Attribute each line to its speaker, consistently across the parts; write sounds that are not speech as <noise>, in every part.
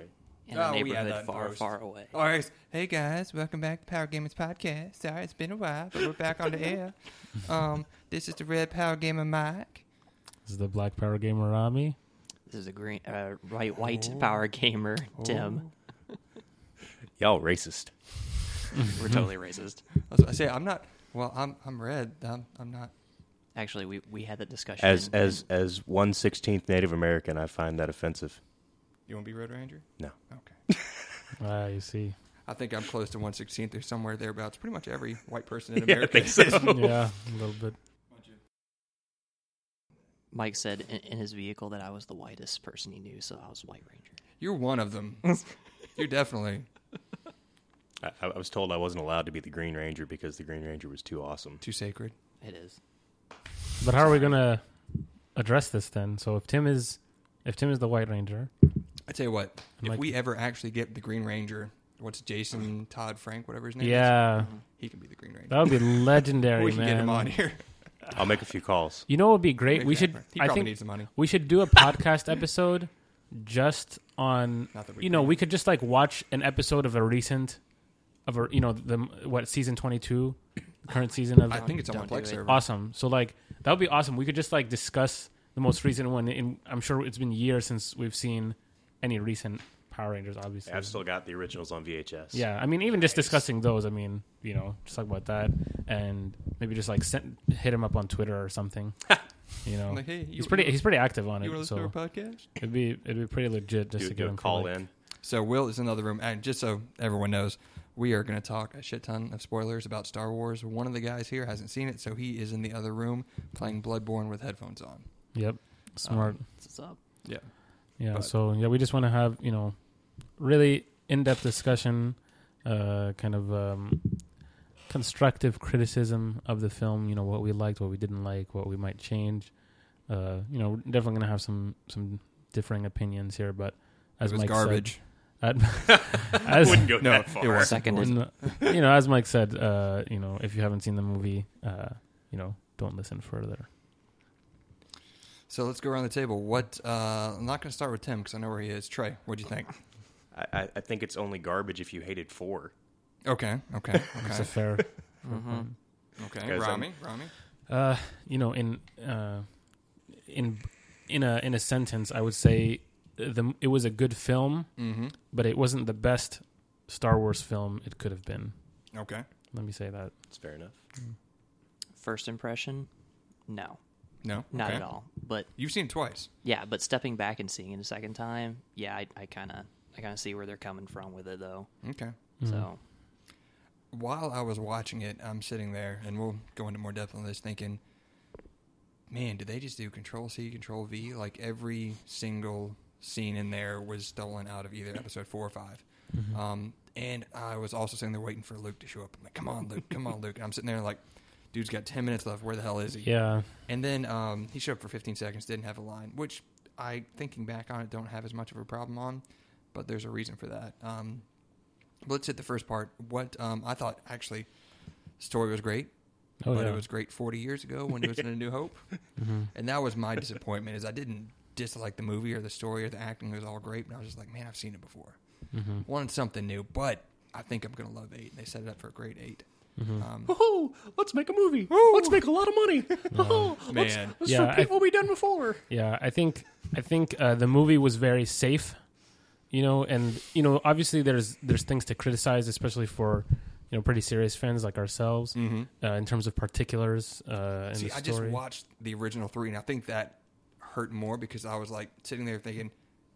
Speaker 1: a
Speaker 2: Oh, yeah,
Speaker 1: neighborhood
Speaker 2: that
Speaker 1: far,
Speaker 2: roast.
Speaker 1: far away.
Speaker 2: All right. Hey guys, welcome back to Power Gamers Podcast. Sorry, it's been a while, but we're back on
Speaker 3: <laughs>
Speaker 2: the air. Um, this is the Red Power Gamer Mike.
Speaker 3: This is the Black Power Gamer Rami.
Speaker 1: This is a green, uh, right, white
Speaker 2: Oh.
Speaker 1: power gamer, Tim.
Speaker 4: Y'all racist.
Speaker 2: Oh.
Speaker 1: We're totally racist.
Speaker 2: I was about to say I'm not. Well, I'm I'm red. I'm I'm not.
Speaker 1: Actually, we, we had that discussion.
Speaker 4: As
Speaker 1: and-
Speaker 4: as as one sixteenth Native American, I find that offensive.
Speaker 2: You want to be Red Ranger?
Speaker 4: No.
Speaker 2: Okay.
Speaker 3: Ah, you
Speaker 2: <laughs>
Speaker 3: see.
Speaker 2: I think I'm close to 116th or somewhere thereabouts. Pretty much every white person in
Speaker 3: <laughs>
Speaker 4: <laughs> <laughs> Yeah, I
Speaker 2: America.
Speaker 4: think so.
Speaker 3: Yeah, a little bit.
Speaker 1: Mike said in, in his vehicle that I was the whitest person he knew, so I was White Ranger.
Speaker 2: You're one
Speaker 3: <laughs>
Speaker 2: of them. You're definitely.
Speaker 4: I, I was told I wasn't allowed to be the Green Ranger because the Green Ranger was too awesome.
Speaker 2: Too sacred.
Speaker 1: It is.
Speaker 3: But how are we gonna address this then? So if Tim is if Tim is the White Ranger,
Speaker 2: I tell you what, if
Speaker 3: Mike-
Speaker 2: we ever actually get the Green Ranger, what's Jason Todd Frank, whatever his name is,
Speaker 3: yeah,
Speaker 2: he can be the Green Ranger.
Speaker 3: that would be legendary,
Speaker 2: <laughs> we can
Speaker 3: man.
Speaker 2: get him on here.
Speaker 4: I'll make a few calls.
Speaker 3: You know, it would be great. We should.
Speaker 2: Exactly. He
Speaker 3: I
Speaker 2: probably
Speaker 3: think
Speaker 2: needs the money.
Speaker 3: we should do
Speaker 2: <laughs>
Speaker 3: a podcast episode just on.
Speaker 2: Not that we
Speaker 3: You know,
Speaker 2: can.
Speaker 3: we could just like watch an episode of a recent, of a you know the what season twenty two, current season of
Speaker 2: I think it's on my
Speaker 1: Don't do
Speaker 2: Plex
Speaker 1: it.
Speaker 2: server.
Speaker 3: awesome. So like that would be awesome. We could just like discuss the most recent one. And I'm sure it's been years since we've seen any recent Power Rangers. Obviously,
Speaker 4: <laughs> I've still got the originals on VHS.
Speaker 3: yeah. I mean, even just discussing those. I mean, you know, just talk about that and maybe just like send, hit him up on Twitter or
Speaker 2: <laughs>
Speaker 3: something. you know,
Speaker 2: Like, hey, you-
Speaker 3: he's pretty
Speaker 2: you-
Speaker 3: he's pretty active on
Speaker 2: You want to
Speaker 3: it. So
Speaker 2: listen to our podcast?
Speaker 3: it'd be it'd be pretty legit just
Speaker 4: do,
Speaker 3: to
Speaker 4: do
Speaker 3: get
Speaker 4: a
Speaker 3: him
Speaker 4: call
Speaker 3: for, like-
Speaker 4: in. <laughs>
Speaker 2: So Will is in another room, and just so everyone knows, we are going to talk a shit ton of spoilers about Star Wars. One of the guys here hasn't seen it, so he is in the other room playing Bloodborne with headphones on.
Speaker 3: Yep,
Speaker 2: Um,
Speaker 3: smart.
Speaker 1: What's up?
Speaker 2: Yeah,
Speaker 3: Yeah.
Speaker 2: But-
Speaker 3: so yeah, we just want to have you know really in depth discussion, uh, kind of um, constructive criticism of the film. You know what we liked, what we didn't like, what we might change. Uh, you know, we're definitely gonna have some some differing opinions here, but as
Speaker 2: it was
Speaker 3: Mike
Speaker 2: garbage.
Speaker 3: said,
Speaker 2: <laughs>
Speaker 4: I
Speaker 3: <laughs> as, <laughs>
Speaker 4: wouldn't go
Speaker 2: No,
Speaker 4: that
Speaker 2: it
Speaker 4: far.
Speaker 2: wasn't.
Speaker 1: Second is
Speaker 3: No. you know, as Mike said, uh, you know, if you haven't seen the movie, uh, you know, don't listen further.
Speaker 2: So let's go around the table. What? Uh, I'm not going to start with Tim because I know where he is. Trey, what'd you think?
Speaker 4: I, I- I think it's only garbage if you hated four.
Speaker 2: Okay, okay,
Speaker 3: It's a
Speaker 2: okay,
Speaker 3: fair.
Speaker 1: Mm-hmm.
Speaker 2: okay.
Speaker 4: Guys,
Speaker 2: Rami, Rami.
Speaker 3: Uh, you know, in uh, in in a in a sentence, I would say the it was a good film,
Speaker 2: Mm-hmm.
Speaker 3: but it wasn't the best Star Wars film it could have been.
Speaker 2: Okay.
Speaker 3: Let me say that.
Speaker 4: That's fair enough.
Speaker 1: first impression. No,
Speaker 2: No,
Speaker 1: not
Speaker 2: okay.
Speaker 1: at all. But
Speaker 2: You've seen it twice.
Speaker 1: yeah, but stepping back and seeing it a second time, yeah, I, I kind of I kind of see where they're coming from with it though.
Speaker 2: Okay.
Speaker 1: So
Speaker 2: while I was watching it, I'm sitting there, and we'll go into more depth on this, thinking, man, did they just do Control C, Control V? Like every single scene in there was stolen out of either episode four or 5
Speaker 3: Mm-hmm.
Speaker 2: Um, and I was also sitting there waiting for Luke to show up. I'm like, come on, Luke, come on, Luke. And I'm sitting there like, dude's got 10 minutes left. Where the hell is he?
Speaker 3: Yeah,
Speaker 2: And then um, he showed up for 15 seconds, didn't have a line, which I, thinking back on it, don't have as much of a problem on, but there's a reason for that. Um, but let's hit the first part. What um, I thought actually, story was great,
Speaker 3: oh
Speaker 2: but
Speaker 3: yeah. Mm-hmm.
Speaker 2: it was great 40 years ago when it was in A
Speaker 3: <laughs>
Speaker 2: New Hope, and that was my disappointment. Is I didn't dislike the movie or the story or the acting; it was all great, but I was just like, man, I've seen it before.
Speaker 3: Mm-hmm.
Speaker 2: Wanted something new, but I think I'm gonna love eight. And they set it up for a great 8
Speaker 3: Mm-hmm.
Speaker 2: Um,
Speaker 4: Oh, let's make a movie. Let's make a lot of money. Oh,
Speaker 2: let's- Man.
Speaker 4: let's
Speaker 3: Yeah, repeat I-
Speaker 4: what we done before.
Speaker 3: Yeah, I think I think uh, the movie was very safe, you know, and you know, obviously there's there's things to criticize, especially for you know pretty serious fans like ourselves, uh, in terms of particulars uh, in
Speaker 2: Mm-hmm. See,
Speaker 3: the
Speaker 2: I just
Speaker 3: story.
Speaker 2: watched the original three, and I think that hurt more because I was like sitting there thinking,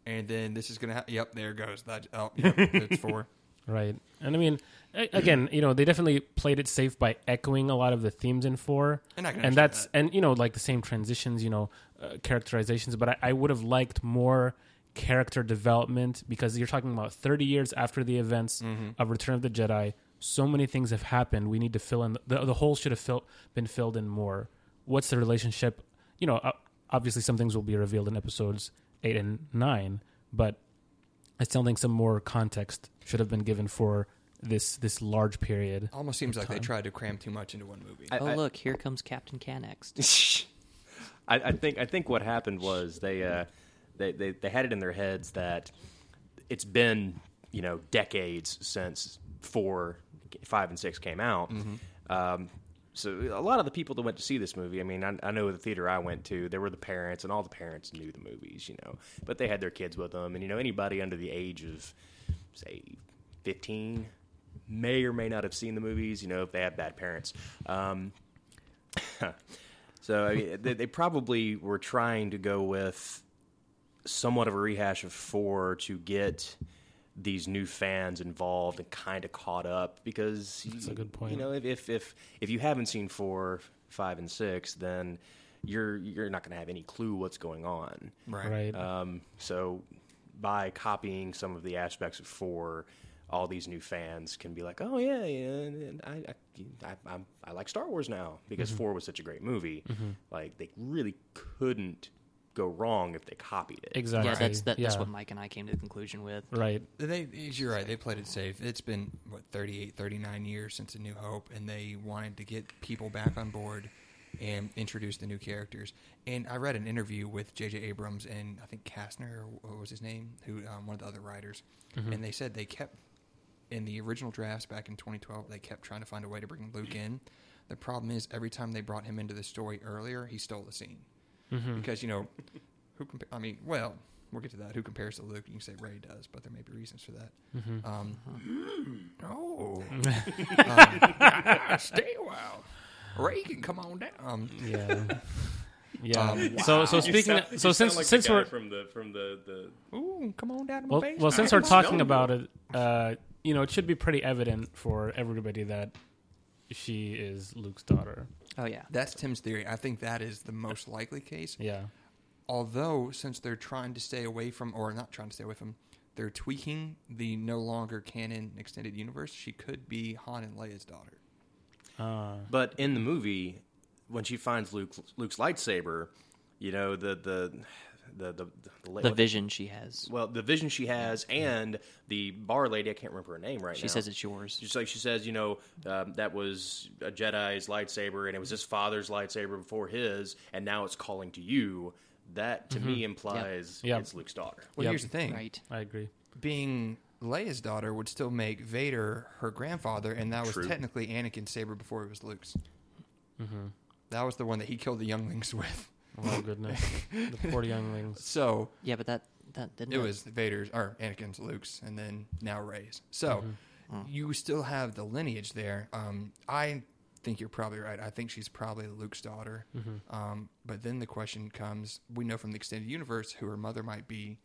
Speaker 2: and then this is gonna. Ha- yep, there it goes. That oh, yep, it's four.
Speaker 3: <laughs> Right. And I mean, a- again, you know, they definitely played it safe by echoing a lot of the themes in four,
Speaker 2: And I can understand
Speaker 3: that's
Speaker 2: that.
Speaker 3: and you know, like the same transitions, you know, uh, characterizations. But I, I would have liked more character development because you're talking about 30 years after the events of Return of the Jedi. So many things have happened. We need to fill in the the hole should have fill, been filled in more. What's the relationship? You know, uh, obviously some things will be revealed in episodes eight and nine, but I still think some more context should have been given for this this large period.
Speaker 2: Almost seems like they tried to cram too much into one movie.
Speaker 4: I-
Speaker 1: oh
Speaker 4: I-
Speaker 1: look, here comes Captain Canex.
Speaker 4: <laughs> I, I think I think what happened was they, uh, they they they had it in their heads that it's been you know decades since four, five, and six came out. Um, so a lot of the people that went to see this movie, I mean, I, I know the theater I went to, there were the parents, and all the parents knew the movies, you know, but they had their kids with them, and you know, anybody under the age of say fifteen may or may not have seen the movies, you know, if they had bad parents. Um, so I mean, they, they probably were trying to go with somewhat of a rehash of four to get these new fans involved and kind of caught up because
Speaker 3: a good point.
Speaker 4: You know, if if if, if you haven't seen four, five, and six, then you're you're not going to have any clue what's going on.
Speaker 2: Right.
Speaker 3: right?
Speaker 1: Uh,
Speaker 4: Um, so by copying some of the aspects of four, all these new fans can be like, "Oh yeah, yeah, and I I, I, I'm, I like Star Wars now because
Speaker 3: Mm-hmm.
Speaker 4: four was such a great movie. Like they really couldn't go wrong if they copied it.
Speaker 3: exactly.
Speaker 1: Yeah, that's that, that's
Speaker 3: Yeah.
Speaker 1: what Mike and I came to the conclusion with.
Speaker 3: Right.
Speaker 2: They, you're right. They played it safe. It's been what 38, 39 years since A New Hope, and they wanted to get people back on board and introduce the new characters. And I read an interview with J.J. Abrams and I think Kastner, or what was his name, who um, one of the other writers, and they said they kept in the original drafts back in 2012. They kept trying to find a way to bring Luke in. The problem is every time they brought him into the story earlier, he stole the scene because you know who compa- I mean, well, we'll get to that. Who compares to Luke? You can say Ray does, but there may be reasons for that.
Speaker 3: Mm-hmm.
Speaker 2: Um,
Speaker 3: <laughs>
Speaker 2: oh, Um, stay a while. Ray can come on down. Um,
Speaker 3: Yeah.
Speaker 4: <laughs>
Speaker 3: Yeah.
Speaker 2: Um,
Speaker 3: So
Speaker 2: wow.
Speaker 3: so
Speaker 4: You
Speaker 3: speaking
Speaker 4: sound- you
Speaker 3: so
Speaker 4: sound
Speaker 3: since
Speaker 4: like the
Speaker 3: since
Speaker 4: guy
Speaker 3: we're
Speaker 4: from the from the, the
Speaker 2: ooh, come on down to my
Speaker 3: well,
Speaker 2: face.
Speaker 3: well since we're
Speaker 4: don't
Speaker 3: talking
Speaker 4: know.
Speaker 3: about it, uh, you know, it should be pretty evident for everybody that she is Luke's daughter.
Speaker 1: Oh yeah,
Speaker 2: that's Tim's theory. I think that is the most likely case.
Speaker 3: Yeah.
Speaker 2: Although, since they're trying to stay away from, or not trying to stay away from, they're tweaking the no longer canon extended universe. She could be Han and Leia's daughter.
Speaker 3: Uh,
Speaker 4: But in the movie, when she finds Luke Luke's lightsaber, you know the the the the, the,
Speaker 1: the vision she has.
Speaker 4: well the vision she has
Speaker 3: Mm-hmm.
Speaker 4: and the bar lady I can't remember her name right now.
Speaker 1: She says it's yours.
Speaker 4: Just like she says, you know, um, that was a Jedi's lightsaber, and it was his father's lightsaber before his, and now it's calling to you. That to me implies
Speaker 3: Mm-hmm. Yeah.
Speaker 4: it's Luke's daughter.
Speaker 2: Well,
Speaker 3: Yep.
Speaker 2: here's the thing.
Speaker 1: Right.
Speaker 3: I agree.
Speaker 2: being Leia's daughter would still make Vader her grandfather, and that was
Speaker 4: True.
Speaker 2: technically Anakin's saber before it was Luke's. That was the one that he killed the younglings <laughs> with.
Speaker 3: Oh
Speaker 4: <laughs>
Speaker 3: goodness, the poor younglings.
Speaker 2: So
Speaker 1: Yeah, but that that didn't.
Speaker 2: it was Vader's or Anakin's, Luke's, and then now Ray's. So you still have the lineage there. Um, I think you're probably right. I think she's probably Luke's daughter. Um, but then the question comes: We know from the extended universe who her mother might be.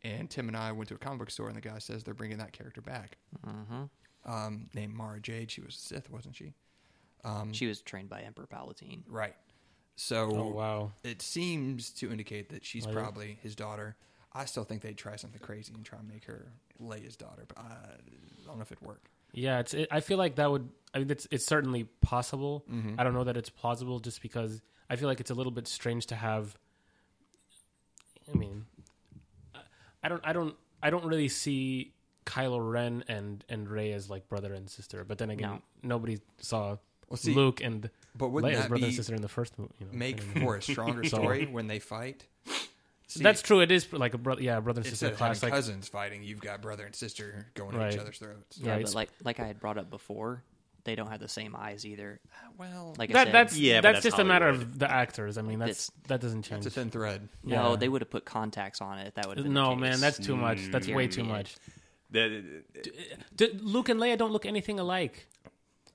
Speaker 2: And Tim and I went to a comic book store, and the guy says they're bringing that character back.
Speaker 1: mm-hmm.
Speaker 2: Um, named Mara Jade. She was a Sith, wasn't she?
Speaker 1: She was trained by Emperor Palpatine.
Speaker 2: Right. So
Speaker 3: Oh wow. Oh,
Speaker 2: it seems to indicate that she's
Speaker 3: Leia?
Speaker 2: probably his daughter. I still think they'd try something crazy and try and make her Leia's daughter, but I don't know if it'd work.
Speaker 3: Yeah, it's. It, I feel like that would. I mean, it's it's certainly possible.
Speaker 2: Mm-hmm.
Speaker 3: I don't know that it's plausible, just because I feel like it's a little bit strange to have. I mean, I- I don't. I don't. I don't really see Kylo Ren and and Rey as like brother and sister. But then again, nobody saw
Speaker 2: see,
Speaker 3: Luke and
Speaker 2: but wouldn't
Speaker 3: Leia as
Speaker 2: that
Speaker 3: brother and
Speaker 2: be-
Speaker 3: sister in the first movie. You know, <laughs>
Speaker 2: Make
Speaker 3: I don't know.
Speaker 2: for a stronger story when they fight. See,
Speaker 3: that's true. It is like a brother. Yeah, brother and sister
Speaker 2: instead of
Speaker 3: class.
Speaker 2: having
Speaker 3: Like,
Speaker 2: cousins fighting, you've got brother and sister going at
Speaker 3: Right.
Speaker 2: each other's throats.
Speaker 1: Yeah,
Speaker 3: Right.
Speaker 1: but like like I had brought up before, they don't have the same eyes either.
Speaker 2: Well,
Speaker 1: Like I
Speaker 3: that,
Speaker 1: said,
Speaker 3: that's
Speaker 4: Yeah,
Speaker 3: yeah,
Speaker 4: but
Speaker 3: that's,
Speaker 4: that's
Speaker 3: just a matter
Speaker 4: Hollywood.
Speaker 3: of the actors. I mean, that's
Speaker 1: It's-
Speaker 3: that doesn't change.
Speaker 2: it's a thin thread.
Speaker 1: no,
Speaker 3: yeah.
Speaker 1: they would have put contacts on it. if That would have been
Speaker 3: No,
Speaker 1: the
Speaker 3: man,
Speaker 1: case.
Speaker 3: that's too much. That's way too much.
Speaker 4: The-
Speaker 3: D- Luke and Leia don't look anything alike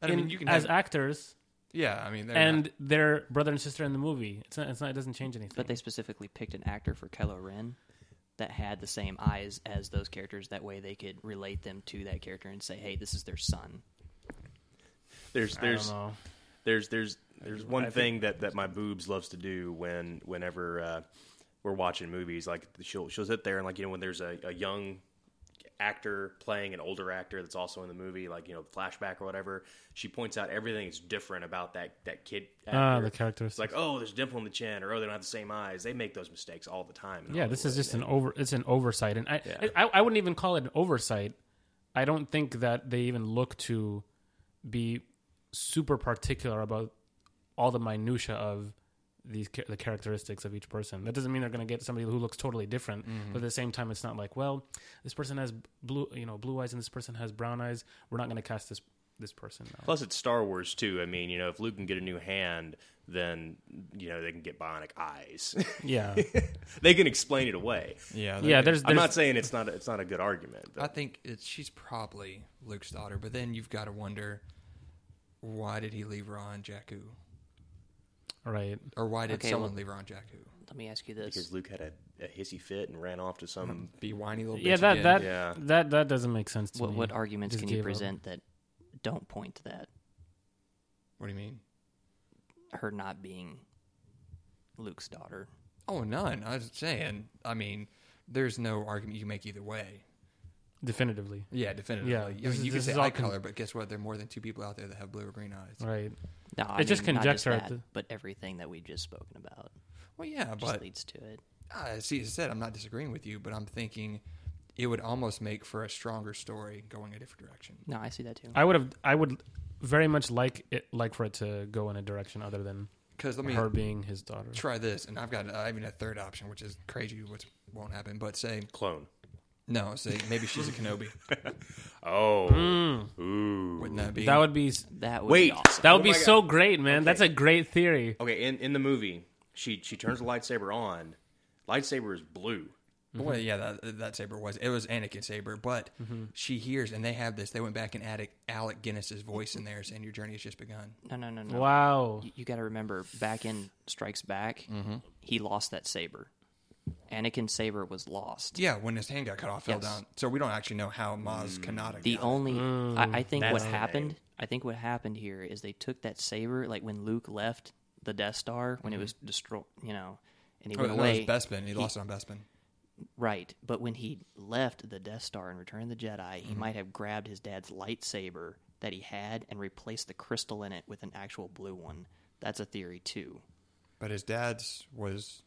Speaker 2: I mean,
Speaker 3: in-
Speaker 2: you can
Speaker 3: as
Speaker 2: have-
Speaker 3: actors,
Speaker 2: yeah, I mean, they're
Speaker 3: and
Speaker 2: not-
Speaker 3: they're brother and sister in the movie. It's not. It's not it doesn't change anything.
Speaker 1: But they specifically picked an actor for Kylo Ren that had the same eyes as those characters. That way, they could relate them to that character and say, "Hey, this is their son."
Speaker 4: there's there's
Speaker 3: I don't know.
Speaker 4: there's there's there's
Speaker 3: I
Speaker 4: one
Speaker 3: think-
Speaker 4: thing that, that my boobs loves to do when whenever uh, we're watching movies like she'll she'll sit there and like you know when there's a, a young actor playing an older actor that's also in the movie like you know flashback or whatever she points out everything is different about that that kid actor.
Speaker 3: Ah, the characters.
Speaker 4: it's like oh there's a dimple in the chin or oh they don't have the same eyes they make those mistakes all the time in
Speaker 3: yeah, this is
Speaker 4: Hollywood.
Speaker 3: just an over. It's an oversight, and I,
Speaker 4: Yeah.
Speaker 3: I I wouldn't even call it an oversight. I don't think that they even look to be super particular about all the minutia of these cha- the characteristics of each person. That doesn't mean they're going to get somebody who looks totally different, but at the same time, it's not like, well, this person has blue, you know, blue eyes, and this person has brown eyes. We're not going to cast this this person. Now.
Speaker 4: Plus, it's Star Wars too. I mean, you know, if Luke can get a new hand, then you know they can get bionic eyes. <laughs>
Speaker 3: yeah,
Speaker 4: they can explain it away.
Speaker 2: Yeah,
Speaker 3: yeah.
Speaker 2: that-
Speaker 3: There's,
Speaker 4: I'm
Speaker 3: there's
Speaker 4: not saying it's not a, it's not a good argument. But
Speaker 2: I think it's she's probably Luke's daughter, but then you've got to wonder why did he leave her on Jakku,
Speaker 3: right.
Speaker 2: or why did
Speaker 1: Okay,
Speaker 2: someone
Speaker 1: well-
Speaker 2: leave her on Jakku?
Speaker 1: Let me ask you this.
Speaker 4: because Luke had a, a hissy fit and ran off to
Speaker 3: Um,
Speaker 4: some.
Speaker 2: Be whiny little bitch
Speaker 3: Yeah, that
Speaker 2: again.
Speaker 3: that
Speaker 4: Um, Yeah.
Speaker 3: that that doesn't make sense to
Speaker 1: what
Speaker 3: me.
Speaker 1: what arguments
Speaker 3: Just
Speaker 1: can you
Speaker 3: gave up.
Speaker 1: present that don't point to that
Speaker 2: What do you mean?
Speaker 1: her not being Luke's daughter?
Speaker 2: Oh, none. I was saying. I mean, there's no argument you can make either way.
Speaker 3: definitively,
Speaker 2: Yeah, definitively.
Speaker 3: Yeah,
Speaker 2: I mean,
Speaker 3: this is-
Speaker 2: you can
Speaker 3: this
Speaker 2: say
Speaker 3: is all
Speaker 2: eye
Speaker 3: con-
Speaker 2: color, but guess what? There are more than two people out there that have blue or green eyes.
Speaker 3: right?
Speaker 1: No, I
Speaker 3: It's just
Speaker 1: mean, not
Speaker 3: conjecture at
Speaker 1: that,
Speaker 3: the-
Speaker 1: but everything that we've just spoken about
Speaker 2: Well, yeah,
Speaker 1: just
Speaker 2: but
Speaker 1: leads to it.
Speaker 2: uh, see, as I said, I'm not disagreeing with you, but I'm thinking it would almost make for a stronger story going a different direction.
Speaker 1: No, I see that too.
Speaker 3: I would have. I would very much like it, like for it to go in a direction other than
Speaker 2: Because let me
Speaker 3: her being his daughter.
Speaker 2: try this, and I've got uh, even a third option, which is crazy, which won't happen. But say
Speaker 4: Clone.
Speaker 2: no, say maybe she's a Kenobi.
Speaker 4: Oh.
Speaker 3: Mm.
Speaker 2: Wouldn't that be?
Speaker 3: That would be s-
Speaker 1: That would
Speaker 4: Wait.
Speaker 1: be awesome.
Speaker 3: that
Speaker 4: Oh
Speaker 3: would be
Speaker 4: my God. Oh.
Speaker 3: so great, man. That's a great theory.
Speaker 4: Okay, in, in the movie, she she turns the lightsaber on. Lightsaber is blue.
Speaker 2: Well, yeah, that, that saber was it was Anakin saber, but she hears, and they have this. They went back and added Alec Guinness's voice in there, saying your journey has just begun.
Speaker 1: No, no, no, no.
Speaker 3: Wow.
Speaker 1: You, got to remember, back in Strikes Back,
Speaker 2: Mm-hmm.
Speaker 1: he lost that saber. Anakin's saber was lost.
Speaker 2: Yeah, when his hand got cut off, fell
Speaker 1: Yes.
Speaker 2: down. So we don't actually know how Maz Kanata.
Speaker 1: The
Speaker 2: got it.
Speaker 1: only I, I
Speaker 3: Mm,
Speaker 1: think what
Speaker 4: the
Speaker 1: happened, I think what happened here is they took that saber, like when Luke left the Death Star
Speaker 3: Mm-hmm.
Speaker 1: when it was destroyed, you know, and he
Speaker 2: Oh,
Speaker 1: went
Speaker 2: no,
Speaker 1: away.
Speaker 2: it was Bespin. He, lost it on Bespin.
Speaker 1: Right, but when he left the Death Star and returned the Jedi,
Speaker 3: Mm-hmm.
Speaker 1: he might have grabbed his dad's lightsaber that he had and replaced the crystal in it with an actual blue one. That's a theory too.
Speaker 2: But his dad's was,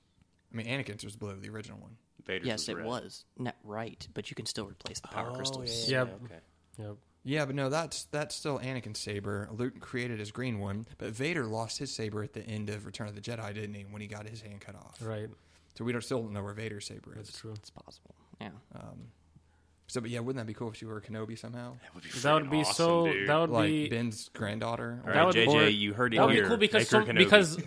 Speaker 2: I mean, Anakin's was blue, the original one.
Speaker 4: Vader's
Speaker 1: yes,
Speaker 4: was
Speaker 1: it
Speaker 4: red.
Speaker 1: was. Not right, but you can still replace the power crystals.
Speaker 3: Oh, yeah. Yep.
Speaker 4: Okay.
Speaker 3: Yep.
Speaker 2: Yeah, but no, that's that's still Anakin's saber. Luke created his green one, but Vader lost his saber at the end of Return of the Jedi, didn't he? When he got his hand cut off,
Speaker 3: Right.
Speaker 2: so we don't still don't know where Vader's saber is.
Speaker 3: That's true.
Speaker 1: It's possible. Yeah.
Speaker 2: So, but yeah, wouldn't that be cool if she were Kenobi somehow,
Speaker 4: That would be,
Speaker 3: That would
Speaker 4: freaking
Speaker 3: be
Speaker 4: awesome,
Speaker 3: so.
Speaker 4: dude.
Speaker 3: That would
Speaker 2: like
Speaker 3: be.
Speaker 2: Ben's granddaughter?
Speaker 4: All
Speaker 3: that
Speaker 4: right,
Speaker 3: would-
Speaker 4: JJ,
Speaker 3: or-
Speaker 4: you heard it
Speaker 3: that would be
Speaker 4: here.
Speaker 3: cool because
Speaker 4: Make her
Speaker 3: some, <laughs>
Speaker 4: Kenobi.
Speaker 3: because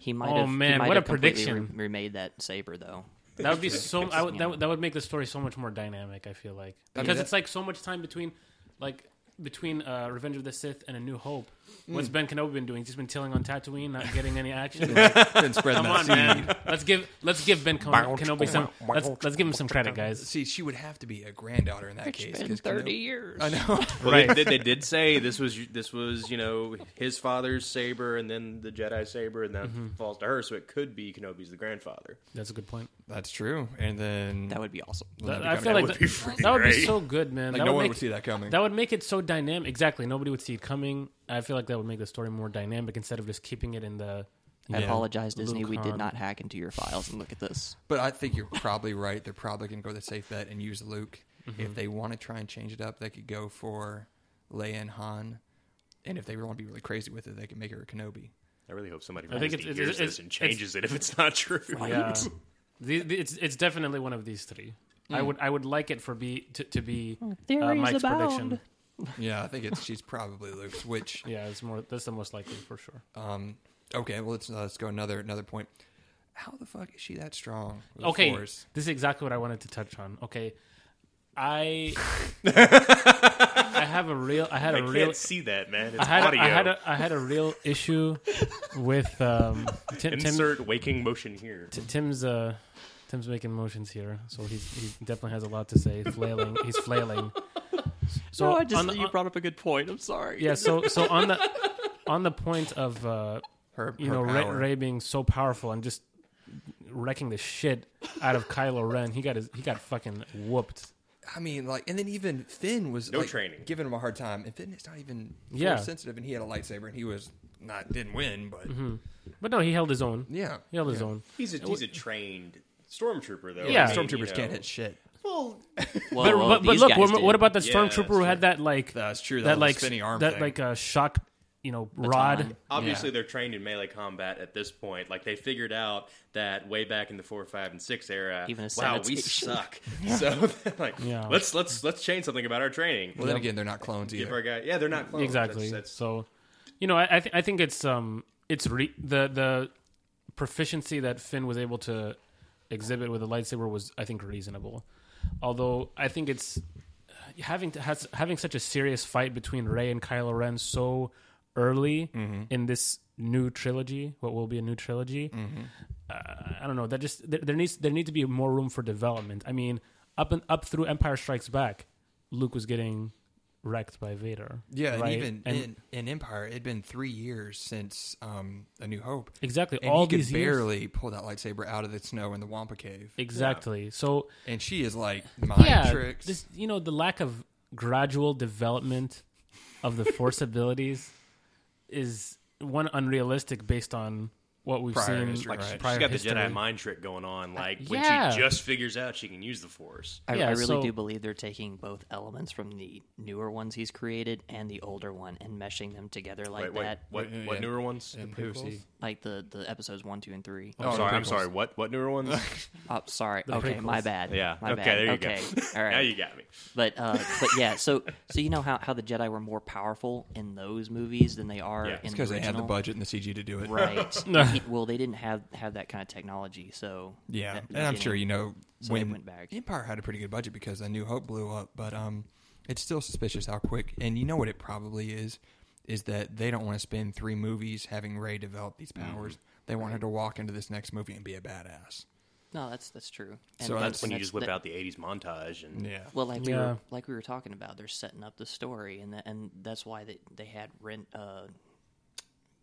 Speaker 1: He might
Speaker 3: Oh,
Speaker 1: have. he
Speaker 3: man,
Speaker 1: might
Speaker 3: what
Speaker 1: have
Speaker 3: a
Speaker 1: completely
Speaker 3: prediction.
Speaker 1: Re- remade that saber though.
Speaker 3: that
Speaker 2: <laughs>
Speaker 3: would be so. I would, that, would, that would make the story so much more dynamic. I feel like
Speaker 2: I mean,
Speaker 3: because
Speaker 2: that-
Speaker 3: it's like so much time between, like between uh, Revenge of the Sith and A New Hope. What's
Speaker 2: Hmm.
Speaker 3: Ben Kenobi been doing? He's just been tilling on Tatooine, not getting any
Speaker 2: <laughs>
Speaker 3: action.
Speaker 2: Ben
Speaker 3: Come
Speaker 2: spreading that
Speaker 3: on,
Speaker 2: seed.
Speaker 3: man. Let's give let's give Ben Ken- Kenobi some. Let's let's give him some credit, guys.
Speaker 2: See, she would have to be a granddaughter in that case. 'cause Kenobi-
Speaker 1: years.
Speaker 2: <laughs> I know.
Speaker 4: Well, they, they, they did say this was this was you know his father's saber and then the Jedi saber and that
Speaker 3: Mm-hmm.
Speaker 4: falls to her, so it could be Kenobi's the grandfather.
Speaker 3: That's a good point.
Speaker 2: That's true. And then
Speaker 1: That would be awesome.
Speaker 2: That'd be
Speaker 3: I
Speaker 2: kinda
Speaker 3: feel
Speaker 2: cool.
Speaker 3: like that, that would be, so good, man.
Speaker 2: Like,
Speaker 3: that
Speaker 2: no
Speaker 3: would
Speaker 2: one
Speaker 3: make,
Speaker 2: would see that coming.
Speaker 3: That would make it so dynamic. Exactly, nobody would see it coming. I feel like that would make the story more dynamic instead of just keeping it in the.
Speaker 1: I
Speaker 2: Yeah.
Speaker 1: apologize, Disney. We did
Speaker 3: Khan.
Speaker 1: not hack into your files and look at this.
Speaker 2: But I think you're probably right. They're probably going to go the safe bet and use Luke.
Speaker 3: Mm-hmm.
Speaker 2: If they want to try and change it up, they could go for Leia and Han. And if they want to be really crazy with it, they could make her a Kenobi.
Speaker 4: I really hope somebody
Speaker 3: I think it's-
Speaker 4: hears
Speaker 3: it's-
Speaker 4: this
Speaker 3: it's-
Speaker 4: and changes it if it's not true.
Speaker 3: Yeah, The- the- it's it's definitely one of these three.
Speaker 2: Hmm.
Speaker 3: I would I would like it for be to, to be uh,
Speaker 1: Theories
Speaker 3: Mike's
Speaker 1: abound.
Speaker 3: prediction.
Speaker 2: Yeah, I think it's she's probably Luke's. Which
Speaker 3: Yeah, it's more. That's the most likely for sure.
Speaker 2: um, okay, well let's let's go another another point. How the fuck is she that strong? with the
Speaker 3: okay,
Speaker 2: Force?
Speaker 3: this is exactly what I wanted to touch on. Okay, I I have a real <laughs> I had
Speaker 4: I
Speaker 3: a
Speaker 4: can't
Speaker 3: real
Speaker 4: see that man. It's
Speaker 3: I had,
Speaker 4: audio.
Speaker 3: I had a I had a real issue with um, Tim, Tim,
Speaker 4: Insert waking motion here.
Speaker 3: Tim's uh, Tim's making motions here, so he's he definitely has a lot to say. Flailing, he's flailing. So
Speaker 1: no, I just
Speaker 3: on the-
Speaker 1: you brought up a good point. I'm sorry.
Speaker 3: yeah, so so on the on the point of uh,
Speaker 2: Her,
Speaker 3: you
Speaker 2: her
Speaker 3: know Ray,
Speaker 2: power.
Speaker 3: Ray being so powerful and just wrecking the shit out of Kylo Ren, he got his he got fucking whooped.
Speaker 2: I mean, like, and then even Finn was
Speaker 4: No
Speaker 2: like,
Speaker 4: training.
Speaker 2: giving him a hard time, and Finn is not even
Speaker 3: Yeah.
Speaker 2: force sensitive, and he had a lightsaber, and he was not didn't win, but
Speaker 3: Mm-hmm. But no, he held his own.
Speaker 2: yeah,
Speaker 3: He held his own.
Speaker 4: He's a he's a trained stormtrooper though.
Speaker 3: Yeah.
Speaker 4: I mean,
Speaker 2: Stormtroopers
Speaker 4: you know.
Speaker 2: can't hit shit.
Speaker 4: Well,
Speaker 1: Whoa,
Speaker 3: But, but,
Speaker 1: whoa,
Speaker 3: but
Speaker 1: these
Speaker 3: look,
Speaker 1: guys
Speaker 3: what,
Speaker 1: did.
Speaker 3: what about that
Speaker 4: Yeah,
Speaker 3: stormtrooper
Speaker 4: that's
Speaker 3: who had that like
Speaker 2: That's true. That,
Speaker 3: that
Speaker 2: little
Speaker 3: like
Speaker 2: spinny arm
Speaker 3: that
Speaker 2: thing.
Speaker 3: like uh, shock you know, Rod.
Speaker 1: Baton.
Speaker 4: Obviously, they're trained in melee combat at this point. Like they figured out that way back in the four, five, and six era,
Speaker 1: Even a
Speaker 4: wow, we
Speaker 1: sanitation.
Speaker 4: suck. <laughs> so like,
Speaker 3: Yeah.
Speaker 4: let's let's let's change something about our training.
Speaker 2: Well, then again, they're not clones
Speaker 4: Give our
Speaker 2: either.
Speaker 4: guy, yeah, they're not clones.
Speaker 3: exactly.
Speaker 4: Oh, That's, that's,
Speaker 3: so, you know, I I, th- I think it's um it's re- the the proficiency that Finn was able to exhibit with the lightsaber was I think reasonable. Although I think it's having to, has, having such a serious fight between Rey and Kylo Ren so early
Speaker 2: Mm-hmm.
Speaker 3: in this new trilogy, what will be a new trilogy.
Speaker 2: Mm-hmm.
Speaker 3: Uh, I don't know. That just there, there needs there need to be more room for development. I mean, up and up through Empire Strikes Back, Luke was getting wrecked by Vader.
Speaker 2: Yeah,
Speaker 3: right?
Speaker 2: and even
Speaker 3: And-
Speaker 2: in, in Empire, it had been three years since um, A New Hope.
Speaker 3: exactly
Speaker 2: And
Speaker 3: all
Speaker 2: he could
Speaker 3: these years-
Speaker 2: barely pull that lightsaber out of the snow in the Wampa Cave.
Speaker 3: Exactly. So
Speaker 2: And she is like, mind
Speaker 3: yeah,
Speaker 2: tricks.
Speaker 3: this you know the lack of gradual development of the
Speaker 2: <laughs>
Speaker 3: force abilities is one unrealistic based on what we've
Speaker 2: Prior
Speaker 3: seen
Speaker 2: history,
Speaker 4: like
Speaker 2: right.
Speaker 4: she's
Speaker 3: prior
Speaker 4: got
Speaker 3: history.
Speaker 4: the Jedi mind trick going on. Like when
Speaker 3: yeah.
Speaker 4: she just figures out she can use the Force.
Speaker 1: I,
Speaker 3: Yeah,
Speaker 1: I really
Speaker 3: so-
Speaker 1: do believe they're taking both elements from the newer ones he's created and the older one and meshing them together like
Speaker 4: Wait, wait,
Speaker 1: that,
Speaker 4: what?
Speaker 2: Yeah,
Speaker 4: What
Speaker 2: yeah.
Speaker 4: newer ones?
Speaker 2: And who was he?
Speaker 1: like the the episodes one, two, and three.
Speaker 4: I'm
Speaker 2: Oh,
Speaker 4: sorry,
Speaker 2: the
Speaker 4: I'm
Speaker 2: prequels.
Speaker 4: sorry. What? What newer ones?
Speaker 1: Oh, sorry. Okay,
Speaker 3: prequels.
Speaker 1: my bad.
Speaker 4: yeah.
Speaker 1: my
Speaker 4: okay,
Speaker 1: bad.
Speaker 4: there you <laughs>
Speaker 1: okay.
Speaker 4: go.
Speaker 1: All right.
Speaker 4: Now you got me.
Speaker 1: But uh, but yeah, so so you know how, how the Jedi were more powerful in those movies than they are
Speaker 4: Yeah, it's
Speaker 1: in the
Speaker 2: because they had the
Speaker 1: original,
Speaker 4: <laughs>
Speaker 2: budget and the CG to do
Speaker 1: <laughs>
Speaker 2: it.
Speaker 1: right? It- well, they didn't have have that kind of technology, so
Speaker 2: Yeah,
Speaker 1: at the
Speaker 2: and I'm
Speaker 1: beginning-
Speaker 2: sure you know
Speaker 1: So they
Speaker 2: when
Speaker 1: went back.
Speaker 2: Empire had a pretty good budget because the New Hope blew up, but um, it's still suspicious how quick. And you know what it probably is is that they don't want to spend three movies having Ray develop these
Speaker 1: Mm-hmm.
Speaker 2: powers. They want her to walk into this next movie and be a badass.
Speaker 1: No, that's that's true. And
Speaker 2: So
Speaker 4: That's when you just whip
Speaker 1: that-
Speaker 4: out the '80s montage and
Speaker 2: Yeah,
Speaker 1: Well, like we
Speaker 3: Yeah.
Speaker 1: were like we were talking about, they're setting up the story, and that, and that's why they they had rent uh,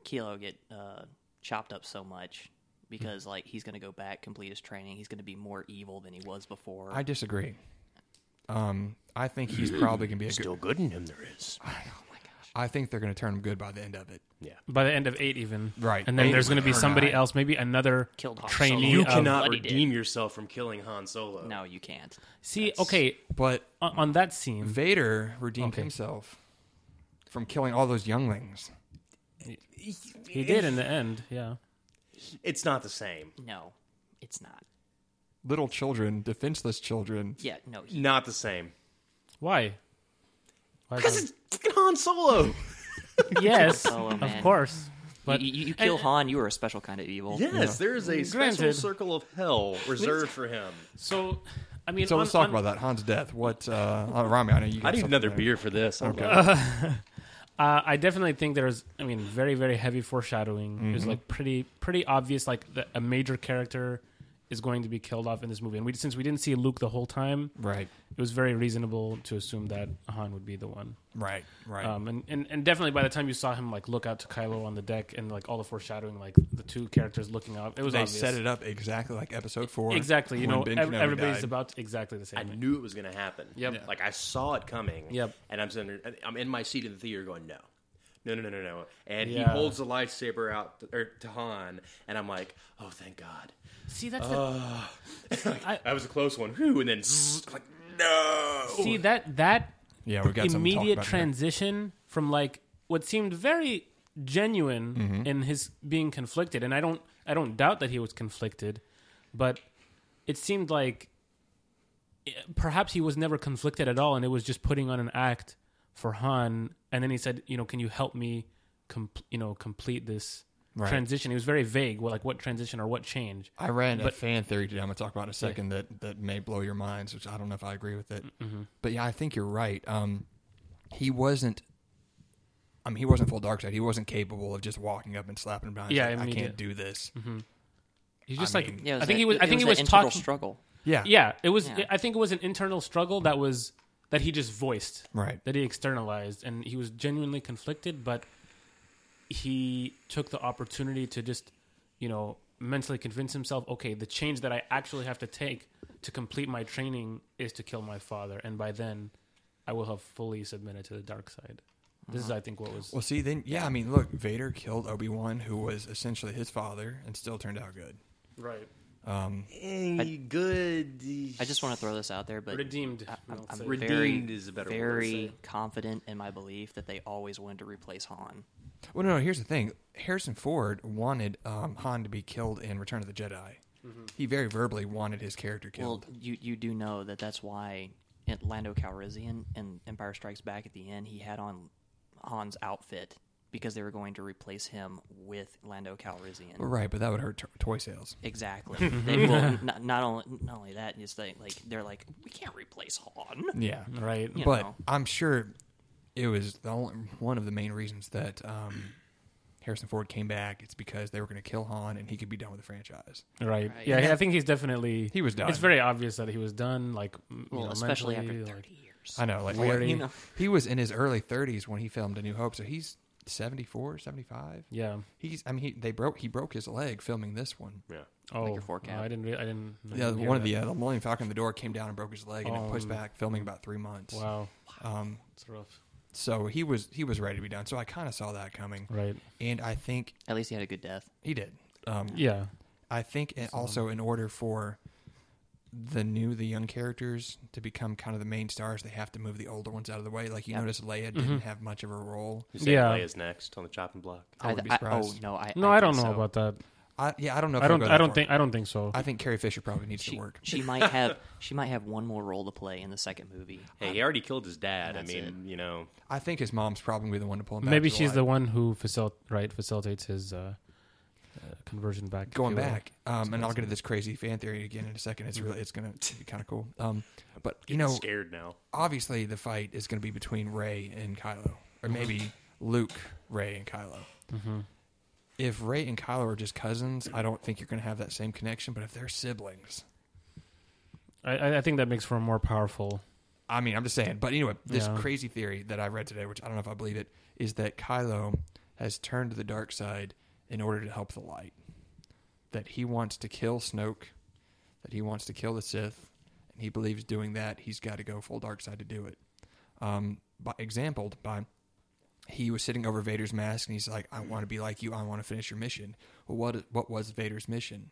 Speaker 1: Kilo get uh, chopped up so much because like he's going to go back, complete his training, he's going to be more evil than he was before.
Speaker 2: I disagree. Um, I
Speaker 1: <clears throat>
Speaker 2: think he's probably gonna be a good.
Speaker 4: still good in him. There is.
Speaker 2: I think they're gonna turn him good by the end of it.
Speaker 4: Yeah.
Speaker 3: by the end of eight, even
Speaker 2: Right.
Speaker 3: and then
Speaker 2: Eight
Speaker 3: there's going to be
Speaker 2: or
Speaker 3: somebody
Speaker 2: nine.
Speaker 3: else, maybe another
Speaker 1: Killed Han
Speaker 3: trainee.
Speaker 1: Solo.
Speaker 4: You
Speaker 1: Um,
Speaker 3: of-
Speaker 4: cannot
Speaker 1: what he did.
Speaker 4: redeem yourself from killing Han Solo.
Speaker 1: no, you can't.
Speaker 3: see. Okay,
Speaker 2: But
Speaker 3: on, on that scene,
Speaker 2: Vader redeemed
Speaker 3: Okay.
Speaker 2: himself from killing all those younglings.
Speaker 3: he did in the end. Yeah,
Speaker 4: It's not the same.
Speaker 1: No, it's not.
Speaker 2: Little children, defenseless children,
Speaker 1: Yeah, no. He,
Speaker 4: Not the same.
Speaker 3: why? Why is
Speaker 4: Because
Speaker 3: that-
Speaker 4: it's fucking Han <laughs> Solo.
Speaker 3: yes,
Speaker 1: Solo,
Speaker 3: of
Speaker 1: man.
Speaker 3: course. But
Speaker 1: you, you- you kill Han, you are a special kind of evil.
Speaker 4: yes, there is a special
Speaker 3: Mm, Granted.
Speaker 4: circle of hell reserved for him.
Speaker 3: so, I mean,
Speaker 2: So
Speaker 3: on-
Speaker 2: let's talk
Speaker 3: on-
Speaker 2: about that. Han's death. What, uh, uh, Rami, I know you got
Speaker 4: I need
Speaker 2: something
Speaker 4: another
Speaker 2: there.
Speaker 4: beer for this. I'm good.
Speaker 3: Uh, I definitely think there's, I mean, very, very heavy foreshadowing. There's
Speaker 2: Mm-hmm.
Speaker 3: like pretty, pretty obvious, like the, a major character is going to be killed off in this movie. And we, since we didn't see Luke the whole time,
Speaker 2: Right,
Speaker 3: it was very reasonable to assume that Han would be the one.
Speaker 2: right, right.
Speaker 3: Um, and, and, and definitely by the time you saw him like look out to Kylo on the deck and like all the foreshadowing, like the two characters looking up, it was
Speaker 2: they
Speaker 3: obvious.
Speaker 2: set it up exactly like episode four.
Speaker 3: exactly. You
Speaker 2: when
Speaker 3: know,
Speaker 2: Ben
Speaker 3: ev-
Speaker 2: Kenobi
Speaker 3: everybody's
Speaker 2: died.
Speaker 3: about exactly the same.
Speaker 4: I
Speaker 3: thing.
Speaker 4: knew it was going to happen.
Speaker 3: Yep. Yeah.
Speaker 4: Like I saw it coming.
Speaker 3: Yep.
Speaker 4: And I'm sitting, there- I'm in my seat in the theater going, no, no, no, no, no, no. And he
Speaker 3: Yeah.
Speaker 4: holds the lightsaber out to, or to Han, and I'm like, oh, thank God.
Speaker 3: See, that's
Speaker 2: Oh,
Speaker 4: That was a close one. Whew, and then zzz, I'm like, no.
Speaker 3: the, see that that
Speaker 2: Yeah, we've got something to talk
Speaker 3: immediate
Speaker 2: about here.
Speaker 3: transition from like what seemed very genuine
Speaker 2: Mm-hmm.
Speaker 3: in his being conflicted and i don't i don't doubt that he was conflicted but it seemed like eh, perhaps he was never conflicted at all and it was just putting on an act for han and then he said you know can you help me com- you know complete this
Speaker 2: Right.
Speaker 3: transition he was very vague well, like what transition or what change
Speaker 2: I ran a fan theory today. I'm going to talk about in a second that, that may blow your minds, which I don't know if I agree with it.
Speaker 3: Mm-hmm.
Speaker 2: But yeah, I think you're right. Um, he wasn't. I mean, he wasn't full dark side. He wasn't capable of just walking up and slapping him down. He's
Speaker 3: Yeah,
Speaker 2: like, I
Speaker 3: immediate.
Speaker 2: can't do this.
Speaker 3: Mm-hmm. he's just
Speaker 2: I
Speaker 3: like
Speaker 2: mean-
Speaker 1: Yeah, it
Speaker 3: i think
Speaker 1: that-
Speaker 3: he was
Speaker 1: It,
Speaker 3: i think
Speaker 1: was
Speaker 3: he
Speaker 1: that
Speaker 3: was
Speaker 1: internal
Speaker 3: talking
Speaker 1: struggle.
Speaker 2: Yeah,
Speaker 3: Yeah, it was.
Speaker 1: Yeah.
Speaker 3: I think it was an internal struggle that was that he just voiced,
Speaker 2: Right.
Speaker 3: That he externalized, and he was genuinely conflicted, but he took the opportunity to just, you know, mentally convince himself, okay, the change that I actually have to take to complete my training is to kill my father, and by then, I will have fully submitted to the dark side. This
Speaker 1: Uh-huh.
Speaker 3: is, I think, what was
Speaker 2: Well, see, then, yeah, I mean, look, Vader killed Obi Wan, who was essentially his father, and still turned out good.
Speaker 3: right
Speaker 4: Eh, good.
Speaker 1: I just want to throw this out there, but
Speaker 3: redeemed.
Speaker 1: I- I'm,
Speaker 3: we'll
Speaker 1: I'm
Speaker 3: say.
Speaker 1: very,
Speaker 4: Redeemed is a better word to
Speaker 1: very
Speaker 4: say.
Speaker 1: confident in my belief that they always wanted to replace Han.
Speaker 2: Well, no, no, here's the thing. Harrison Ford wanted um, Han to be killed in Return of the Jedi. He very verbally wanted his character
Speaker 1: Well,
Speaker 2: killed.
Speaker 1: you you do know that that's why in- Lando Calrissian in Empire Strikes Back at the end he had on Han's outfit because they were going to replace him with Lando Calrissian.
Speaker 2: right, but that would hurt t- toy sales.
Speaker 3: <laughs>
Speaker 1: Exactly. they will not, not only not only that, it's they, like they're like we can't replace Han.
Speaker 2: Yeah.
Speaker 3: right?
Speaker 1: You
Speaker 2: but
Speaker 1: know.
Speaker 2: I'm sure it was the only, one of the main reasons that um, Harrison Ford came back. It's because they were going to kill Han and he could be done with the franchise.
Speaker 3: Right. Yeah, I think he's definitely
Speaker 2: He was done.
Speaker 3: It's very obvious that he was done. Like, m- you
Speaker 1: Well,
Speaker 3: know,
Speaker 1: especially
Speaker 3: mentally,
Speaker 1: after
Speaker 3: like-
Speaker 1: thirty years.
Speaker 2: I know, like
Speaker 3: Forty.
Speaker 2: he-
Speaker 1: You know.
Speaker 2: he was in his early 30s when he filmed A New Hope, so he's 74, 75.
Speaker 3: yeah.
Speaker 2: He's, I mean, he, they broke, he broke his leg filming this one.
Speaker 4: Yeah.
Speaker 3: Oh,
Speaker 1: your forecast.
Speaker 3: no, I didn't. Re- I didn't. I
Speaker 2: Yeah,
Speaker 3: didn't hear
Speaker 2: one of
Speaker 3: that.
Speaker 2: the uh, the Millennium Falcon, the door came down and broke his leg, and it pushed
Speaker 3: Um,
Speaker 2: back filming about three months.
Speaker 3: Wow,
Speaker 2: Um,
Speaker 3: it's rough.
Speaker 2: so he was he was ready to be done. So I kind of saw that coming,
Speaker 3: Right.
Speaker 2: and I think
Speaker 1: At least he had a good death.
Speaker 2: he did. Um,
Speaker 3: Yeah.
Speaker 2: I think it also in order for the new, the young characters to become kind of the main stars, they have to move the older ones out of the way. Like you
Speaker 1: Yep.
Speaker 2: notice, Leia
Speaker 3: Mm-hmm.
Speaker 2: didn't have much of a role.
Speaker 4: You say
Speaker 3: Yeah.
Speaker 4: Leia's next on the chopping block.
Speaker 2: I would be
Speaker 1: oh
Speaker 2: surprised.
Speaker 1: no, I
Speaker 3: No, I, don't know
Speaker 1: think so.
Speaker 3: about that.
Speaker 2: I, yeah, I don't know. If
Speaker 3: I
Speaker 2: they'll
Speaker 3: don't.
Speaker 2: go
Speaker 3: I
Speaker 2: that
Speaker 3: don't
Speaker 2: far.
Speaker 3: think. I don't think so.
Speaker 2: I think Carrie Fisher probably needs
Speaker 1: She,
Speaker 2: to work.
Speaker 1: she might have she might have one more role to play in the second movie. Um,
Speaker 4: Hey, he already killed his dad. I
Speaker 1: That's
Speaker 4: mean, you know,
Speaker 2: I think his mom's probably the one to pull him. Back
Speaker 3: Maybe
Speaker 2: to
Speaker 3: she's
Speaker 2: life.
Speaker 3: the one who facil- right facilitates his uh, uh, conversion back. if
Speaker 2: going
Speaker 3: you will.
Speaker 2: back, um, and I'll get to this crazy fan theory again in a second. It's really, it's gonna be kind of cool. Um, but you
Speaker 4: getting
Speaker 2: know,
Speaker 4: scared now.
Speaker 2: obviously the fight is gonna be between Ray and Kylo,
Speaker 4: Mm-hmm.
Speaker 2: or maybe Luke, Ray, and Kylo. If Ray and Kylo are just cousins, I don't think you're gonna have that same connection. But if they're siblings,
Speaker 3: I- I, I think that makes for a more powerful.
Speaker 2: I mean, I'm just saying. But anyway, this
Speaker 3: Yeah.
Speaker 2: crazy theory that I read today, which I don't know if I believe it, is that Kylo has turned to the dark side in order to help the light. That he wants to kill Snoke, that he wants to kill the Sith, and he believes doing that he's got to go full dark side to do it. Um, by exampled by he was sitting over Vader's mask and he's like, "I want to be like you. I want to finish your mission." Well, what what was Vader's mission?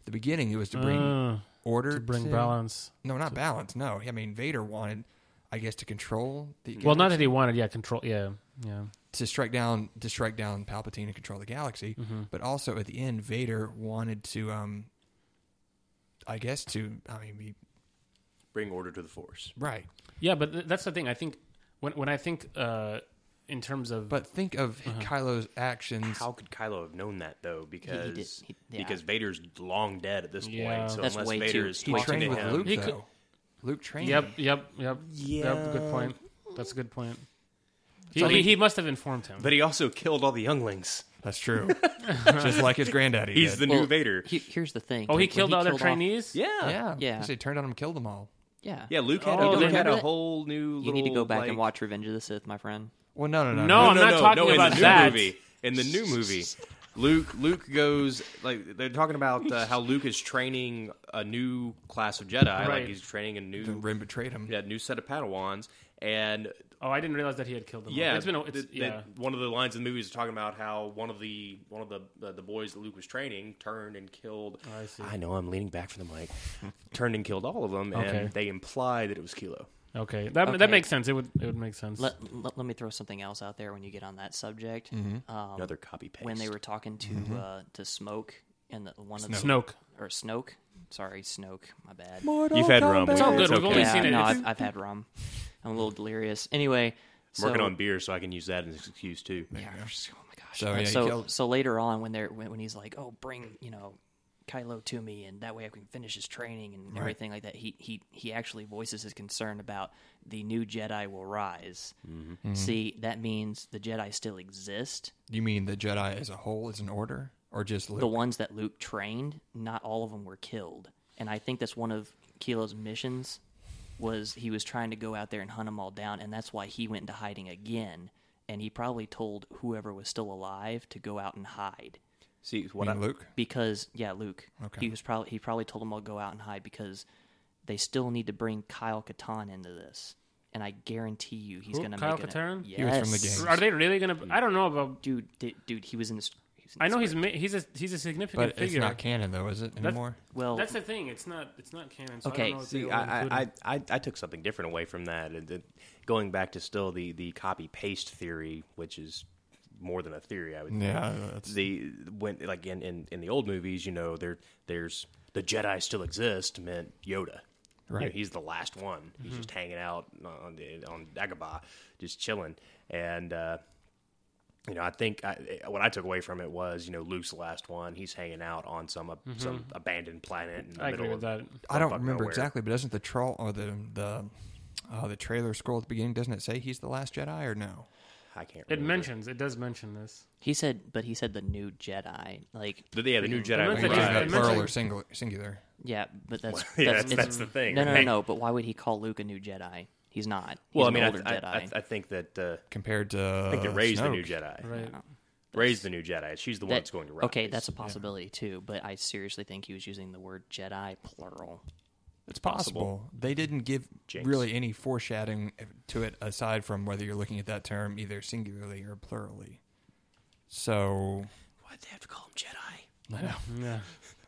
Speaker 2: At the beginning, it was to bring
Speaker 3: Uh,
Speaker 2: order,
Speaker 3: to bring
Speaker 2: to-
Speaker 3: balance.
Speaker 2: no, not balance. No, I mean Vader wanted, I guess, to control the
Speaker 3: Well, not that he wanted. Yeah, control. Yeah, yeah.
Speaker 2: to strike down to strike down Palpatine and control the galaxy,
Speaker 3: Mm-hmm.
Speaker 2: but also at the end, Vader wanted to, um, I guess, to I mean, be,
Speaker 4: Bring order to the force.
Speaker 2: right.
Speaker 3: Yeah, but th- that's the thing. I think when when I think uh, in terms of
Speaker 2: But think of
Speaker 3: Uh-huh.
Speaker 2: Kylo's actions.
Speaker 4: How could Kylo have known that though? Because
Speaker 1: did- he- yeah.
Speaker 4: because Vader's long dead at this
Speaker 3: Yeah.
Speaker 4: point. So
Speaker 1: That's
Speaker 4: unless
Speaker 1: way
Speaker 4: Vader
Speaker 1: too-
Speaker 4: is
Speaker 2: he
Speaker 1: way
Speaker 4: talking
Speaker 2: trained
Speaker 4: to
Speaker 2: with
Speaker 4: him,
Speaker 2: Luke
Speaker 3: He
Speaker 2: though.
Speaker 3: could-
Speaker 2: Luke trained.
Speaker 3: Yep,
Speaker 2: him.
Speaker 3: yep, yep.
Speaker 4: Yeah.
Speaker 3: Yep, good point. That's a good point. He,
Speaker 2: So
Speaker 3: he,
Speaker 2: he-
Speaker 3: he must have informed him.
Speaker 4: but he also killed all the younglings.
Speaker 3: <laughs>
Speaker 2: that's true. Just like his granddaddy.
Speaker 4: He's the
Speaker 2: did.
Speaker 4: new
Speaker 1: Well,
Speaker 4: Vader.
Speaker 1: he- here's the thing.
Speaker 3: oh, he
Speaker 1: like, when
Speaker 3: killed other
Speaker 1: off-
Speaker 3: trainees?
Speaker 4: yeah.
Speaker 2: yeah,
Speaker 1: Yeah.
Speaker 2: He said, turned on him, and killed them all.
Speaker 1: yeah,
Speaker 4: Yeah, Luke had,
Speaker 3: Oh,
Speaker 4: Luke
Speaker 3: then-
Speaker 4: had a
Speaker 1: remember that?
Speaker 4: whole new.
Speaker 1: You need to go back and watch Revenge of the Sith, my friend.
Speaker 2: Well, no, no, no,
Speaker 3: No,
Speaker 4: No,
Speaker 3: I'm
Speaker 4: no,
Speaker 3: not
Speaker 4: no,
Speaker 3: talking
Speaker 4: no, in
Speaker 3: about
Speaker 4: the new
Speaker 3: that.
Speaker 4: movie. In the new movie, Luke Luke goes like they're talking about uh, how Luke is training a new class of Jedi.
Speaker 3: Right.
Speaker 4: Like he's training a
Speaker 2: The
Speaker 4: new
Speaker 2: Ren betrayed him.
Speaker 4: yeah, new set of Padawans and
Speaker 3: Oh, I didn't realize that he had killed them. all.
Speaker 4: Yeah,
Speaker 3: it's been a, it's,
Speaker 4: th- th-
Speaker 3: yeah.
Speaker 4: One of the lines in the movie is talking about how one of the one of the the, the boys that Luke was training turned and killed.
Speaker 3: Oh, I see.
Speaker 4: know I'm leaning back from
Speaker 3: <laughs>
Speaker 4: the mic. turned and killed all of them,
Speaker 3: Okay.
Speaker 4: and they imply that it was Kilo.
Speaker 3: Okay, that
Speaker 1: Okay.
Speaker 3: that makes sense. It would it would make sense.
Speaker 1: Let, let, let me throw something else out there when you get on that subject.
Speaker 3: Mm-hmm.
Speaker 1: Um,
Speaker 4: Another copy paste.
Speaker 1: when they were talking to uh, to Smoke and the, one of the
Speaker 3: Snoke.
Speaker 1: or Snoke, sorry Snoke, my bad.
Speaker 4: You've had rum.
Speaker 3: It's all good. We've only
Speaker 1: yeah,
Speaker 3: seen it.
Speaker 1: no,
Speaker 3: It's-
Speaker 1: I've, I've had rum. I'm a little delirious. Anyway,
Speaker 4: I'm working
Speaker 1: so-
Speaker 4: on beer, so I can use that as an excuse too.
Speaker 1: Yeah, oh my gosh.
Speaker 2: So, yeah, he
Speaker 1: so,
Speaker 2: killed-
Speaker 1: so later on, when they're when, when he's like, "Oh, bring you know Kylo to me, and that way I can finish his training and everything like that," he he he actually voices his concern about the new Jedi will rise.
Speaker 2: Mm-hmm.
Speaker 1: See, that means the Jedi still exist.
Speaker 2: You mean the Jedi as a whole is an order, or just Luke?
Speaker 1: The ones that Luke trained, not all of them were killed, and I think that's one of Kilo's missions. Was he was trying to go out there and hunt them all down, and that's why he went into hiding again. And he probably told whoever was still alive to go out and hide.
Speaker 4: See
Speaker 2: You
Speaker 4: what I,
Speaker 2: mean Luke?
Speaker 1: because yeah, Luke.
Speaker 2: Okay.
Speaker 1: He was probably he probably told them all go out and hide because they still need to bring Kyle Katarn into this, and I guarantee you he's
Speaker 3: Who?
Speaker 1: going to
Speaker 3: Kyle
Speaker 1: make it.
Speaker 3: Katarn?
Speaker 1: Yes.
Speaker 2: He was from the game.
Speaker 3: Are they really gonna? I don't know about.
Speaker 1: dude. Di- dude, he was in this. He was in
Speaker 3: I know
Speaker 1: this-
Speaker 3: he's ma- he's a he's a significant
Speaker 2: But it's
Speaker 3: figure.
Speaker 2: not canon, though, is it anymore?
Speaker 1: well.
Speaker 3: That's the thing. It's not it's not canon. So I
Speaker 1: Okay,
Speaker 3: don't know if
Speaker 4: See,
Speaker 3: they'll
Speaker 4: I,
Speaker 3: include
Speaker 4: I,
Speaker 3: him.
Speaker 4: I, I- I took something different away from that. And then going back to still the, the copy paste theory, which is more than a theory. I would. think.
Speaker 5: Yeah, that's
Speaker 4: The when like in, in in the old movies, you know, there there's the Jedi still exist meant Yoda. You know,
Speaker 2: Right.
Speaker 4: he's the last one. He's
Speaker 3: Mm-hmm.
Speaker 4: just hanging out on the, on Dagobah, just chilling. And uh, you know, I think I, what I took away from it was, you know, Luke's the last one. He's hanging out on some uh, some abandoned planet in the
Speaker 3: Mm-hmm. I
Speaker 4: middle
Speaker 3: agree with
Speaker 4: of
Speaker 3: that.
Speaker 2: I don't
Speaker 4: fucking
Speaker 2: remember
Speaker 4: nowhere.
Speaker 2: exactly, but doesn't the troll or the the uh, the trailer scroll at the beginning doesn't it say he's the last Jedi or no?
Speaker 4: I can't.
Speaker 3: It
Speaker 4: remember.
Speaker 3: mentions. It does mention this.
Speaker 1: He said, but he said the new Jedi. Like,
Speaker 4: The, yeah, the new Jedi.
Speaker 3: mentions
Speaker 2: Like,
Speaker 3: Right.
Speaker 4: will
Speaker 2: is that
Speaker 4: rise.
Speaker 3: It
Speaker 2: plural
Speaker 3: mentioned-
Speaker 2: or singular? singular?
Speaker 1: yeah, but that's
Speaker 4: <laughs> Yeah,
Speaker 1: that's,
Speaker 4: that's-
Speaker 1: it's-
Speaker 4: that's the thing,
Speaker 1: No, no, no,
Speaker 4: right?
Speaker 1: no. But why would he call Luke a new Jedi? He's not. He's
Speaker 4: Well, I
Speaker 1: an
Speaker 4: mean, I,
Speaker 1: older
Speaker 4: I,
Speaker 1: Jedi.
Speaker 4: I, I think that uh,
Speaker 2: Compared to uh,
Speaker 4: I think
Speaker 1: Uh,
Speaker 4: that Ray's the new
Speaker 2: Snoke.
Speaker 4: Jedi.
Speaker 3: Right.
Speaker 4: Ray's the new Jedi. She's the one
Speaker 1: That-
Speaker 4: that's going to rise.
Speaker 1: Okay, that's a possibility too. But I seriously think he was using the word Jedi plural.
Speaker 2: It's possible. They didn't give
Speaker 4: Jinx.
Speaker 2: really any foreshadowing to it aside from whether you're looking at that term either singularly or plurally. So,
Speaker 4: Why'd they have to call him Jedi?
Speaker 2: I know.
Speaker 3: Yeah.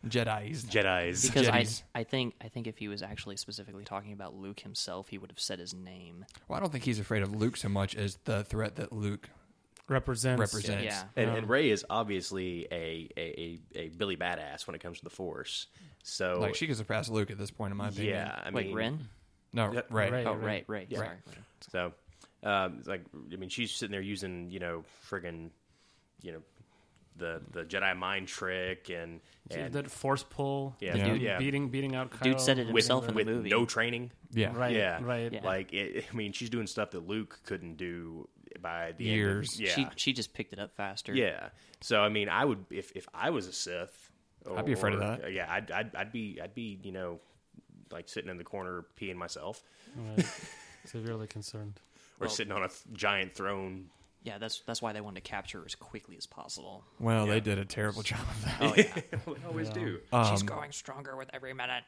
Speaker 2: Jedi's.
Speaker 4: Jedi's.
Speaker 1: Because I,
Speaker 2: Jedis.
Speaker 1: I think I think if he was actually specifically talking about Luke himself, he would have said his name.
Speaker 2: Well, I don't think he's afraid of Luke so much as the threat that Luke
Speaker 3: Represents.
Speaker 2: represents.
Speaker 1: Yeah.
Speaker 4: <laughs> And, and Ray is obviously a, a, a, a Billy badass when it comes to the Force. So
Speaker 2: Like, she could surpass Luke at this point, in my opinion.
Speaker 4: yeah, I mean,
Speaker 1: Wait, Ren?
Speaker 2: No,
Speaker 4: Yeah,
Speaker 2: right.
Speaker 3: right.
Speaker 1: Oh, right, right.
Speaker 4: Yeah.
Speaker 1: Sorry.
Speaker 4: So, um, it's like, I mean, she's sitting there using, you know, friggin', you know, the the Jedi mind trick and, and
Speaker 3: that force pull.
Speaker 4: Yeah.
Speaker 3: the dude
Speaker 4: Yeah.
Speaker 3: Beating beating out. Kylo
Speaker 1: Dude said it
Speaker 3: and
Speaker 1: himself in
Speaker 3: whatever.
Speaker 1: the
Speaker 4: with
Speaker 1: movie.
Speaker 4: no training.
Speaker 2: Yeah.
Speaker 3: Right.
Speaker 4: yeah,
Speaker 3: Right.
Speaker 1: Yeah.
Speaker 4: Like, it, I mean, she's doing stuff that Luke couldn't do by the
Speaker 2: Years.
Speaker 4: End of, yeah,
Speaker 1: She she just picked it up faster.
Speaker 4: Yeah. So I mean, I would if if I was a Sith, or,
Speaker 2: I'd be afraid of that.
Speaker 4: or- Yeah, I'd, I'd I'd be I'd be you know like sitting in the corner peeing myself,
Speaker 3: Right. Severely concerned.
Speaker 4: or
Speaker 1: Well-
Speaker 4: sitting on a th- giant
Speaker 2: <laughs>
Speaker 4: throne.
Speaker 1: Yeah, that's that's why they wanted to capture her as quickly as possible.
Speaker 2: Well, they did a terrible job of that.
Speaker 1: Oh
Speaker 4: <laughs>
Speaker 1: yeah.
Speaker 4: I always do.
Speaker 1: She's growing stronger with every minute.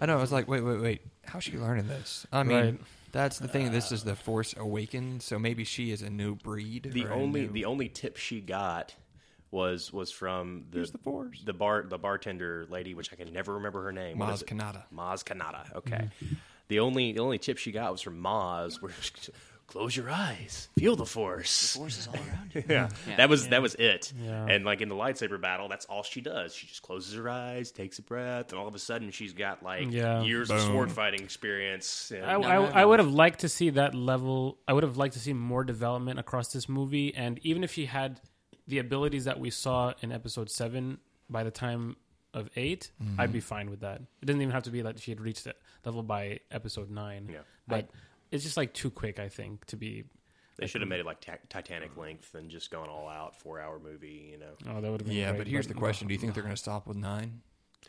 Speaker 2: I know. I was like, wait, wait, wait. How's she learning this? I mean,
Speaker 3: Mm-hmm. Right. Uh,
Speaker 2: that's the thing. This is the Force Awakens, so maybe she is a new breed.
Speaker 4: The
Speaker 2: or a
Speaker 4: only
Speaker 2: new-
Speaker 4: the only tip she got was was from the
Speaker 2: Use the Force.
Speaker 4: the bar the bartender lady, which I can never remember her name. What
Speaker 2: Maz mm-hmm.
Speaker 4: is it?
Speaker 2: Kanata.
Speaker 4: Maz Kanata. Okay. The only the only tip she got was from Maz, where she said, close your eyes, feel the force.
Speaker 1: Force is all <laughs> around
Speaker 3: <laughs>
Speaker 1: you.
Speaker 4: Yeah.
Speaker 1: Yeah.
Speaker 4: That was that was it.
Speaker 3: Yeah.
Speaker 4: And like in the lightsaber battle, that's all she does. She just closes her eyes, takes a breath, and all of a sudden she's got like
Speaker 3: Yeah.
Speaker 4: years of sword fighting experience. And,
Speaker 3: I, I, I would have liked to see that level. I would have liked to see more development across this movie, and even if she had the abilities that we saw in episode seven, by the time of 8
Speaker 2: Mm-hmm.
Speaker 3: i I'd be fine with that. It doesn't even have to be that she had reached that level by episode nine.
Speaker 4: Yeah.
Speaker 3: but it's just like too quick, I think, to be.
Speaker 4: they should have made it like ta- Titanic length and just gone all out four hour movie. You know?
Speaker 3: Oh, that would have been
Speaker 2: Yeah,
Speaker 3: great,
Speaker 2: but here's the question: Do you think they're going to stop with nine?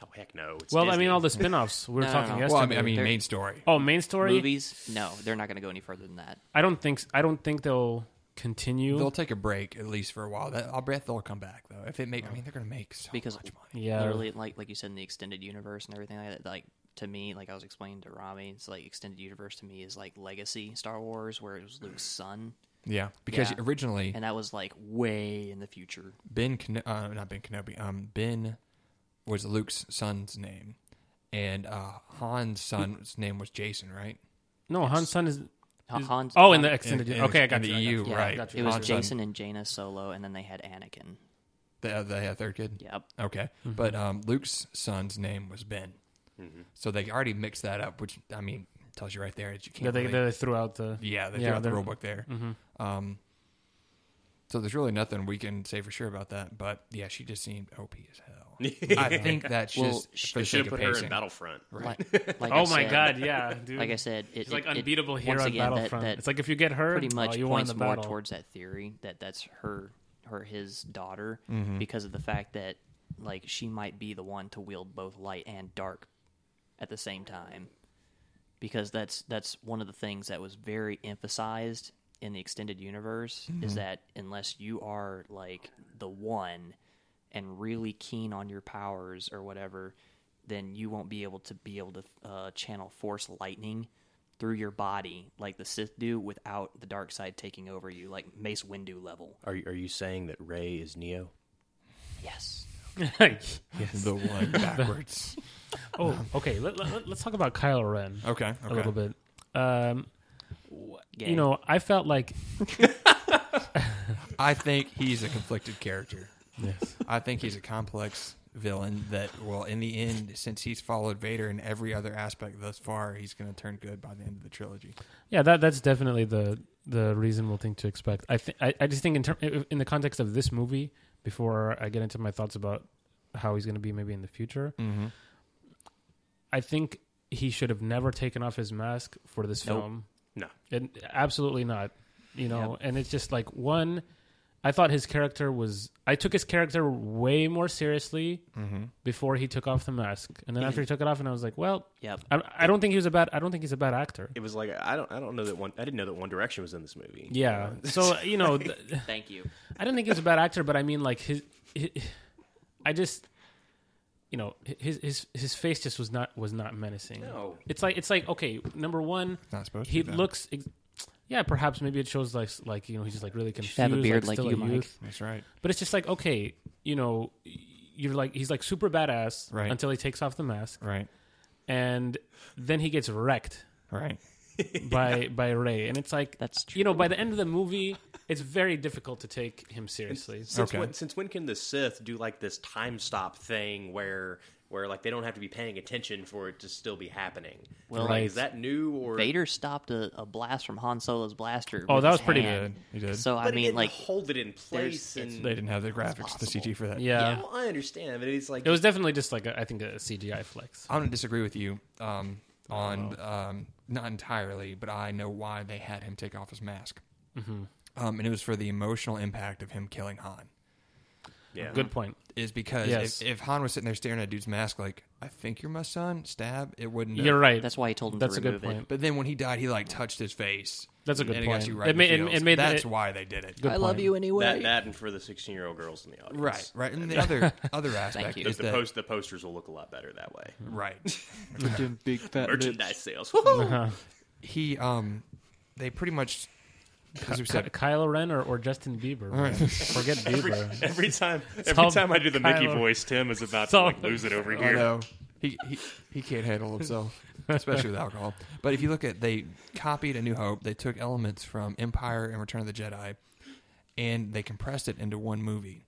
Speaker 4: Oh heck no. It's
Speaker 3: Well, I
Speaker 4: Disney.
Speaker 3: mean, all the spin-offs we were
Speaker 1: No, no,
Speaker 3: talking
Speaker 1: no.
Speaker 3: yesterday.
Speaker 2: Well, I mean, I mean
Speaker 1: They're-
Speaker 2: main story.
Speaker 3: oh, main story.
Speaker 1: Movies? No, they're not going to go any further than that.
Speaker 3: I don't think. I don't think they'll continue.
Speaker 2: They'll take a break at least for a while. That, I'll bet they'll come back though. If it make, I
Speaker 4: Oh.
Speaker 2: mean, they're going to make so
Speaker 1: because
Speaker 2: much money.
Speaker 3: yeah,
Speaker 1: literally like like you said in the extended universe and everything like that like to me like i was explaining to rami it's like extended universe to me is like legacy star wars where it was luke's son
Speaker 2: Yeah, because
Speaker 1: Yeah.
Speaker 2: originally
Speaker 1: and that was like way in the future
Speaker 2: Ben, Ken- uh, not Ben Kenobi, um, Ben was Luke's son's name, and uh, Han's son's name was Jason, right?
Speaker 3: no, Han's son is.
Speaker 1: Ha-
Speaker 3: is-
Speaker 1: Han's-
Speaker 3: oh, in the
Speaker 1: Han-
Speaker 3: extended.
Speaker 2: in-
Speaker 3: okay, I
Speaker 2: in
Speaker 3: got
Speaker 2: the
Speaker 3: you, I got
Speaker 2: EU,
Speaker 3: you.
Speaker 1: yeah,
Speaker 2: right.
Speaker 3: Got you,
Speaker 1: it
Speaker 3: got
Speaker 1: was
Speaker 2: Han's
Speaker 3: you.
Speaker 2: son.
Speaker 1: jason and jaina solo and then they had anakin
Speaker 2: The uh, the uh, third kid.
Speaker 1: yep
Speaker 2: Okay,
Speaker 3: Mm-hmm.
Speaker 2: but um, Luke's son's name was Ben,
Speaker 4: Mm-hmm.
Speaker 2: so they already mixed that up, which I mean tells you right there that you can't.
Speaker 3: Yeah, they,
Speaker 2: really-
Speaker 3: they threw out the.
Speaker 2: Yeah, they
Speaker 3: Yeah,
Speaker 2: threw out the
Speaker 3: they're- Mm-hmm.
Speaker 2: rule book there. Um, so there's really nothing we can say for sure about that. But yeah, she just seemed OP as
Speaker 4: <laughs>
Speaker 2: hell. I think that's
Speaker 1: Well,
Speaker 2: just
Speaker 1: sh-
Speaker 2: for
Speaker 4: They
Speaker 2: the
Speaker 4: should
Speaker 2: sake
Speaker 4: have put
Speaker 2: of
Speaker 4: her in
Speaker 2: pacing.
Speaker 4: Battlefront.
Speaker 1: <laughs> like, like I
Speaker 3: Oh my
Speaker 1: said-
Speaker 2: <laughs>
Speaker 3: god! Yeah, dude.
Speaker 1: like i said it,
Speaker 3: she's like
Speaker 1: it- it-
Speaker 3: unbeatable hero
Speaker 1: once
Speaker 3: on
Speaker 1: again, that-
Speaker 3: Battlefront.
Speaker 1: that
Speaker 3: it's like if you get her,
Speaker 1: pretty much
Speaker 3: oh, you won
Speaker 1: points
Speaker 3: the
Speaker 1: more
Speaker 3: battle.
Speaker 1: towards that theory that that's her her his daughter because of the fact that like she might be the one to wield both light and dark at the same time because that's that's one of the things that was very emphasized in the extended universe
Speaker 3: Mm-hmm.
Speaker 1: is that unless you are like the one and really keen on your powers or whatever then you won't be able to be able to uh, channel force lightning through your body like the Sith do without the dark side taking over you like Mace Windu level
Speaker 4: Are you, are you saying that Ray is Neo?
Speaker 1: yes
Speaker 2: The one backwards.
Speaker 3: <laughs> oh, okay. Let, let, us talk about Kylo Ren
Speaker 2: okay, okay.
Speaker 3: a little bit. Um,
Speaker 1: Gay.
Speaker 3: You know, I felt like
Speaker 2: I think he's a conflicted character.
Speaker 3: Yes.
Speaker 2: I think he's a complex villain that will, in the end, since he's followed Vader in every other aspect thus far, he's going to turn good by the end of the trilogy.
Speaker 3: Yeah, that that's definitely the the reasonable thing to expect. I think I I just think in ter- in the context of this movie, before I get into my thoughts about how he's going to be maybe in the future,
Speaker 2: Mm-hmm.
Speaker 3: I think he should have never taken off his mask for this
Speaker 1: Nope.
Speaker 3: film.
Speaker 4: No.
Speaker 3: and absolutely not. You know, and it's just like one. I thought his character was. I took his character way more seriously before he took off the mask, and then after he took it off, and I was like, well,
Speaker 1: Yep.
Speaker 3: <laughs> I, I don't think he was a bad. I don't think he's a bad actor.
Speaker 4: It was like I don't I don't know that one I didn't know that One Direction was in this movie.
Speaker 3: Yeah. So you know, th-
Speaker 1: Thank you.
Speaker 3: I don't think he was a bad actor, but I mean, like his, hi I just, you know, his his his face just was not was not menacing.
Speaker 4: No.
Speaker 3: it's like it's like okay, number one,
Speaker 2: Not supposed
Speaker 3: he
Speaker 2: to. though.
Speaker 3: looks, ex- yeah, perhaps maybe it shows like like you know he's just like really confused,
Speaker 1: should have a beard like
Speaker 3: still
Speaker 1: you,
Speaker 3: a
Speaker 1: Mike.
Speaker 3: youth.
Speaker 2: That's right.
Speaker 3: But it's just like okay, you know, y- you're like he's like super badass
Speaker 2: Right.
Speaker 3: until he takes off the mask,
Speaker 2: Right.
Speaker 3: and then he gets wrecked
Speaker 2: Right.
Speaker 3: <laughs> by by Ray, and it's like
Speaker 1: That's
Speaker 3: you know by the end of the movie, it's very difficult to take him seriously.
Speaker 4: Since
Speaker 2: Okay.
Speaker 4: when since when can the Sith do like this time stop thing where where like they don't have to be paying attention for it to still be happening? Well, like,
Speaker 3: Right.
Speaker 4: is that new or
Speaker 1: Vader stopped a, a blast from Han Solo's blaster.
Speaker 3: Oh,
Speaker 1: with
Speaker 3: that
Speaker 1: his
Speaker 3: was pretty
Speaker 1: hand.
Speaker 2: good. He did.
Speaker 1: So I
Speaker 4: But
Speaker 1: mean,
Speaker 4: it,
Speaker 1: like,
Speaker 4: hold it in place
Speaker 1: there's-
Speaker 4: and
Speaker 2: They didn't have the graphics, the CG for that.
Speaker 3: yeah.
Speaker 4: Well, I understand, but it's like
Speaker 3: It was definitely just like a, I think a CGI flex.
Speaker 2: I'm going to disagree with you um, on um, not entirely, but I know why they had him take off his mask. Mm-hmm. Um, and it was for the emotional impact of him killing Han.
Speaker 4: yeah.
Speaker 3: Good point.
Speaker 2: Is because
Speaker 3: Yes.
Speaker 2: if, if Han was sitting there staring at a dude's mask, like, I think you're my son, stab, it wouldn't. have-
Speaker 3: You're right.
Speaker 1: that's why he told him
Speaker 3: That's
Speaker 1: to
Speaker 3: a good
Speaker 1: remove
Speaker 3: point.
Speaker 1: it.
Speaker 2: But then when he died, he like touched his face.
Speaker 3: That's a good
Speaker 2: and It
Speaker 3: point.
Speaker 2: got you right.
Speaker 3: It
Speaker 2: in
Speaker 3: made-
Speaker 2: the
Speaker 3: it-
Speaker 2: feels.
Speaker 3: it made-
Speaker 2: That's
Speaker 3: it-
Speaker 2: why they did it.
Speaker 3: Good
Speaker 1: I love
Speaker 3: point.
Speaker 1: you anyway.
Speaker 4: That, that and for the 16 year old girls in the audience.
Speaker 2: Right, right.
Speaker 3: <laughs>
Speaker 2: And the other other aspect
Speaker 1: you.
Speaker 4: The,
Speaker 2: is
Speaker 4: the
Speaker 2: that
Speaker 4: post, the posters will look a lot better that way.
Speaker 2: right.
Speaker 5: Them big fat
Speaker 4: Merchandise sales. <laughs> Woohoo!
Speaker 2: He um, they pretty much as we
Speaker 3: Ky-
Speaker 2: said.
Speaker 3: Kylo Ren or, or Justin Bieber.
Speaker 2: <laughs>
Speaker 3: man. Forget Bieber.
Speaker 4: Every time,
Speaker 3: all Kylo.
Speaker 4: Tim is about
Speaker 3: all-
Speaker 4: lose it over
Speaker 2: I know he, he he can't handle himself, especially with alcohol. But if you look at they copied A New Hope, they took elements from Empire and Return of the Jedi, and they compressed it into one movie.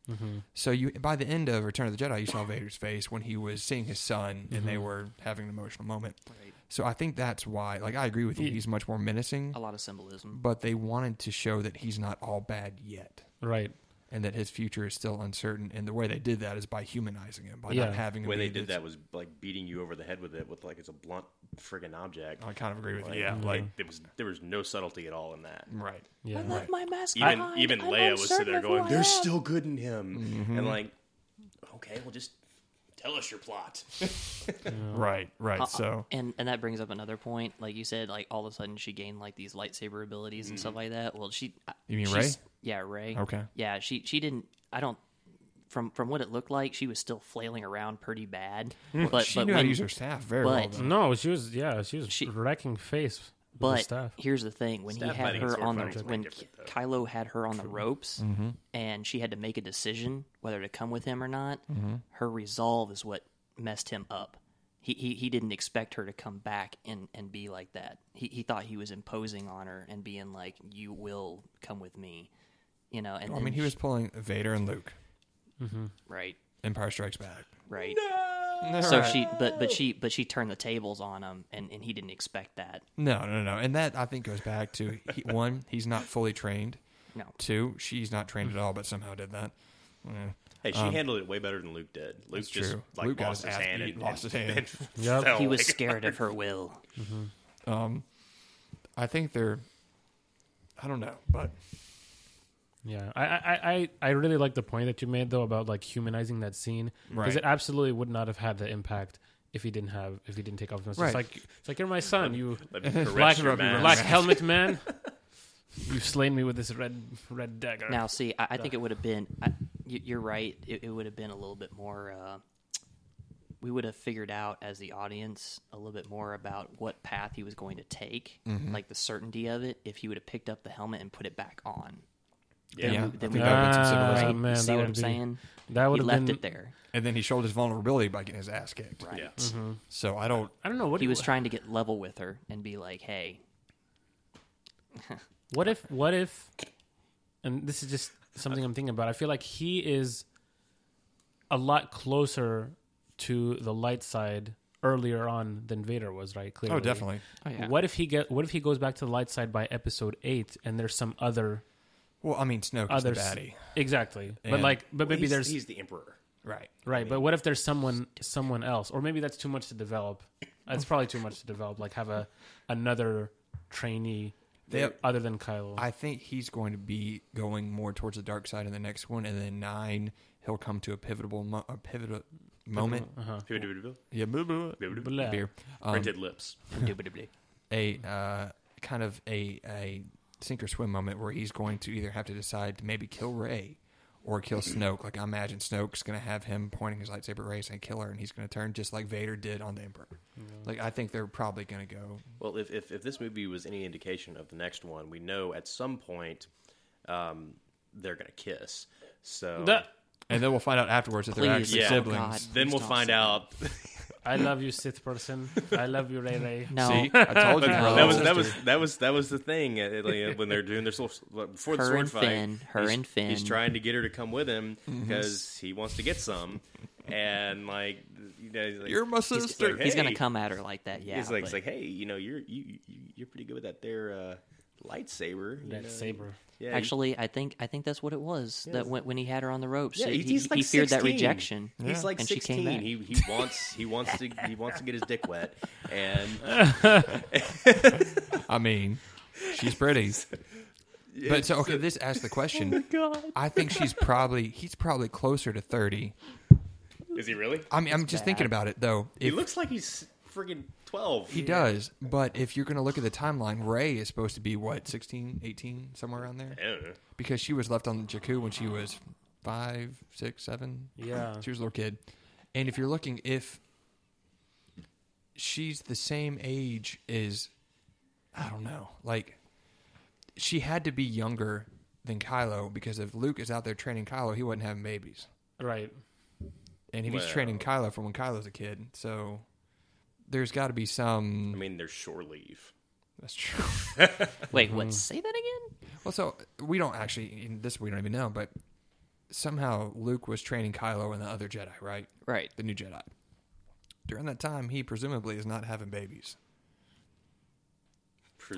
Speaker 2: So you by the end of Return of the Jedi, you saw Vader's face when he was seeing his son, and they were having an emotional moment. So I think that's why. Like I agree with you, he's much more menacing.
Speaker 1: A lot of symbolism.
Speaker 2: but they wanted to show that he's not all bad yet
Speaker 3: Right.
Speaker 2: and that his future is still uncertain and the way they did that is by humanizing him by
Speaker 3: Yeah.
Speaker 2: not having
Speaker 4: The
Speaker 2: him
Speaker 4: way they
Speaker 2: be
Speaker 4: did
Speaker 2: this-
Speaker 4: that was like beating you over the head with it, with like it's a blunt friggin' object.
Speaker 2: i kind of agree with
Speaker 4: Like,
Speaker 2: you yeah
Speaker 4: like there was there was no subtlety at all in that.
Speaker 1: Mm-hmm.
Speaker 2: right
Speaker 3: Yeah.
Speaker 2: Right.
Speaker 1: my mask.
Speaker 4: Even even Leia was sitting there going, "There's still good in him," and like, okay, well, just tell us your plot.
Speaker 2: right right
Speaker 1: Uh,
Speaker 2: so
Speaker 1: and and that brings up another point. Like you said, like all of a sudden she gained like these lightsaber abilities and stuff like that. Well, she I-
Speaker 2: You mean
Speaker 1: she's-
Speaker 2: Rey?
Speaker 1: Yeah, Ray.
Speaker 2: Okay.
Speaker 1: Yeah, she she didn't. I don't. From from what it looked like, she was still flailing around pretty
Speaker 2: <laughs>
Speaker 1: bad. But
Speaker 2: she
Speaker 1: but
Speaker 2: knew how
Speaker 1: when-
Speaker 2: to use her staff very well
Speaker 1: but-
Speaker 2: though.
Speaker 3: No, she was. Yeah, she was
Speaker 1: She-
Speaker 3: wrecking face. with the
Speaker 1: But
Speaker 3: stuff.
Speaker 1: here's the thing: when
Speaker 4: Staff
Speaker 1: he had
Speaker 4: fighting and
Speaker 1: her
Speaker 4: sword
Speaker 1: on the
Speaker 4: fighting is way
Speaker 1: when
Speaker 4: different, though.
Speaker 1: Kylo had her on the ropes,
Speaker 2: Mm-hmm.
Speaker 1: and she had to make a decision whether to come with him or not,
Speaker 2: Mm-hmm.
Speaker 1: her resolve is what messed him up. He, he he didn't expect her to come back and, and be like that. He he thought he was imposing on her and being like, "You will come with me," you know. And
Speaker 2: i
Speaker 1: then
Speaker 2: mean he
Speaker 1: she-
Speaker 2: was pulling vader and luke
Speaker 1: right,
Speaker 2: empire strikes back
Speaker 1: right. So she but but she but she turned the tables on him, and, and he didn't expect that.
Speaker 2: no no no and that i think goes back to he, one he's not fully trained
Speaker 1: No.
Speaker 2: two she's not trained at all but somehow did that Yeah.
Speaker 4: <laughs> Hey, she handled it way better than Luke did. Luke just
Speaker 2: Um, true.
Speaker 4: like
Speaker 2: Luke got
Speaker 4: lost
Speaker 2: his
Speaker 4: his,
Speaker 2: ass
Speaker 4: hand
Speaker 2: beat,
Speaker 4: and
Speaker 2: lost his
Speaker 4: <laughs>
Speaker 2: hand.
Speaker 4: and
Speaker 3: Yep.
Speaker 4: fell.
Speaker 1: He
Speaker 2: <laughs>
Speaker 1: was
Speaker 4: Like,
Speaker 1: scared of her will.
Speaker 2: i think they're i don't know but
Speaker 3: Yeah, I, I, I, I really like the point that you made though about like humanizing that scene because
Speaker 2: Right.
Speaker 3: it absolutely would not have had the impact if he didn't have if he didn't take off his mask.
Speaker 2: Right.
Speaker 3: It's like it's like you're my son, you
Speaker 2: <laughs>
Speaker 4: Let me caress
Speaker 3: black,
Speaker 4: your man.
Speaker 3: black helmet
Speaker 1: <laughs>
Speaker 3: man. You've slain me with this red red dagger.
Speaker 1: Now, see, I, I think it would have been. I, you- you're right. It, it would have been a little bit more. Uh, we would have figured out as the audience a little bit more about what path he was going to take,
Speaker 2: Mm-hmm.
Speaker 1: like the certainty of it. If he would have picked up the helmet and put it back on,
Speaker 2: yeah,
Speaker 1: we-
Speaker 2: I
Speaker 1: then
Speaker 2: think
Speaker 1: we-
Speaker 2: that would have been some
Speaker 3: Ah,
Speaker 2: symbolism.
Speaker 1: right?
Speaker 3: man,
Speaker 1: you see
Speaker 3: that
Speaker 1: what
Speaker 3: would
Speaker 1: I'm
Speaker 3: be-
Speaker 1: saying?
Speaker 3: that would have
Speaker 1: he left
Speaker 3: been-
Speaker 1: it there.
Speaker 2: and then he showed his vulnerability by getting his ass kicked.
Speaker 1: Right.
Speaker 4: Yeah.
Speaker 2: Mm-hmm. So I don't. oh,
Speaker 3: I don't know what
Speaker 1: He was
Speaker 3: trying.
Speaker 1: trying to get level with her and be like,
Speaker 2: <laughs>
Speaker 1: "Hey,
Speaker 3: What if? What if? And this is just something I'm thinking about. I feel like he is a lot closer to the light side earlier on than Vader was, right? Clearly.
Speaker 2: Oh, definitely.
Speaker 1: Oh, yeah.
Speaker 3: What if he get? What if he goes back to the light side by Episode Eight, and there's some other
Speaker 2: Well, I mean, Snoke is the
Speaker 3: other
Speaker 2: baddie,
Speaker 3: Exactly, but
Speaker 2: And-
Speaker 3: like, but maybe
Speaker 4: he's,
Speaker 3: there's
Speaker 4: he's the emperor.
Speaker 2: right?
Speaker 3: right. but what if there's someone someone else, or maybe that's too much to develop. That's probably too much to develop. Like have a another trainee
Speaker 2: They-
Speaker 3: other than Kylo.
Speaker 2: I think he's going to be going more towards the dark side in the next one, and then nine, he'll come to a pivotal, mo- a pivotal moment. Yeah, blah, blah, blah.
Speaker 3: Blah.
Speaker 2: beer.
Speaker 4: <laughs>
Speaker 2: Um,
Speaker 4: Printed lips.
Speaker 1: Indubitably.
Speaker 2: a uh, kind of a a sink or swim moment where he's going to either have to decide to maybe kill Ray
Speaker 1: <clears throat>
Speaker 2: or kill Snoke. Like I imagine Snoke's going to have him pointing his lightsaber at Ray saying "kill her," and he's going to turn just like Vader did on the Emperor. Like I think they're probably going to go.
Speaker 4: Well, if, if if this movie was any indication of the next one, we know at some point um, they're gonna kiss. So
Speaker 3: That-
Speaker 2: And then we'll find out afterwards that they're
Speaker 1: Please,
Speaker 2: actually
Speaker 4: yeah. Oh,
Speaker 2: siblings.
Speaker 4: then
Speaker 1: Please
Speaker 4: we'll
Speaker 1: don't
Speaker 4: find
Speaker 1: say that.
Speaker 4: out.
Speaker 3: I love you, Sith person. I love you, Ray
Speaker 4: <laughs>
Speaker 3: Ray.
Speaker 1: No.
Speaker 2: See, I told you, brother.
Speaker 4: that was that was that was that was the thing uh, like, when they're doing their soul,
Speaker 1: <laughs>
Speaker 4: before the
Speaker 1: Her
Speaker 4: sword
Speaker 1: and
Speaker 4: fight.
Speaker 1: Finn, her
Speaker 4: he's,
Speaker 1: and Finn. Mm-hmm.
Speaker 4: He's trying to get her to come with him because he wants to get some, and like you know, he's like,
Speaker 2: You're my
Speaker 4: he's like,
Speaker 2: <laughs> sister.
Speaker 4: hey.
Speaker 1: He's gonna come at her like that, yeah.
Speaker 4: he's like, he's
Speaker 1: but-
Speaker 4: like, hey, you know, you're you you- you're pretty good with that there uh, lightsaber. you know?
Speaker 3: That saber.
Speaker 4: Yeah, you-
Speaker 1: Actually, I think I think that's what it was that when, when he had her on the ropes,
Speaker 4: Yeah,
Speaker 1: he,
Speaker 4: he's, he's
Speaker 1: he-
Speaker 4: like
Speaker 1: he feared
Speaker 4: 16.
Speaker 1: that rejection.
Speaker 4: He's like
Speaker 1: and she
Speaker 4: sixteen.
Speaker 1: came back.
Speaker 4: He he wants he wants to he wants to get his dick wet, and
Speaker 1: <laughs>
Speaker 2: I mean,
Speaker 4: <laughs>
Speaker 2: she's pretty. But so okay, this asks the
Speaker 4: Oh
Speaker 2: question. I think she's probably he's probably closer to thirty.
Speaker 4: is he really?
Speaker 2: I mean, I'm just
Speaker 1: bad.
Speaker 2: thinking about it though.
Speaker 4: He
Speaker 2: If-
Speaker 4: looks like he's friggin' twelve.
Speaker 2: He does, but if you're going to look at the timeline, Ray is supposed to be what 16, 18, somewhere around there,
Speaker 4: I don't know.
Speaker 2: because she was left on Jakku when she was five, six, seven.
Speaker 4: <laughs>
Speaker 3: Yeah.
Speaker 2: she was a little kid. And if you're looking, if she's the same age as, I don't know, like she had to be younger than Kylo because if Luke is out there training Kylo, he wasn't having babies,
Speaker 3: Right.
Speaker 2: and if he's
Speaker 4: Well.
Speaker 2: training Kylo from when Kylo's a kid, so there's got to be
Speaker 4: I
Speaker 2: some.
Speaker 4: mean, there's shore leave.
Speaker 2: That's true.
Speaker 1: Wait,
Speaker 3: Mm-hmm.
Speaker 1: what? Say that again?
Speaker 2: <laughs> Well, so we don't actually in this we don't even know, but somehow Luke was training Kylo and the other Jedi, right?
Speaker 1: Right.
Speaker 2: The new Jedi. During that time, he presumably is not having babies.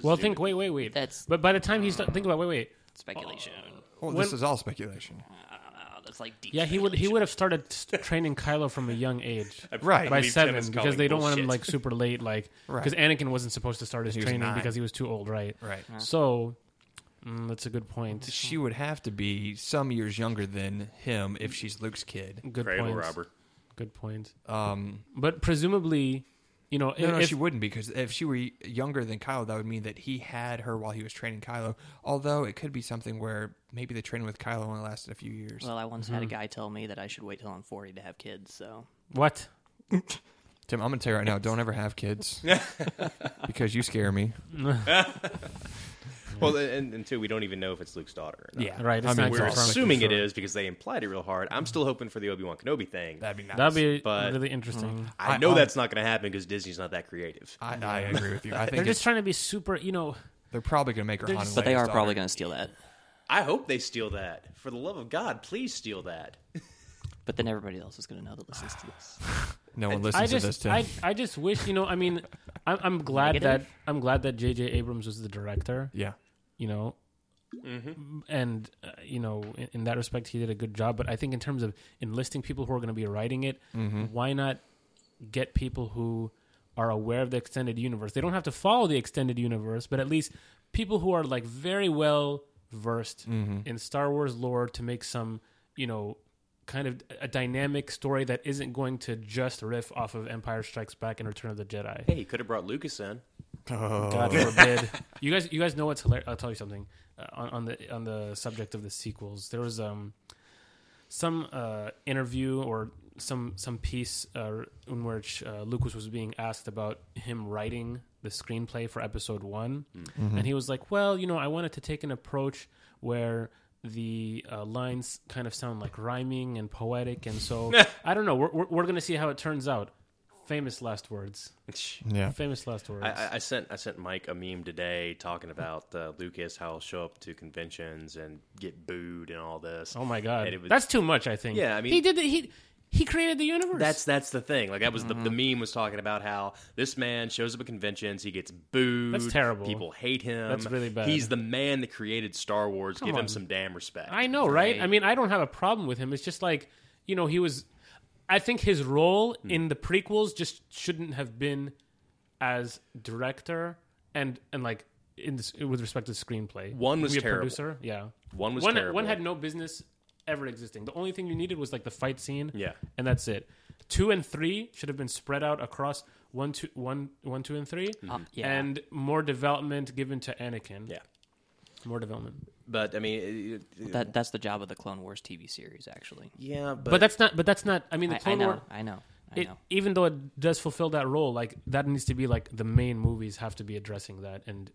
Speaker 3: Well, think. Wait, wait, wait.
Speaker 1: That's-
Speaker 3: But by the time he's think about. Wait, wait.
Speaker 1: Speculation.
Speaker 2: Well,
Speaker 3: When-
Speaker 2: this is all speculation,
Speaker 1: I don't know. That's like deep
Speaker 3: Yeah, he would. He
Speaker 1: speculation.
Speaker 3: would have started st- training Kylo from a young age.
Speaker 2: right?
Speaker 3: By
Speaker 4: believe
Speaker 3: seven,
Speaker 4: Tim is calling
Speaker 3: because they don't want him
Speaker 4: bullshit.
Speaker 3: like super late, like
Speaker 2: <laughs> Right.
Speaker 3: because Anakin wasn't supposed to start his
Speaker 2: He was
Speaker 3: training
Speaker 2: nine.
Speaker 3: because he was too old, right?
Speaker 2: Right.
Speaker 3: So mm, that's a good point.
Speaker 2: She would have to be some years younger than him if she's Luke's kid.
Speaker 3: Good
Speaker 4: Cradle
Speaker 3: point.
Speaker 4: robber.
Speaker 3: Good point.
Speaker 2: Um,
Speaker 3: But presumably, you know,
Speaker 2: no, no,
Speaker 3: if,
Speaker 2: she wouldn't because if she were younger than Kylo, that would mean that he had her while he was training Kylo. Although it could be something where maybe the training with Kylo only lasted a few years.
Speaker 1: Well, I once had a
Speaker 3: Mm-hmm.
Speaker 1: guy tell me that I should wait till I'm 40 to have kids, so
Speaker 3: what?
Speaker 2: Tim, I'm gonna tell you right now, don't ever
Speaker 3: <laughs>
Speaker 2: have kids because you scare me.
Speaker 4: Well, and, and two, we don't even know if it's Luke's daughter. Or not.
Speaker 3: Right. It's
Speaker 2: I mean,
Speaker 3: not
Speaker 2: we're
Speaker 4: We're
Speaker 3: confirmed.
Speaker 4: assuming it is because they implied it real hard. I'm still hoping for the Obi Wan Kenobi thing.
Speaker 2: That'd be nice.
Speaker 3: That'd be
Speaker 4: but-
Speaker 3: really interesting.
Speaker 4: I
Speaker 2: I-
Speaker 4: know
Speaker 2: I-
Speaker 4: that's not going to happen because Disney's not that creative.
Speaker 2: I, I agree with you. I think
Speaker 3: They're
Speaker 2: they're,
Speaker 3: just trying to be super. You know,
Speaker 2: they're probably going to make her Han.
Speaker 3: just-
Speaker 1: but they are probably going to steal that.
Speaker 4: I hope they steal that. For the love of God, please steal that.
Speaker 1: But then everybody else is going to know
Speaker 3: <sighs>
Speaker 1: that listens to this.
Speaker 2: to. No one listens
Speaker 3: I
Speaker 2: to this.
Speaker 3: just,
Speaker 2: Tim.
Speaker 3: I, I just wish you know. I mean, I'm, I'm glad
Speaker 1: Negative.
Speaker 3: that I'm glad that J.J. Abrams was the director.
Speaker 2: yeah,
Speaker 3: You know, and uh, you know, in, in that respect, he did a good job. But I think in terms of enlisting people who are going to be writing it, why not get people who are aware of the extended universe? They don't have to follow the extended universe, but at least people who are like very well versed in Star Wars lore to make some, you know. Kind of a dynamic story that isn't going to just riff off of Empire Strikes Back and Return of the Jedi.
Speaker 4: Hey, you could have brought Lucas in.
Speaker 2: Oh,
Speaker 3: God
Speaker 4: Oh. <laughs>
Speaker 3: forbid. you guys, you guys know what's hilarious. I'll tell you something uh, on, on the on the subject of the sequels. There was um some uh, interview or some some piece uh, in which uh, Lucas was being asked about him writing the screenplay for Episode One, and he was like, "Well, you know, I wanted to take an approach where." The uh, lines
Speaker 4: <laughs>
Speaker 3: kind of sound like rhyming and poetic, and so I don't know. We're, we're, we're going to see how it turns out. Famous last words.
Speaker 2: Yeah.
Speaker 3: Famous last words.
Speaker 4: I, I- I sent I sent Mike a meme today talking about uh, Lucas how he'll show up to conventions and get booed and all this.
Speaker 3: oh my god,
Speaker 4: And it was-
Speaker 3: that's too much. I think.
Speaker 4: Yeah, I mean-
Speaker 3: he did. The, he he created the universe.
Speaker 4: That's that's the thing. Like that was the,
Speaker 3: Mm-hmm.
Speaker 4: the meme was talking about how this man shows up at conventions, he gets booed.
Speaker 3: That's terrible.
Speaker 4: People hate him.
Speaker 3: That's really bad.
Speaker 4: He's the man that created Star Wars. Give
Speaker 3: on.
Speaker 4: him some damn respect.
Speaker 3: I know, right? I mean, I don't have a problem with him. It's just like, you know, he was. I think his role
Speaker 4: Hmm.
Speaker 3: in the prequels just shouldn't have been as director and and like in this, with respect to screenplay.
Speaker 4: One was
Speaker 3: Be a
Speaker 4: terrible.
Speaker 3: producer, yeah.
Speaker 4: One was
Speaker 3: one.
Speaker 4: terrible.
Speaker 3: One had no business ever existing. The only thing you needed was like the fight scene,
Speaker 4: Yeah.
Speaker 3: and that's it. Two and three should have been spread out across one, two, one, one, two, and
Speaker 4: Hmm.
Speaker 3: three,
Speaker 1: Um, yeah.
Speaker 3: Hmm. and more development given to Anakin.
Speaker 4: Yeah.
Speaker 3: more development.
Speaker 4: But I mean, it- it-
Speaker 1: That that's the job of the Clone Wars TV series, actually.
Speaker 4: yeah, but,
Speaker 3: But, that's not. But that's not. I mean, the
Speaker 1: I, I
Speaker 3: Clone
Speaker 1: know,
Speaker 3: War-
Speaker 1: I know, I
Speaker 3: it,
Speaker 1: know.
Speaker 3: even though it does fulfill that role, like that needs to be like the main movies have to be addressing that and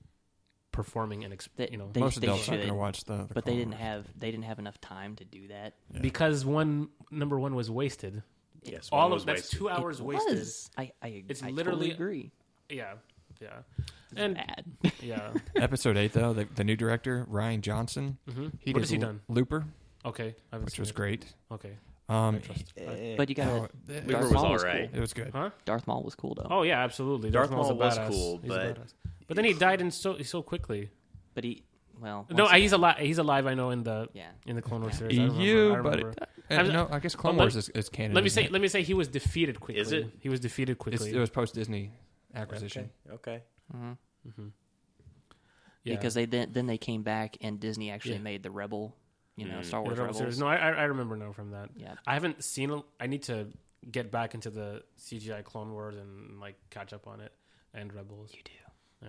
Speaker 3: performing and exp-
Speaker 1: They-
Speaker 3: you know
Speaker 1: they-
Speaker 2: Most adults aren't
Speaker 1: should,
Speaker 2: going to watch the, the
Speaker 1: But they
Speaker 2: Clone
Speaker 1: didn't
Speaker 2: Wars.
Speaker 1: have they didn't have enough time to do that.
Speaker 3: because one number one was wasted.
Speaker 4: yes, one
Speaker 3: All
Speaker 4: was
Speaker 3: of that's
Speaker 4: wasted.
Speaker 3: two hours
Speaker 1: it
Speaker 3: wasted.
Speaker 1: was. I I,
Speaker 3: It's
Speaker 1: I
Speaker 3: literally- <laughs>
Speaker 1: totally agree.
Speaker 3: Yeah, yeah, and
Speaker 1: Bad. <laughs>
Speaker 3: yeah.
Speaker 2: Episode eight though, the, the new director Ryan Johnson. Mm-hmm. He
Speaker 3: What
Speaker 2: did
Speaker 3: has he
Speaker 2: L-
Speaker 3: done?
Speaker 2: Looper,
Speaker 3: Okay, I haven't
Speaker 2: which
Speaker 3: seen
Speaker 2: was
Speaker 3: it.
Speaker 2: great.
Speaker 3: Okay,
Speaker 2: Um,
Speaker 1: But you got
Speaker 2: Oh,
Speaker 1: to
Speaker 2: it-
Speaker 1: Darth
Speaker 4: Eh. was
Speaker 1: Maul
Speaker 4: all
Speaker 1: was
Speaker 4: right.
Speaker 1: cool.
Speaker 2: it was good.
Speaker 3: huh?
Speaker 1: Darth Maul was cool though.
Speaker 3: Oh yeah, absolutely.
Speaker 4: Darth
Speaker 3: a
Speaker 4: Maul was
Speaker 3: badass.
Speaker 4: cool,
Speaker 3: He's a
Speaker 4: but-
Speaker 3: badass. but then he died in so so quickly.
Speaker 1: But he well
Speaker 3: no,
Speaker 1: once
Speaker 3: I,
Speaker 1: again-
Speaker 3: he's alive. He's alive. I know in the
Speaker 1: Yeah.
Speaker 3: in the Clone Wars
Speaker 1: Yeah.
Speaker 3: series. I remember, I
Speaker 2: EU, but
Speaker 3: remember.
Speaker 2: it,
Speaker 3: I'm-
Speaker 2: uh, no, I guess Clone
Speaker 3: Well,
Speaker 2: Wars
Speaker 3: let-
Speaker 2: is, is canon.
Speaker 3: Let me
Speaker 2: isn't
Speaker 3: say.
Speaker 2: it?
Speaker 3: Let me say he was defeated quickly.
Speaker 4: Is it?
Speaker 3: He was defeated
Speaker 2: It's-
Speaker 3: quickly.
Speaker 2: it was post Disney acquisition.
Speaker 4: okay.
Speaker 3: Mm-hmm. yeah.
Speaker 1: Mm-hmm. because they then then they came back and Disney actually
Speaker 3: Yeah.
Speaker 1: made the Rebel, you know, Star
Speaker 3: Yeah,
Speaker 1: Wars
Speaker 3: the Rebel
Speaker 1: Rebels.
Speaker 3: series. No, I, I I remember now from that.
Speaker 1: Yeah.
Speaker 3: I haven't seen. a- I need to get back into the CGI Clone Wars and like catch up on it and Rebels.
Speaker 1: You do.
Speaker 3: Yeah,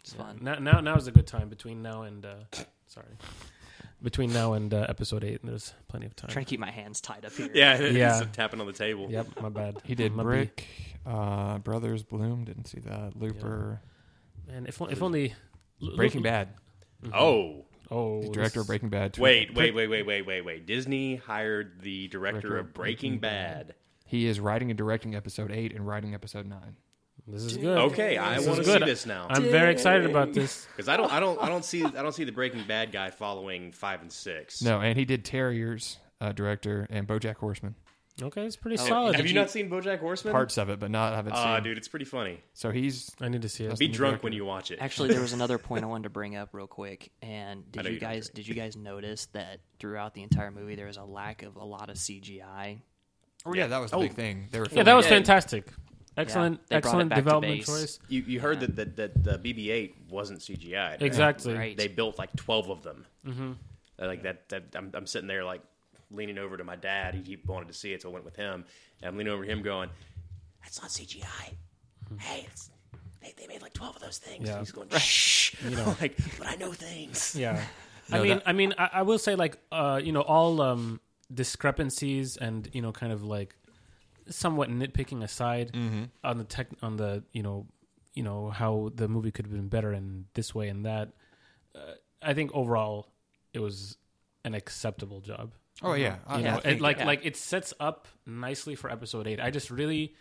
Speaker 1: It's
Speaker 3: Yeah.
Speaker 1: fun.
Speaker 3: Now, now, now is a good time between now and uh, sorry, between now and uh, episode eight. There's plenty of time.
Speaker 1: trying to keep my hands tied up here.
Speaker 4: <laughs> Yeah, yeah.
Speaker 3: Yeah.
Speaker 4: tapping on the table.
Speaker 3: Yep, my bad.
Speaker 2: He did
Speaker 3: my
Speaker 2: Brick, uh, Brothers Bloom. Didn't see that. Looper,
Speaker 3: B. Man, if, on- if only mm-hmm. Lu-
Speaker 2: Breaking
Speaker 3: Lu-
Speaker 2: Bad.
Speaker 4: Oh,
Speaker 3: Oh,
Speaker 2: The director
Speaker 3: this-
Speaker 2: of Breaking Bad. too.
Speaker 4: wait, wait, wait, wait, wait, wait, wait. Disney hired the director of Breaking Bad.
Speaker 2: He is writing and directing episode eight and writing episode nine.
Speaker 3: This is good.
Speaker 4: Okay, I
Speaker 3: This
Speaker 4: want to
Speaker 3: is
Speaker 4: see
Speaker 3: good.
Speaker 4: this now
Speaker 3: I'm very excited about this.
Speaker 4: because I don't, I don't, I don't see, I don't see the Breaking Bad guy following five and six.
Speaker 2: No, and he did Terriers, uh, director, and BoJack Horseman.
Speaker 3: Okay, it's pretty
Speaker 1: Oh,
Speaker 3: solid.
Speaker 4: Have
Speaker 1: Did
Speaker 4: you,
Speaker 1: you-
Speaker 4: not seen BoJack Horseman?
Speaker 2: Parts of it, but not I haven't
Speaker 4: Ah,
Speaker 2: seen.
Speaker 4: dude, it's pretty funny.
Speaker 2: So he's
Speaker 3: I need to see it.
Speaker 4: Be drunk when you watch it.
Speaker 1: Actually, there was another point I wanted to bring up real quick. And
Speaker 4: I
Speaker 1: did
Speaker 4: know
Speaker 1: you,
Speaker 4: you don't
Speaker 1: guys
Speaker 4: drink.
Speaker 1: did you guys notice that throughout the entire movie there was a lack of a lot of CGI?
Speaker 2: Oh yeah, that was the big thing. They were
Speaker 3: Yeah, that was
Speaker 4: Yeah.
Speaker 3: fantastic. Excellent,
Speaker 1: they brought
Speaker 3: excellent
Speaker 1: it back to
Speaker 3: development
Speaker 1: base.
Speaker 3: choice.
Speaker 4: you, you heard that that, that the BB-8 wasn't CGI.
Speaker 3: Exactly.
Speaker 1: Right.
Speaker 4: They built like twelve of them. Mm-hmm. Like that, that I'm, I'm sitting there like leaning over to my dad. He, he wanted to see it, so I went with him. And I'm leaning over to him, going, "That's not CGI. Hey, it's, they, they made like twelve of those things."
Speaker 3: Yeah.
Speaker 4: And he's going, "Shh," you know, <laughs> like, but I know things. <laughs>
Speaker 3: Yeah. I mean,
Speaker 2: that-
Speaker 3: I mean, I, I will say like, uh, you know, all um, discrepancies and you know, kind of like somewhat nitpicking aside on the tech, on the you know, you know how the movie could have been better in this way and that. Uh, I think overall, it was an acceptable job.
Speaker 2: Oh yeah, I,
Speaker 3: you
Speaker 2: I
Speaker 3: know
Speaker 2: think-
Speaker 3: it, like
Speaker 1: yeah.
Speaker 3: like it sets up nicely for episode 8 i just really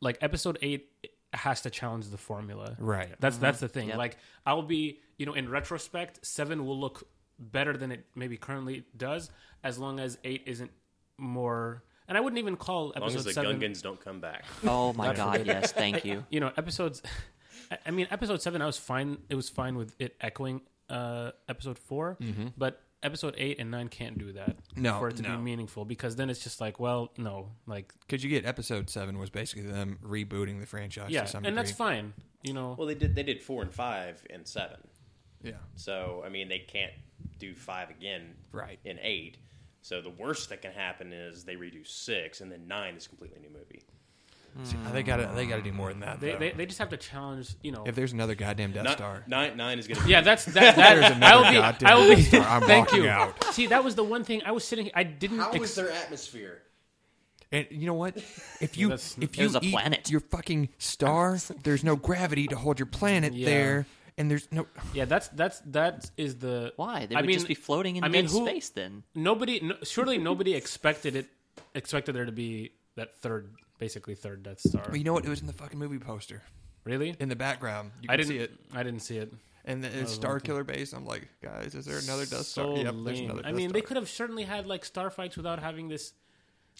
Speaker 3: like episode 8 has to challenge the formula
Speaker 2: Right.
Speaker 3: that's that's
Speaker 4: Mm-hmm.
Speaker 3: the thing
Speaker 1: Yep.
Speaker 3: like i'll be you know in retrospect 7 will look better than it maybe currently does as long as 8 isn't more and i wouldn't even call
Speaker 4: As long as
Speaker 3: episode
Speaker 4: the
Speaker 3: 7
Speaker 4: Gungans don't come back.
Speaker 1: Oh my god, yes, thank you.
Speaker 3: you know episodes <laughs> I- i mean episode 7 i was fine it was fine with it echoing uh episode 4
Speaker 4: Mm-hmm.
Speaker 3: but episode 8 and 9 can't do that
Speaker 2: No,
Speaker 3: for it to
Speaker 2: no.
Speaker 3: be meaningful because then it's just like well no like
Speaker 2: Because you get episode seven was basically them rebooting the franchise
Speaker 3: yeah
Speaker 2: to some
Speaker 3: and
Speaker 2: degree.
Speaker 3: that's fine you know
Speaker 4: Well, they did. They did four and five and seven.
Speaker 2: Yeah,
Speaker 4: So I mean, they can't do five again,
Speaker 2: Right.
Speaker 4: In eight. So the worst that can happen is they redo six, and then nine is a completely new movie.
Speaker 2: See, they got to they got to do more than that.
Speaker 3: they,
Speaker 2: though.
Speaker 3: they, they just have to challenge you know
Speaker 2: if there's another goddamn Death
Speaker 4: Ni-
Speaker 2: Star,
Speaker 4: nine, nine is gonna. Be,
Speaker 3: yeah that's that,
Speaker 2: <laughs> there's
Speaker 3: that
Speaker 2: another
Speaker 3: i'll be
Speaker 2: goddamn
Speaker 3: i'll be
Speaker 2: <laughs> Death
Speaker 3: <laughs>
Speaker 2: Star. I'm
Speaker 3: thank
Speaker 2: walking
Speaker 3: you
Speaker 2: out.
Speaker 3: see that was the one thing i was sitting i didn't
Speaker 4: How
Speaker 3: ex-
Speaker 4: is their atmosphere?
Speaker 2: and you know what? If you
Speaker 3: That's-
Speaker 2: if
Speaker 1: It
Speaker 2: you
Speaker 1: was a
Speaker 2: eat
Speaker 1: planet.
Speaker 2: your fucking
Speaker 3: <laughs>
Speaker 2: star, there's no gravity to hold your planet
Speaker 3: Yeah.
Speaker 2: there, and there's no.
Speaker 3: yeah that's that's that is the
Speaker 1: Why? They
Speaker 3: I
Speaker 1: would
Speaker 3: mean,
Speaker 1: just be floating in
Speaker 3: I mean,
Speaker 1: dead
Speaker 3: who-
Speaker 1: space then.
Speaker 3: nobody no, surely nobody expected it expected there to be that third, basically third Death Star.
Speaker 2: But you know what? It was in the fucking movie poster
Speaker 3: Really?
Speaker 2: in the background. You
Speaker 3: I
Speaker 2: can
Speaker 3: didn't
Speaker 2: see it.
Speaker 3: I didn't see it.
Speaker 2: And the, it's Star Killer base. I'm like, guys, is there another Death Star?
Speaker 3: So
Speaker 2: yep, there's
Speaker 3: lame.
Speaker 2: another.
Speaker 3: I
Speaker 2: Death
Speaker 3: mean, they
Speaker 2: Star.
Speaker 3: could have certainly had like star fights without having this.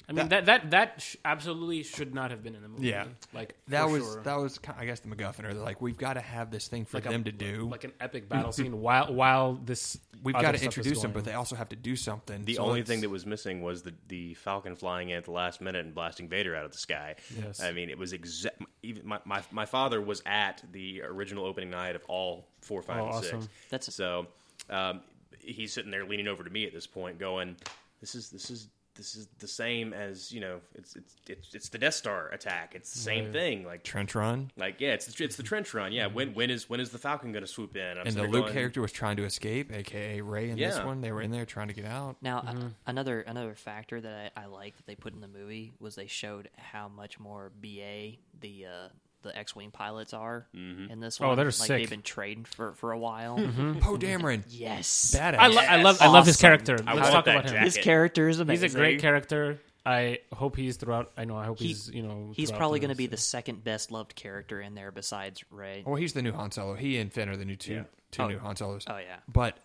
Speaker 3: I mean that that that, sh- absolutely should not have been in the movie.
Speaker 2: Yeah.
Speaker 3: like
Speaker 2: That
Speaker 3: for
Speaker 2: was
Speaker 3: sure.
Speaker 2: that was kind I guess the MacGuffin, or they're like, we've got to have this thing for
Speaker 3: Like a-
Speaker 2: them to do.
Speaker 3: like an epic battle scene while while this
Speaker 2: we've
Speaker 3: other
Speaker 2: got to
Speaker 3: stuff is
Speaker 2: introduce them,
Speaker 3: going
Speaker 2: but they also have to do something.
Speaker 4: The
Speaker 2: so
Speaker 4: only
Speaker 2: let's-
Speaker 4: thing that was missing was the, the Falcon flying in at the last minute and blasting Vader out of the sky.
Speaker 3: Yes.
Speaker 4: I mean, it was exact. Even my, my my father was at the original opening night of all four, five,
Speaker 3: Oh,
Speaker 4: and
Speaker 3: awesome.
Speaker 4: six.
Speaker 1: That's a-
Speaker 4: so. Um, he's sitting there leaning over to me at this point, going, "This is this is." This is the same as you know. It's it's it's, it's the Death Star attack. It's the same thing. Like
Speaker 2: trench run,
Speaker 4: like yeah, it's the, it's the trench run. Yeah, when when is when is the Falcon going to swoop in? I'm
Speaker 2: Mm-hmm. and
Speaker 4: sitting there
Speaker 2: the Luke
Speaker 4: going,
Speaker 2: character was trying to escape, aka Ray. In this
Speaker 4: Yeah.
Speaker 2: one, they were in there trying to get
Speaker 3: <laughs>
Speaker 2: out.
Speaker 1: Now,
Speaker 3: Mm-hmm.
Speaker 1: a- another another factor that I, I liked that they put in the movie was they showed how much more BA the uh, the X-wing pilots are
Speaker 4: Mm-hmm.
Speaker 1: in this
Speaker 3: Oh,
Speaker 1: one.
Speaker 3: they're
Speaker 1: like
Speaker 3: sick. Mm-hmm.
Speaker 1: They've been trading for for a while.
Speaker 2: Poe Dameron,
Speaker 1: <laughs> Yes,
Speaker 2: badass.
Speaker 3: I, lo- I love I love his
Speaker 1: Awesome.
Speaker 3: character. Let's
Speaker 4: I want
Speaker 3: talk
Speaker 4: that
Speaker 3: about him.
Speaker 4: jacket.
Speaker 1: this character is amazing.
Speaker 3: He's a great character. I hope he's throughout. I know. I hope
Speaker 1: He-
Speaker 3: he's you know.
Speaker 1: He's
Speaker 3: throughout
Speaker 1: probably
Speaker 3: the-
Speaker 1: going to be the second best loved character in there besides Ray.
Speaker 3: Oh.
Speaker 2: well, he's the new Han Solo. He and Finn are the new two
Speaker 4: Yeah.
Speaker 2: two
Speaker 1: Oh.
Speaker 2: new Han Solos.
Speaker 1: Oh, yeah.
Speaker 2: but.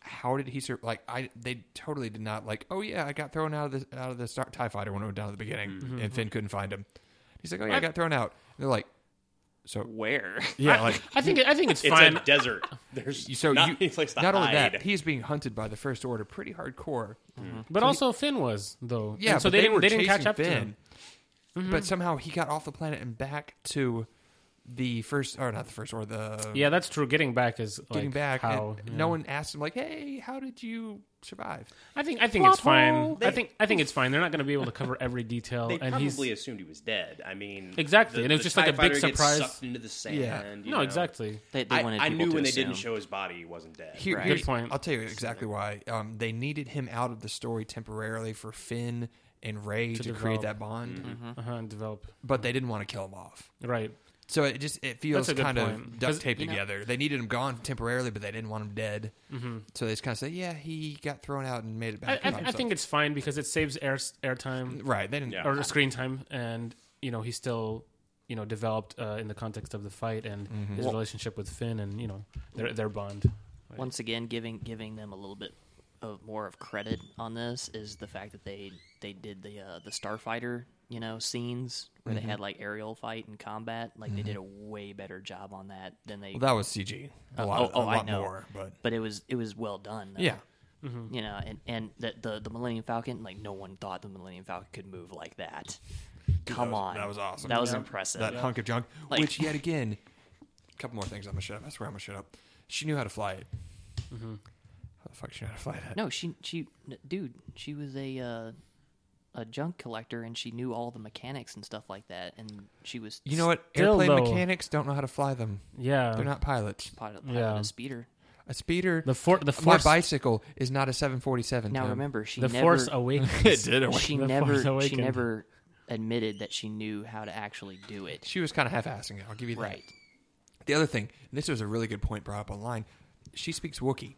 Speaker 2: How did he survive? Like I, they totally did not like. Oh yeah, I got thrown out of the out of the star, Tie Fighter when it went down at the beginning,
Speaker 3: Mm-hmm.
Speaker 2: and Finn couldn't find him. He's like, oh yeah, I got thrown out. And they're like, so
Speaker 1: Where?
Speaker 2: yeah, like
Speaker 3: I think I think it's,
Speaker 4: It's
Speaker 3: fine.
Speaker 4: a
Speaker 2: <laughs>
Speaker 4: desert. There's
Speaker 2: so
Speaker 3: <laughs>
Speaker 4: not
Speaker 2: you,
Speaker 4: any place to
Speaker 2: not only
Speaker 4: hide.
Speaker 2: that he's being hunted by the first order pretty hardcore
Speaker 3: but also Finn was though.
Speaker 2: yeah
Speaker 3: Mm-hmm. And so
Speaker 2: but
Speaker 3: they, didn't
Speaker 2: were
Speaker 3: they didn't catch
Speaker 2: chasing
Speaker 3: up to
Speaker 2: Finn.
Speaker 3: him. Mm-hmm.
Speaker 2: but somehow he got off the planet and back to the first or not the first order the
Speaker 3: Yeah, that's true. Getting back is like,
Speaker 2: getting back
Speaker 3: How
Speaker 2: and no one asked him like hey how did you survive
Speaker 3: I think I think it's fine. I think I think it's fine. They're not going to be able to cover every detail,
Speaker 4: They
Speaker 3: and he's
Speaker 4: probably assumed he was dead. I mean,
Speaker 3: Exactly,
Speaker 4: the-
Speaker 3: and it was
Speaker 4: the
Speaker 3: just like
Speaker 4: TIE
Speaker 3: a big
Speaker 4: fighter gets
Speaker 3: surprise.
Speaker 4: sucked into the sand.
Speaker 2: Yeah.
Speaker 4: you
Speaker 3: no
Speaker 4: know.
Speaker 3: exactly.
Speaker 1: They, they
Speaker 4: I,
Speaker 1: wanted
Speaker 4: I
Speaker 1: people
Speaker 4: knew
Speaker 1: to
Speaker 4: when they didn't
Speaker 1: assume.
Speaker 4: show his body, he wasn't dead.
Speaker 2: Here,
Speaker 1: Right.
Speaker 2: here's-
Speaker 3: Good point.
Speaker 2: I'll tell you exactly why. Um, they needed him out of the story temporarily for Finn and Ray to, create
Speaker 3: develop.
Speaker 2: that bond,
Speaker 3: Uh-huh, and develop
Speaker 2: but they didn't want to kill him off.
Speaker 3: right.
Speaker 2: So it just it feels
Speaker 3: a good
Speaker 2: kind of
Speaker 3: point.
Speaker 2: duct
Speaker 3: 'Cause,
Speaker 2: taped
Speaker 3: you know-
Speaker 2: together. They needed him gone temporarily, but they didn't want him dead. Mm-hmm. So they just kind of say, "Yeah, he got thrown out and made it
Speaker 3: I,
Speaker 2: back."
Speaker 3: I, I think it's fine because it saves air airtime
Speaker 2: right. They didn't.
Speaker 4: Yeah.
Speaker 3: or screen time, and you know he still you know developed uh, in the context of the fight and his relationship with Finn, and you know their their bond.
Speaker 1: Once again, giving giving them a little bit of more of credit on this is the fact that they they did the uh, the starfighter you know scenes where
Speaker 2: Mm-hmm.
Speaker 1: they had like aerial fight and combat. Like they did a way better job on that than they.
Speaker 2: Well, that was CG. A lot,
Speaker 1: oh, oh,
Speaker 2: a
Speaker 1: I
Speaker 2: lot
Speaker 1: know.
Speaker 2: more, but
Speaker 1: but it was it was well done. though.
Speaker 2: yeah, Mm-hmm.
Speaker 1: you know, and and that the the Millennium Falcon, like no one thought the Millennium Falcon could move like that. Come
Speaker 2: that was-
Speaker 1: on,
Speaker 2: that was awesome.
Speaker 1: That was
Speaker 2: Yeah.
Speaker 1: impressive.
Speaker 2: that hunk of junk.
Speaker 1: Like-
Speaker 2: which yet again, a couple more things. I'm gonna shut up. I swear I'm gonna shut up. She knew how to fly it.
Speaker 1: Mm-hmm.
Speaker 2: How the fuck she knew how to fly that?
Speaker 1: No, she she n- dude, she was a uh, a junk collector and she knew all the mechanics and stuff like that and she was
Speaker 2: You know what?
Speaker 3: Still,
Speaker 2: Airplane
Speaker 3: though-
Speaker 2: mechanics don't know how to fly them.
Speaker 3: Yeah,
Speaker 2: They're not pilots.
Speaker 1: pilot,
Speaker 3: Yeah.
Speaker 1: pilot a speeder.
Speaker 2: A speeder.
Speaker 3: the for, the
Speaker 2: my
Speaker 3: force
Speaker 2: bicycle is not a 747.
Speaker 1: Now
Speaker 2: Tim.
Speaker 1: remember, she
Speaker 3: the
Speaker 1: never
Speaker 3: force awakens.
Speaker 2: it did. It
Speaker 1: she
Speaker 3: The Force
Speaker 1: never she
Speaker 3: Awakens.
Speaker 1: never admitted that she knew how to actually do it.
Speaker 2: she was kind of half-assing it. I'll give you that.
Speaker 1: Right.
Speaker 2: The other thing, and this was a really good point brought up online. She speaks Wookiee,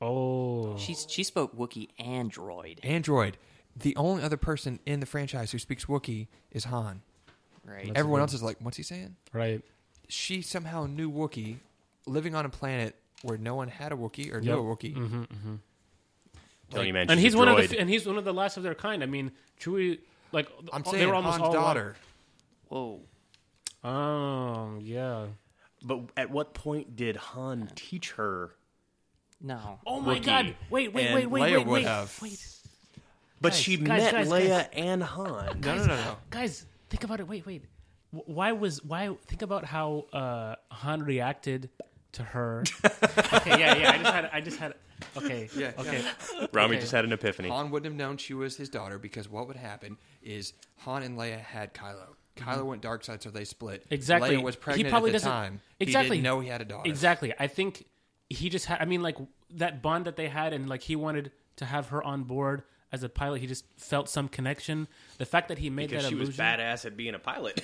Speaker 3: Oh,
Speaker 1: She's she spoke Wookiee and droid,
Speaker 2: Android. The only other person in the franchise who speaks Wookiee is Han.
Speaker 1: right?
Speaker 2: Everyone else is like, "What's he saying?"
Speaker 3: right.
Speaker 2: She somehow knew Wookiee, living on a planet where no one had a Wookiee or
Speaker 3: Yep. Mm-hmm.
Speaker 2: knew a Wookiee.
Speaker 4: Don't you mention
Speaker 3: and
Speaker 4: the
Speaker 3: he's one of the
Speaker 4: droid.
Speaker 3: f- and he's one of the last of their kind. I mean, Chewie, like
Speaker 2: I'm
Speaker 3: all-
Speaker 2: saying
Speaker 3: they were almost
Speaker 2: Han's
Speaker 3: all
Speaker 2: daughter.
Speaker 1: Whoa.
Speaker 3: Oh yeah.
Speaker 4: But at what point did Han teach her?
Speaker 1: No.
Speaker 3: Oh my
Speaker 4: Wookiee.
Speaker 3: God! Wait, wait,
Speaker 4: And
Speaker 3: wait, wait,
Speaker 2: Leia
Speaker 3: wait,
Speaker 2: would
Speaker 3: wait,
Speaker 2: have.
Speaker 3: wait,
Speaker 4: But
Speaker 3: Guys,
Speaker 4: she
Speaker 3: guys,
Speaker 4: met
Speaker 3: guys,
Speaker 4: Leia
Speaker 3: guys.
Speaker 4: and Han.
Speaker 2: No, no, no, no.
Speaker 3: guys. Think about it. Wait, wait. Wh- Why was why? Think about how uh, Han reacted to
Speaker 2: <laughs>
Speaker 3: her. okay, yeah, yeah. I just had, I just had. Okay, yeah, okay.
Speaker 4: Rami
Speaker 3: Okay.
Speaker 4: just had an epiphany.
Speaker 2: Han wouldn't have known she was his daughter because what would happen is Han and Leia had Kylo. Kylo went dark side, so they split.
Speaker 3: Mm-hmm. Exactly.
Speaker 2: Leia was
Speaker 3: He
Speaker 2: pregnant
Speaker 3: probably
Speaker 2: at the
Speaker 3: doesn't-
Speaker 2: time. He
Speaker 3: Exactly.
Speaker 2: didn't know he had a daughter.
Speaker 3: Exactly. I think he just had. I mean, like that bond that they had, and like he wanted to have her on board as a pilot. He just felt some connection. The fact that he made
Speaker 4: Because
Speaker 3: that
Speaker 4: she was
Speaker 3: illusion. <laughs>
Speaker 4: badass at being a pilot.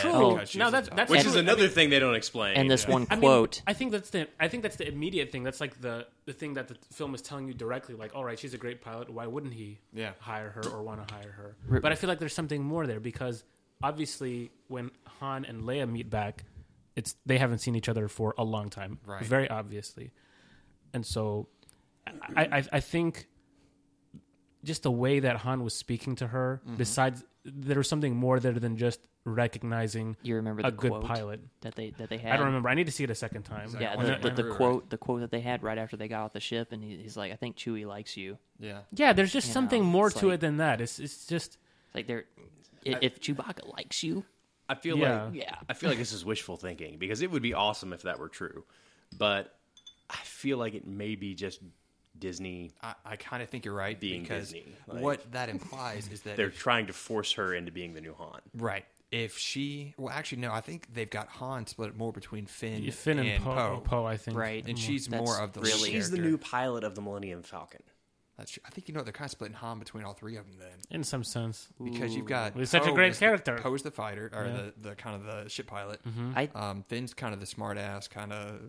Speaker 2: True.
Speaker 1: Oh.
Speaker 3: No, that- that's
Speaker 4: Which
Speaker 1: And-
Speaker 4: is another thing they don't explain.
Speaker 1: And this
Speaker 4: Yeah.
Speaker 1: one
Speaker 3: I mean,
Speaker 1: quote.
Speaker 3: I think that's the. I think that's the immediate thing. That's like the the thing that the film is telling you directly. Like, all right, she's a great pilot. Why wouldn't he?
Speaker 2: Yeah.
Speaker 3: hire her or want to hire her. But I feel like there's something more there because obviously when Han and Leia meet back, it's they haven't seen each other for a long time.
Speaker 2: Right.
Speaker 3: Very obviously, and so I I, I think just the way that Han was speaking to her.
Speaker 2: Mm-hmm.
Speaker 3: Besides, there was something more there than just recognizing
Speaker 1: you remember the
Speaker 3: a good
Speaker 1: quote
Speaker 3: pilot.
Speaker 1: that they that they had?
Speaker 3: I don't remember. I need to see it a second time.
Speaker 2: Exactly.
Speaker 1: Yeah,
Speaker 2: Like,
Speaker 1: the,
Speaker 2: when
Speaker 1: the,
Speaker 2: it-
Speaker 1: the
Speaker 2: remember-
Speaker 1: quote the quote that they had right after they got off the ship, and he, he's like, "I think Chewie likes you."
Speaker 2: Yeah.
Speaker 3: Yeah, there's just
Speaker 1: You
Speaker 3: something
Speaker 1: know,
Speaker 3: more
Speaker 1: it's
Speaker 3: to
Speaker 1: like-
Speaker 3: it than that. It's it's just
Speaker 1: It's like they're i- if Chewbacca likes you,
Speaker 4: I feel
Speaker 3: Yeah.
Speaker 4: like
Speaker 1: yeah,
Speaker 4: I feel like this is wishful thinking because it would be awesome if that were true, but I feel like it may be just Disney.
Speaker 2: I, I kind of think you're right
Speaker 4: Being
Speaker 2: because
Speaker 4: Disney, like-
Speaker 2: what that implies is
Speaker 4: <laughs>
Speaker 2: that
Speaker 4: They're trying to force her into being the new Han.
Speaker 2: right. If she, well, actually, no. I think they've got Han split more between Finn,
Speaker 3: Finn and, Poe. Poe, I think.
Speaker 1: right.
Speaker 2: and she's
Speaker 1: That's
Speaker 2: more of the
Speaker 1: really-
Speaker 2: lead
Speaker 4: She's the
Speaker 2: character.
Speaker 4: new pilot of the Millennium Falcon.
Speaker 2: That's true. I think you know they're kind of splitting Han between all three of them then,
Speaker 3: In some sense.
Speaker 2: because you've got
Speaker 3: He's such a
Speaker 2: Poe
Speaker 3: great
Speaker 2: is the-
Speaker 3: character. Mm-hmm.
Speaker 2: Poe's the fighter or the, the kind of the ship pilot.
Speaker 1: I
Speaker 3: Oh,
Speaker 2: Um, Finn's kind of the smart ass kind of,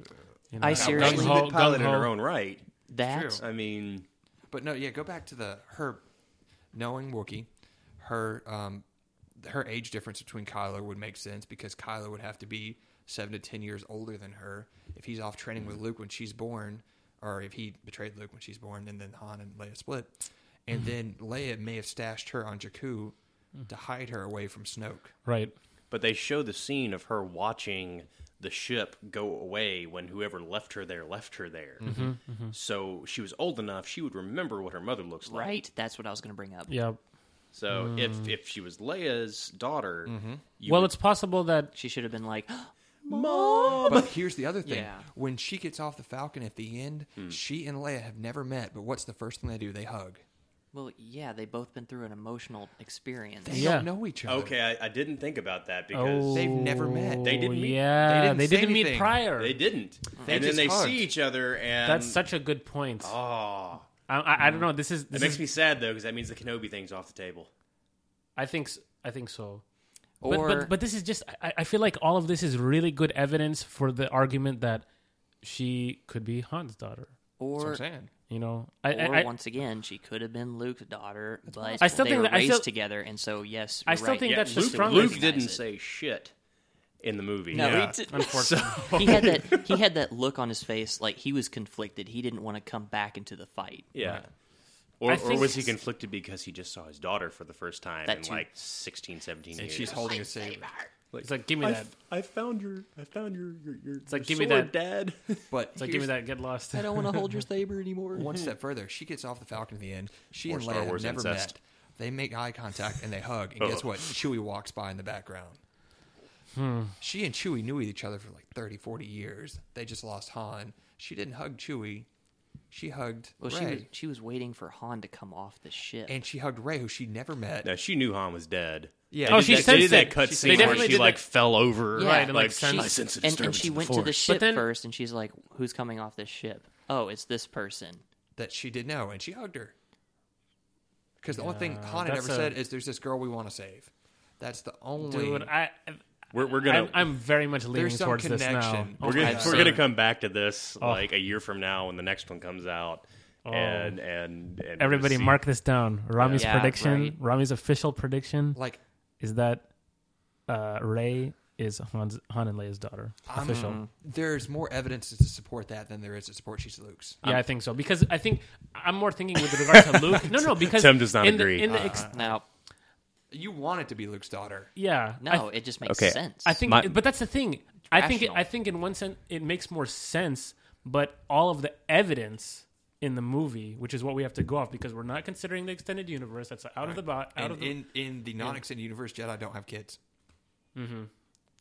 Speaker 3: You
Speaker 1: I
Speaker 3: know,
Speaker 1: seriously-
Speaker 4: She's a
Speaker 3: gung-ho-
Speaker 4: good pilot in
Speaker 3: gung-ho.
Speaker 4: her own right.
Speaker 1: that
Speaker 4: I mean,
Speaker 2: but no, yeah. Go back to the her knowing Wookie, her um, her age difference between Kylo would make sense because Kylo would have to be seven to ten years older than her if he's off training with Luke when she's born, or if he betrayed Luke when she's born, and then Han and Leia split, and then Leia may have stashed her on Jakku to hide her away from Snoke.
Speaker 3: Right.
Speaker 4: but they show the scene of her watching the ship go away when whoever left her there left her there. So she was old enough; she would remember what her mother looks like.
Speaker 1: right. That's what I was going to bring up.
Speaker 3: Yeah.
Speaker 4: So if if she was Leia's daughter, you
Speaker 3: well,
Speaker 4: would-
Speaker 3: it's possible that
Speaker 1: She should have been like, <gasps>
Speaker 4: mom.
Speaker 2: But here's the other thing:
Speaker 1: Yeah.
Speaker 2: when she gets off the Falcon at the end, she and Leia have never met, but what's the first thing they do? They hug.
Speaker 1: "Well, yeah, they've both been through an emotional experience."
Speaker 2: They
Speaker 3: Yeah.
Speaker 2: don't know each other.
Speaker 4: Okay, I, I didn't think about that
Speaker 3: oh,
Speaker 4: because
Speaker 2: They've never met.
Speaker 4: They didn't meet.
Speaker 3: Yeah,
Speaker 2: They didn't
Speaker 3: they
Speaker 2: say
Speaker 3: didn't, meet
Speaker 2: anything.
Speaker 3: prior.
Speaker 4: they didn't, and then
Speaker 2: just
Speaker 4: they
Speaker 2: hugged.
Speaker 4: see each other, and
Speaker 3: That's such a good point.
Speaker 4: Oh,
Speaker 3: I, I, I don't know. This is.
Speaker 4: it
Speaker 3: This
Speaker 4: makes
Speaker 3: is
Speaker 4: me sad though because that means the Kenobi thing's off the table.
Speaker 3: I think. s- I think so. But,
Speaker 1: Or
Speaker 3: but but this is just. I, I feel like all of this is really good evidence for the argument that she could be Han's daughter.
Speaker 2: That's what
Speaker 1: or
Speaker 2: I'm saying.
Speaker 3: You know, I,
Speaker 1: or
Speaker 3: I, I,
Speaker 1: once again, she could have been Luke's daughter, but
Speaker 3: I still
Speaker 1: they
Speaker 3: think
Speaker 1: were
Speaker 3: that- I
Speaker 1: raised
Speaker 3: still-
Speaker 1: together, and so yes,
Speaker 3: I
Speaker 1: you're
Speaker 3: still
Speaker 1: right.
Speaker 3: think
Speaker 1: Yeah,
Speaker 3: that's just
Speaker 1: Luke-
Speaker 3: wrong.
Speaker 1: Luke
Speaker 4: Luke didn't
Speaker 1: didn't
Speaker 4: say shit in the movie.
Speaker 1: No,
Speaker 2: Yeah.
Speaker 1: he,
Speaker 3: <laughs>
Speaker 1: did,
Speaker 3: unfortunately.
Speaker 1: he had that he had that look on his face like he was conflicted. He didn't want to come back into the fight.
Speaker 4: Yeah. Or,
Speaker 3: I
Speaker 4: or
Speaker 3: think
Speaker 4: was he
Speaker 3: it's-
Speaker 4: conflicted because he just saw his daughter for the first time
Speaker 1: That
Speaker 4: in
Speaker 1: too.
Speaker 4: like 16, 17 years?
Speaker 2: And she's holding a saber.
Speaker 3: It's like, give me that.
Speaker 4: I found your, I found your, your, your. It's
Speaker 3: like, your give me sword, that-
Speaker 4: dad. <laughs>
Speaker 2: But
Speaker 3: It's like, give me that. Get lost.
Speaker 1: I don't want to hold your saber anymore.
Speaker 2: <laughs> one step further. She gets off the Falcon at the end. She
Speaker 4: Or
Speaker 2: and
Speaker 4: Star
Speaker 2: Leia have
Speaker 4: Wars
Speaker 2: never
Speaker 4: incest.
Speaker 2: met. They make eye contact and they hug. And guess what? Chewie walks by in the background. She and Chewie knew each other for like 30, 40 years. They just lost Han. She didn't hug Chewie. She hugged
Speaker 1: Well,
Speaker 2: Ray.
Speaker 1: she was she was waiting for Han to come off the ship.
Speaker 2: and she hugged Ray, who she never met.
Speaker 4: No, she knew Han was dead.
Speaker 2: Yeah.
Speaker 4: They
Speaker 2: Oh,
Speaker 4: did
Speaker 2: she
Speaker 4: that,
Speaker 3: sensed
Speaker 4: they did that
Speaker 3: it.
Speaker 4: cut
Speaker 3: She
Speaker 4: scene
Speaker 3: sensed
Speaker 4: where
Speaker 3: it.
Speaker 4: she
Speaker 3: They did
Speaker 4: like
Speaker 3: that-
Speaker 4: fell over.
Speaker 1: yeah,
Speaker 3: right, and, like,
Speaker 1: she,
Speaker 3: sensed-
Speaker 4: I sense a
Speaker 1: and, and
Speaker 4: disturbance
Speaker 1: she
Speaker 4: in the
Speaker 1: went to the
Speaker 4: Force.
Speaker 1: ship
Speaker 3: then-
Speaker 1: first, and she's like, "Who's coming off this ship? Oh, it's this person."
Speaker 2: that she did know, and she hugged her. Because the only thing Han had
Speaker 3: that's
Speaker 2: ever
Speaker 3: a-
Speaker 2: said is, "There's this girl we want to save." That's the only.
Speaker 3: Dude, I,
Speaker 4: We're, we're
Speaker 3: I'm,
Speaker 4: gonna
Speaker 3: I'm very much leaning
Speaker 2: some
Speaker 3: towards this now.
Speaker 2: connection.
Speaker 3: Oh
Speaker 4: we're
Speaker 3: my
Speaker 4: gonna,
Speaker 3: God.
Speaker 4: we're gonna come back to this
Speaker 3: Oh.
Speaker 4: like a year from now when the next one comes out, and and, and
Speaker 3: Everybody,
Speaker 4: see.
Speaker 3: mark this down. Rami's
Speaker 1: Yeah,
Speaker 3: prediction,
Speaker 1: right.
Speaker 3: Rami's official prediction
Speaker 2: like
Speaker 3: is that uh, Ray is Han's, Han and Leia's daughter.
Speaker 1: Ah.
Speaker 3: official.
Speaker 1: Mm.
Speaker 2: there's more evidence to support that than there is to support she's Luke's.
Speaker 3: yeah, I think so because I think I'm more thinking with regard to Luke.
Speaker 1: <laughs>
Speaker 3: No, no, because
Speaker 4: Tim does not
Speaker 3: in the-
Speaker 4: agree.
Speaker 1: Ah.
Speaker 3: in the ex-
Speaker 1: Now,
Speaker 2: You want it to be Luke's daughter.
Speaker 3: yeah, I
Speaker 1: no, it just makes
Speaker 4: Okay.
Speaker 1: sense.
Speaker 3: I think,
Speaker 4: My-
Speaker 3: but that's the thing. I think, it,
Speaker 1: Rational.
Speaker 3: I think in one sense, it makes more sense. But all of the evidence in the movie, which is what we have to go off, because we're not considering the extended universe. That's out of the bo- out
Speaker 2: And
Speaker 3: of the.
Speaker 2: in, in the non extended universe, Jedi don't have kids.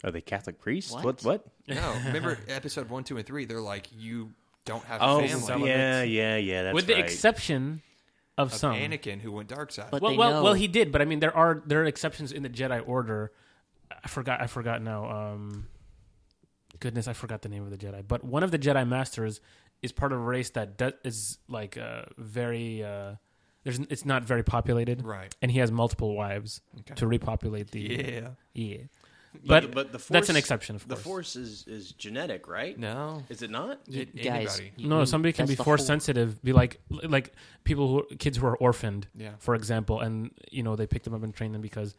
Speaker 4: Are they Catholic priests?
Speaker 1: What?
Speaker 4: What? What?
Speaker 2: No, remember episode one, two, and three? They're like, you don't have
Speaker 4: Oh,
Speaker 2: family.
Speaker 3: Celibates.
Speaker 4: yeah, yeah, yeah. That's
Speaker 3: with the
Speaker 4: right.
Speaker 3: exception of, some.
Speaker 2: Anakin who went dark side.
Speaker 1: but
Speaker 3: well,
Speaker 1: they
Speaker 3: well,
Speaker 1: know
Speaker 3: well, he did, but I mean, there are there are exceptions in the Jedi Order. I forgot. I forgot now. Um, goodness, I forgot the name of the Jedi. But one of the Jedi Masters is part of a race that do- is like uh, very. Uh, there's, it's not very populated,
Speaker 2: Right.
Speaker 3: And he has multiple wives
Speaker 2: Okay.
Speaker 3: to repopulate the.
Speaker 2: yeah.
Speaker 3: yeah. But,
Speaker 4: but the force,
Speaker 3: that's an exception, of
Speaker 4: the
Speaker 3: course.
Speaker 4: force is is genetic, right?
Speaker 2: No.
Speaker 4: Is it not?
Speaker 1: You-
Speaker 2: Anybody.
Speaker 1: guys, you-
Speaker 3: No,
Speaker 1: you-
Speaker 3: somebody can
Speaker 1: that's
Speaker 3: be
Speaker 1: the
Speaker 3: force
Speaker 1: whole-
Speaker 3: sensitive. Be like, like people who kids who are orphaned,
Speaker 2: Yeah.
Speaker 3: for example, and you know they pick them up and train them because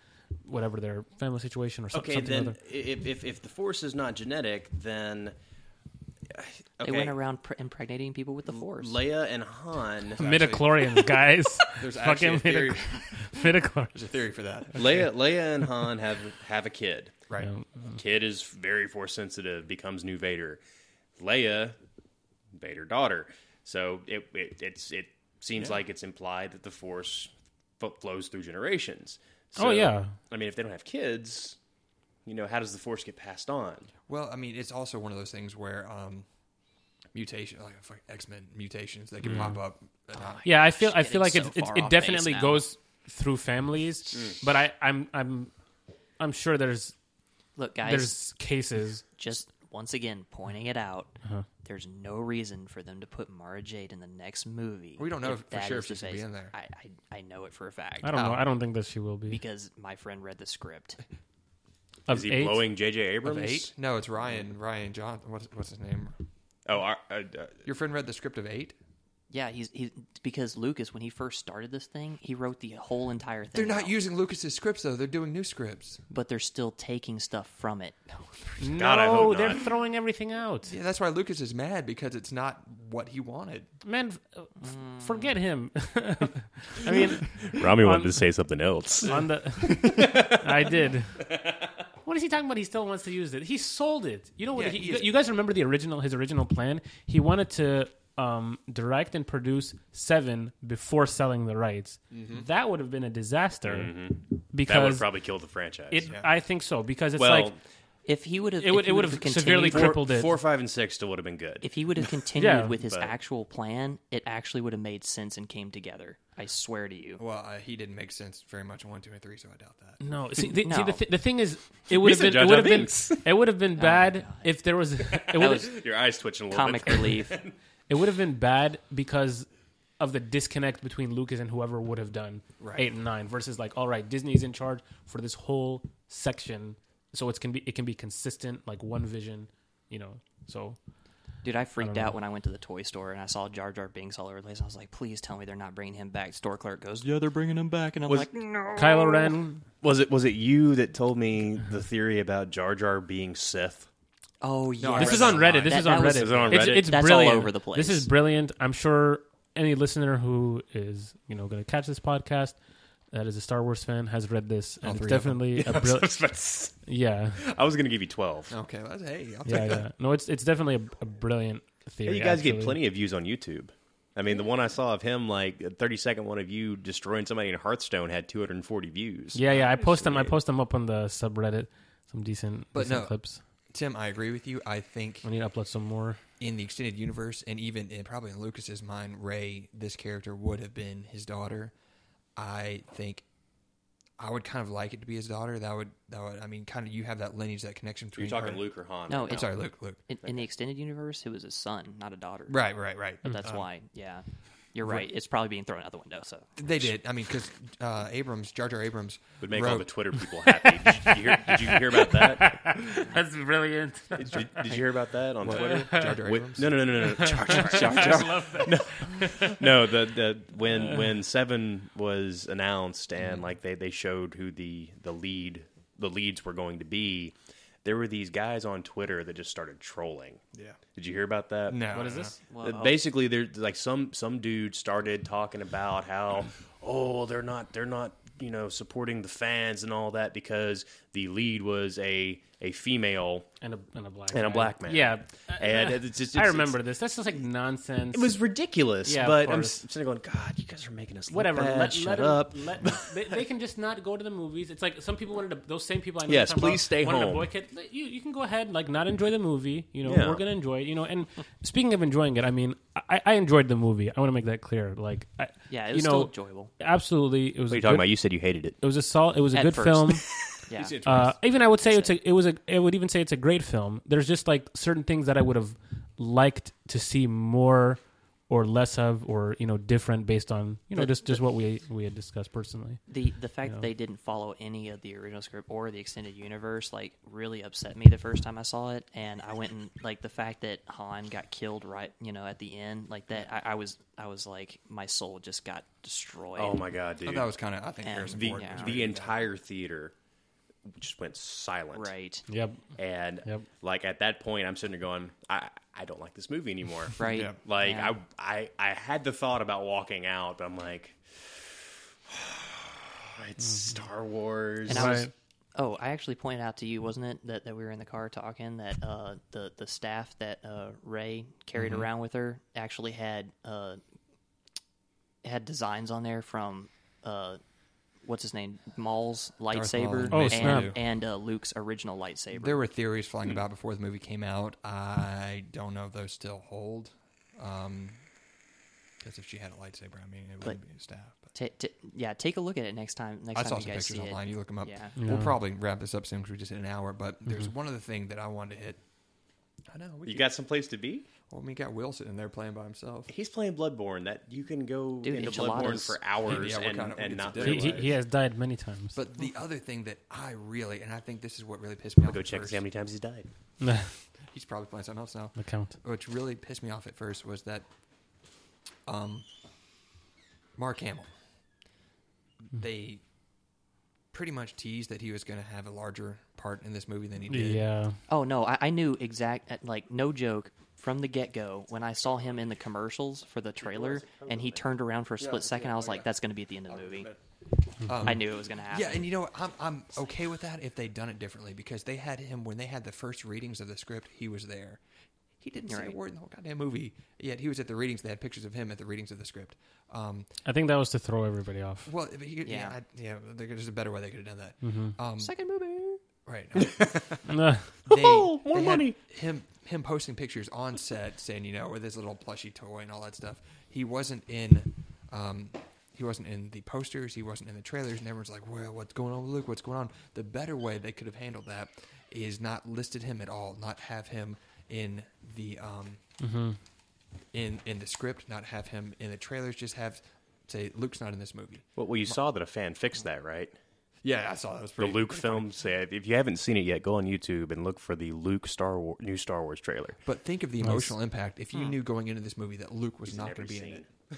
Speaker 3: whatever their family situation or so-
Speaker 4: Okay,
Speaker 3: something.
Speaker 4: then
Speaker 3: other.
Speaker 4: if, if if the force is not genetic, then <sighs> okay,
Speaker 1: They went around pr- impregnating people with the force.
Speaker 4: Leia and Han.
Speaker 3: midichlorians, guys.
Speaker 2: There's
Speaker 3: Fucking
Speaker 2: actually a theory.
Speaker 3: midic- midichlorians.
Speaker 2: There's a theory for that.
Speaker 4: Leia, Leia and Han have have a kid.
Speaker 2: Right.
Speaker 4: Kid is very force sensitive, becomes new Vader. Leia, Vader daughter. So it it it's, it seems like it's implied that the force fo- flows through generations. So,
Speaker 3: Oh, yeah.
Speaker 4: I mean, if they don't have kids, you know, how does the force get passed on?
Speaker 2: Well, I mean, it's also one of those things where um, mutation, like X Men mutations, they can pop up. and not-
Speaker 3: Yeah, I feel I
Speaker 1: getting
Speaker 3: feel like
Speaker 1: so
Speaker 3: it's, it's
Speaker 1: far
Speaker 3: it
Speaker 1: off base
Speaker 3: definitely
Speaker 1: now.
Speaker 3: goes through families, but I I'm I'm I'm sure there's
Speaker 1: Look, guys,
Speaker 3: there's cases.
Speaker 1: just once again pointing it out.
Speaker 4: Uh-huh.
Speaker 1: There's no reason for them to put Mara Jade in the next movie.
Speaker 2: We don't know
Speaker 1: if
Speaker 2: for
Speaker 1: that
Speaker 2: sure
Speaker 1: is
Speaker 2: if
Speaker 1: the
Speaker 2: she's gonna be
Speaker 1: case.
Speaker 2: in there.
Speaker 1: I, I I know it for a fact.
Speaker 3: I don't know.
Speaker 2: Oh.
Speaker 3: I don't think that she will be.
Speaker 1: because my friend read the script.
Speaker 3: Of
Speaker 4: Is he
Speaker 3: eight?
Speaker 4: blowing J.J. Abrams?
Speaker 2: Of eight? No, it's Ryan. Ryan John. What's, what's his name?
Speaker 4: Oh, our, uh, uh,
Speaker 2: Your friend read the script of eight.
Speaker 1: Yeah, he's he because Lucas when he first started this thing, he wrote the whole entire thing.
Speaker 2: They're not
Speaker 1: out,
Speaker 2: using Lucas's scripts though. They're doing new scripts.
Speaker 1: but they're still taking stuff from it. <laughs>
Speaker 3: No,
Speaker 4: God, I hope
Speaker 3: they're
Speaker 4: not.
Speaker 3: throwing everything out.
Speaker 2: Yeah, that's why Lucas is mad because it's not what he wanted.
Speaker 3: Man, f- uh, f-
Speaker 2: Mm.
Speaker 3: forget him. <laughs> I
Speaker 2: <laughs>
Speaker 3: mean,
Speaker 4: Rami
Speaker 3: wanted to
Speaker 4: say something else.
Speaker 3: on the
Speaker 2: <laughs>
Speaker 3: I did. What is he talking about? He still wants to use it. He sold it. You know what?
Speaker 2: Yeah,
Speaker 3: he,
Speaker 2: he is-
Speaker 3: you guys remember the original? His original plan. He wanted to um, direct and produce Seven before selling the rights.
Speaker 2: Mm-hmm.
Speaker 3: That would have been a disaster
Speaker 4: Mm-hmm. That would
Speaker 3: because
Speaker 4: probably kill the franchise.
Speaker 3: it. I think so because it's
Speaker 4: well,
Speaker 3: like
Speaker 1: If he would have,
Speaker 3: It would-
Speaker 1: if he
Speaker 3: it would
Speaker 1: would've
Speaker 3: have severely
Speaker 1: continued-
Speaker 4: four,
Speaker 3: crippled it.
Speaker 4: four, five, and six still would have been good.
Speaker 1: If he
Speaker 3: <laughs>
Speaker 1: would have continued
Speaker 3: Yeah,
Speaker 1: with his
Speaker 4: but-
Speaker 1: actual plan, it actually would have made sense and came together. I swear to you.
Speaker 2: Well, uh, he didn't make sense very much in one, two, and three, so I doubt that.
Speaker 3: No, see, the, see
Speaker 1: No.
Speaker 3: the, th- the thing is, it would have
Speaker 4: said
Speaker 3: been
Speaker 4: Jar
Speaker 3: it
Speaker 4: Jar
Speaker 3: would have been
Speaker 4: Binks.
Speaker 3: it would have been
Speaker 2: Oh,
Speaker 3: bad if there
Speaker 2: <laughs>
Speaker 3: was it would
Speaker 1: was-
Speaker 4: Your eyes twitching a
Speaker 3: <laughs>
Speaker 4: little
Speaker 1: Comic
Speaker 4: bit.
Speaker 1: relief.
Speaker 3: it would have been bad because of the disconnect between Lucas and whoever would have done
Speaker 2: Right.
Speaker 3: eight and nine versus like all right, Disney's in charge for this whole section, so it's can be it can be consistent like one vision, you know. So
Speaker 1: Dude, I freaked out when I went to the toy store and I saw Jar Jar Binks all over the place. I was like, please tell me they're not bringing him back. Store clerk goes, yeah, they're bringing him back. And I'm like, no.
Speaker 3: Kylo Ren,
Speaker 4: Was it was it you that told me the theory about Jar Jar being Sith? <laughs>
Speaker 1: Oh, yeah.
Speaker 2: I
Speaker 3: this
Speaker 2: read
Speaker 3: is on
Speaker 2: that
Speaker 3: Reddit.
Speaker 2: online.
Speaker 3: This
Speaker 1: That-
Speaker 3: is on Reddit.
Speaker 1: that was-
Speaker 4: This is on
Speaker 3: It's,
Speaker 4: Reddit?
Speaker 3: it's
Speaker 1: That's all
Speaker 3: brilliant.
Speaker 1: over the place.
Speaker 3: This is brilliant. I'm sure any listener who is you know going to catch this podcast. That is a Star Wars fan has read this, and it's
Speaker 2: three of them.
Speaker 3: definitely
Speaker 4: <laughs>
Speaker 3: a brilliant. Yeah,
Speaker 4: I was going to give you twelve.
Speaker 2: Okay, well, that's- hey, I'll take
Speaker 3: yeah,
Speaker 2: that.
Speaker 3: yeah. No, it's it's definitely a, a brilliant theory.
Speaker 4: you guys get
Speaker 3: actually.
Speaker 4: plenty of views on YouTube. I mean, the one I saw of him, like a thirty second one of you destroying somebody in Hearthstone, had two hundred and forty views.
Speaker 3: Yeah, yeah. I post them. I post them up on the subreddit. Some decent,
Speaker 2: But
Speaker 3: decent
Speaker 2: no.
Speaker 3: clips.
Speaker 2: Tim, I agree with you. I think
Speaker 3: I need to upload some more.
Speaker 2: in the extended universe, and even in, probably in Lucas's mind, Ray, this character would have been his daughter. I think I would kind of like it to be his daughter. That would that would I mean, kind of you have that lineage, that connection
Speaker 4: You're
Speaker 2: between.
Speaker 4: talking
Speaker 2: her-
Speaker 4: Luke or Han?
Speaker 1: No,
Speaker 2: I'm
Speaker 1: it's,
Speaker 2: sorry, Luke. Luke.
Speaker 1: In, in the extended universe, it was a son, not a daughter.
Speaker 2: Right, right, right.
Speaker 1: But
Speaker 3: Uh,
Speaker 1: that's why, yeah. You're right. It's probably being thrown out the window. So
Speaker 2: They did. I mean, because uh, Abrams, Jar Jar Abrams,
Speaker 4: would make all
Speaker 2: wrote,
Speaker 4: the Twitter people happy. Did you hear, did you hear about that?
Speaker 3: That's brilliant.
Speaker 4: Did, did you hear about that on Twitter?
Speaker 2: Jar <laughs> Jar
Speaker 4: Wait,
Speaker 2: Abrams.
Speaker 4: no, no, no, no, no, no. Jar, Jar, Jar, Jar. No, no. The
Speaker 3: <laughs>
Speaker 4: the when when Seven was announced and like they they showed who the the lead the leads were going to be, there were these guys on Twitter that just started trolling.
Speaker 2: Yeah.
Speaker 4: Did you hear about that?
Speaker 2: No.
Speaker 3: What is
Speaker 2: no.
Speaker 3: this?
Speaker 1: Well,
Speaker 4: Uh, Basically, there's like some some dude started talking about how oh they're not they're not you know supporting the fans and all that because the lead was a a female
Speaker 3: <laughs> And a and a black
Speaker 4: And a
Speaker 3: man.
Speaker 4: black man.
Speaker 3: Yeah,
Speaker 4: and it's just,
Speaker 3: I
Speaker 4: it's-
Speaker 3: remember this. That's just like nonsense.
Speaker 4: It was ridiculous,
Speaker 3: Yeah, of
Speaker 4: but I'm
Speaker 3: course.
Speaker 4: s- sitting there going, God, you guys are making us look
Speaker 3: whatever.
Speaker 4: Bad.
Speaker 3: Let, let
Speaker 4: Shut
Speaker 3: 'em-
Speaker 4: up.
Speaker 3: let- they, they can just not go to the movies. It's like some people wanted to. Those same people. I know
Speaker 4: Yes,
Speaker 3: you're talking
Speaker 4: please
Speaker 3: about
Speaker 4: stay
Speaker 3: wanted to
Speaker 4: home.
Speaker 3: boycott. You, you can go ahead, like not enjoy the movie. You know,
Speaker 4: Yeah.
Speaker 3: we're gonna enjoy it. You know, and speaking of enjoying it, I mean, I, I enjoyed the movie. I want to make that clear. Like, I,
Speaker 1: yeah, it
Speaker 3: you
Speaker 1: was
Speaker 3: know, <laughs>
Speaker 1: still enjoyable.
Speaker 3: Absolutely, it was.
Speaker 4: What are
Speaker 3: a
Speaker 4: you talking
Speaker 3: good-
Speaker 4: about? You said you hated it.
Speaker 3: It was a sol It was a
Speaker 1: At
Speaker 3: good
Speaker 1: first. <laughs>
Speaker 3: film.
Speaker 1: Yeah.
Speaker 3: Uh, even I would say it's a, it was a. I would even say it's a great film. There's just like certain things that I would have liked to see more or less of or you know different based on you know just just what we we had discussed personally.
Speaker 1: The the fact
Speaker 3: Yeah.
Speaker 1: that they didn't follow any of the original script or the extended universe like really upset me the first time I saw it, and I went and like the fact that Han got killed right you know at the end like that I, I was I was like my soul just got destroyed.
Speaker 4: Oh my god,
Speaker 2: I
Speaker 4: dude!
Speaker 2: thought that was kind of. I think Harrison
Speaker 4: the
Speaker 2: Ford was
Speaker 1: yeah.
Speaker 2: really
Speaker 4: the
Speaker 2: good.
Speaker 4: entire theater just went silent.
Speaker 1: Right.
Speaker 3: Yep.
Speaker 4: And
Speaker 3: Yep.
Speaker 4: like at that point, I'm sitting there going, I I don't like this movie anymore.
Speaker 1: <laughs> Right.
Speaker 2: Yeah.
Speaker 4: Like
Speaker 1: Yeah.
Speaker 4: I I I had the thought about walking out, but I'm like, <sighs> it's
Speaker 2: Mm-hmm.
Speaker 4: Star Wars.
Speaker 1: And I was,
Speaker 3: Right.
Speaker 1: oh, I actually pointed out to you, wasn't it, that, that we were in the car talking that uh, the the staff that uh, Ray carried around with her actually had uh, had designs on there from uh, what's his name, Maul's lightsaber
Speaker 2: Maul and Oh,
Speaker 3: Mace
Speaker 1: and,
Speaker 3: Windu.
Speaker 1: and uh, Luke's original lightsaber.
Speaker 2: There were theories flying about before the movie came out. I don't know if those still hold. Um, because if she had a lightsaber, I mean, it wouldn't be a staff. But
Speaker 1: Ta ta- yeah, take a look at it next time. Next
Speaker 2: I
Speaker 1: time
Speaker 2: saw
Speaker 1: you
Speaker 2: some
Speaker 1: guys
Speaker 2: pictures
Speaker 1: see it.
Speaker 2: online. You look them up.
Speaker 1: Yeah.
Speaker 2: We'll probably wrap this up soon because we just hit an hour. But there's one other thing that I wanted to hit. Mm-hmm. I know. We
Speaker 4: you
Speaker 2: could-
Speaker 4: got someplace to be?
Speaker 2: Well, we got Will sitting there playing by himself.
Speaker 4: He's playing Bloodborne. That you can go
Speaker 1: Dude,
Speaker 4: into Bloodborne
Speaker 1: enchiladas.
Speaker 4: for hours
Speaker 2: <laughs> Yeah, we're
Speaker 4: and,
Speaker 2: kinda- we
Speaker 4: and
Speaker 2: did
Speaker 4: not
Speaker 2: some
Speaker 3: He,
Speaker 2: daily.
Speaker 4: realize.
Speaker 3: he, he has died many times.
Speaker 2: But the other thing that I really, and I think this is what really pissed me off.
Speaker 4: Go
Speaker 2: at
Speaker 4: check and
Speaker 2: first,
Speaker 4: see how many times he's died.
Speaker 3: <laughs> the
Speaker 2: He's probably playing something else now.
Speaker 3: count.
Speaker 2: Which really pissed me off at first was that, um, Mark Hamill. They pretty much teased that he was going to have a larger part in this movie than he did.
Speaker 3: Yeah.
Speaker 1: Oh no, I, I knew exact uh, like no joke from the get go when I saw him in the commercials for the trailer and he turned around for a split second. I
Speaker 2: oh,
Speaker 1: was like, that's going to be at the end of the movie. I knew it was going to happen.
Speaker 2: Yeah, and you know what? I'm I'm okay with that if they'd done it differently because they had him when they had the first readings of the script, he was there. He didn't say
Speaker 1: Right.
Speaker 2: a word in the whole goddamn movie. Yet he was at the readings. They had pictures of him at the readings of the script. Um,
Speaker 3: I think that was to throw everybody off.
Speaker 2: well, if he, yeah,
Speaker 1: Yeah.
Speaker 2: yeah, I, yeah. there- There's a better way they could have done that. Um,
Speaker 1: Second movie.
Speaker 2: right.
Speaker 3: Nah.
Speaker 4: <laughs>
Speaker 2: they,
Speaker 4: Oh, more
Speaker 2: they had
Speaker 4: money.
Speaker 2: Him him posting pictures on set saying you know with his little plushy toy and all that stuff. He wasn't in. Um, he wasn't in the posters. He wasn't in the trailers. And everyone's like, "Well, what's going on with Luke? What's going on?" The better way they could have handled that is not listed him at all. Not have him in the um,
Speaker 4: Mm-hmm.
Speaker 2: in in the script. Not have him in the trailers. Just have say Luke's not in this movie.
Speaker 4: Well, well, you saw that a fan fixed that, right?
Speaker 2: Yeah, I saw that was
Speaker 4: The
Speaker 2: pretty.
Speaker 4: Luke film. Say if you haven't seen it yet, go on YouTube and look for the Luke Star War, new Star Wars trailer.
Speaker 2: But think of the emotional impact if you knew going into this movie that Luke was not
Speaker 4: never
Speaker 2: going to be
Speaker 4: seen
Speaker 2: in it,
Speaker 3: <laughs>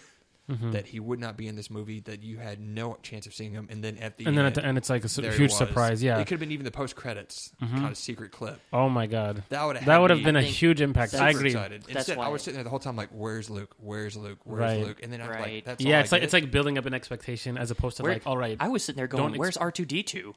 Speaker 3: Mm-hmm.
Speaker 2: that he would not be in this movie, that you had no chance of seeing him, and then at the
Speaker 3: <laughs> And
Speaker 2: end,
Speaker 3: then at the end, it's like a su-
Speaker 2: there he
Speaker 3: huge
Speaker 2: was.
Speaker 3: surprise. Yeah.
Speaker 2: it could have been even the post credits kind of secret clip.
Speaker 3: Oh my god.
Speaker 2: That would have
Speaker 3: That
Speaker 2: had
Speaker 3: would have
Speaker 2: me
Speaker 3: been a
Speaker 1: think
Speaker 3: huge impact.
Speaker 1: super
Speaker 3: I
Speaker 2: super
Speaker 3: agree.
Speaker 2: Excited.
Speaker 1: That's
Speaker 2: Instead, I
Speaker 1: why-
Speaker 2: was sitting there the whole time like, "Where's Luke? Where's Luke? Where's
Speaker 3: Right.
Speaker 2: Luke?" And then I'm like,
Speaker 1: Right.
Speaker 2: "That's all
Speaker 3: Yeah,
Speaker 2: I
Speaker 3: it's like
Speaker 2: get.
Speaker 3: it's like building up an expectation as opposed to
Speaker 1: Where-
Speaker 3: like, all right,
Speaker 1: I was sitting there
Speaker 3: Don't
Speaker 1: going,
Speaker 3: ex-
Speaker 1: "Where's R two D 2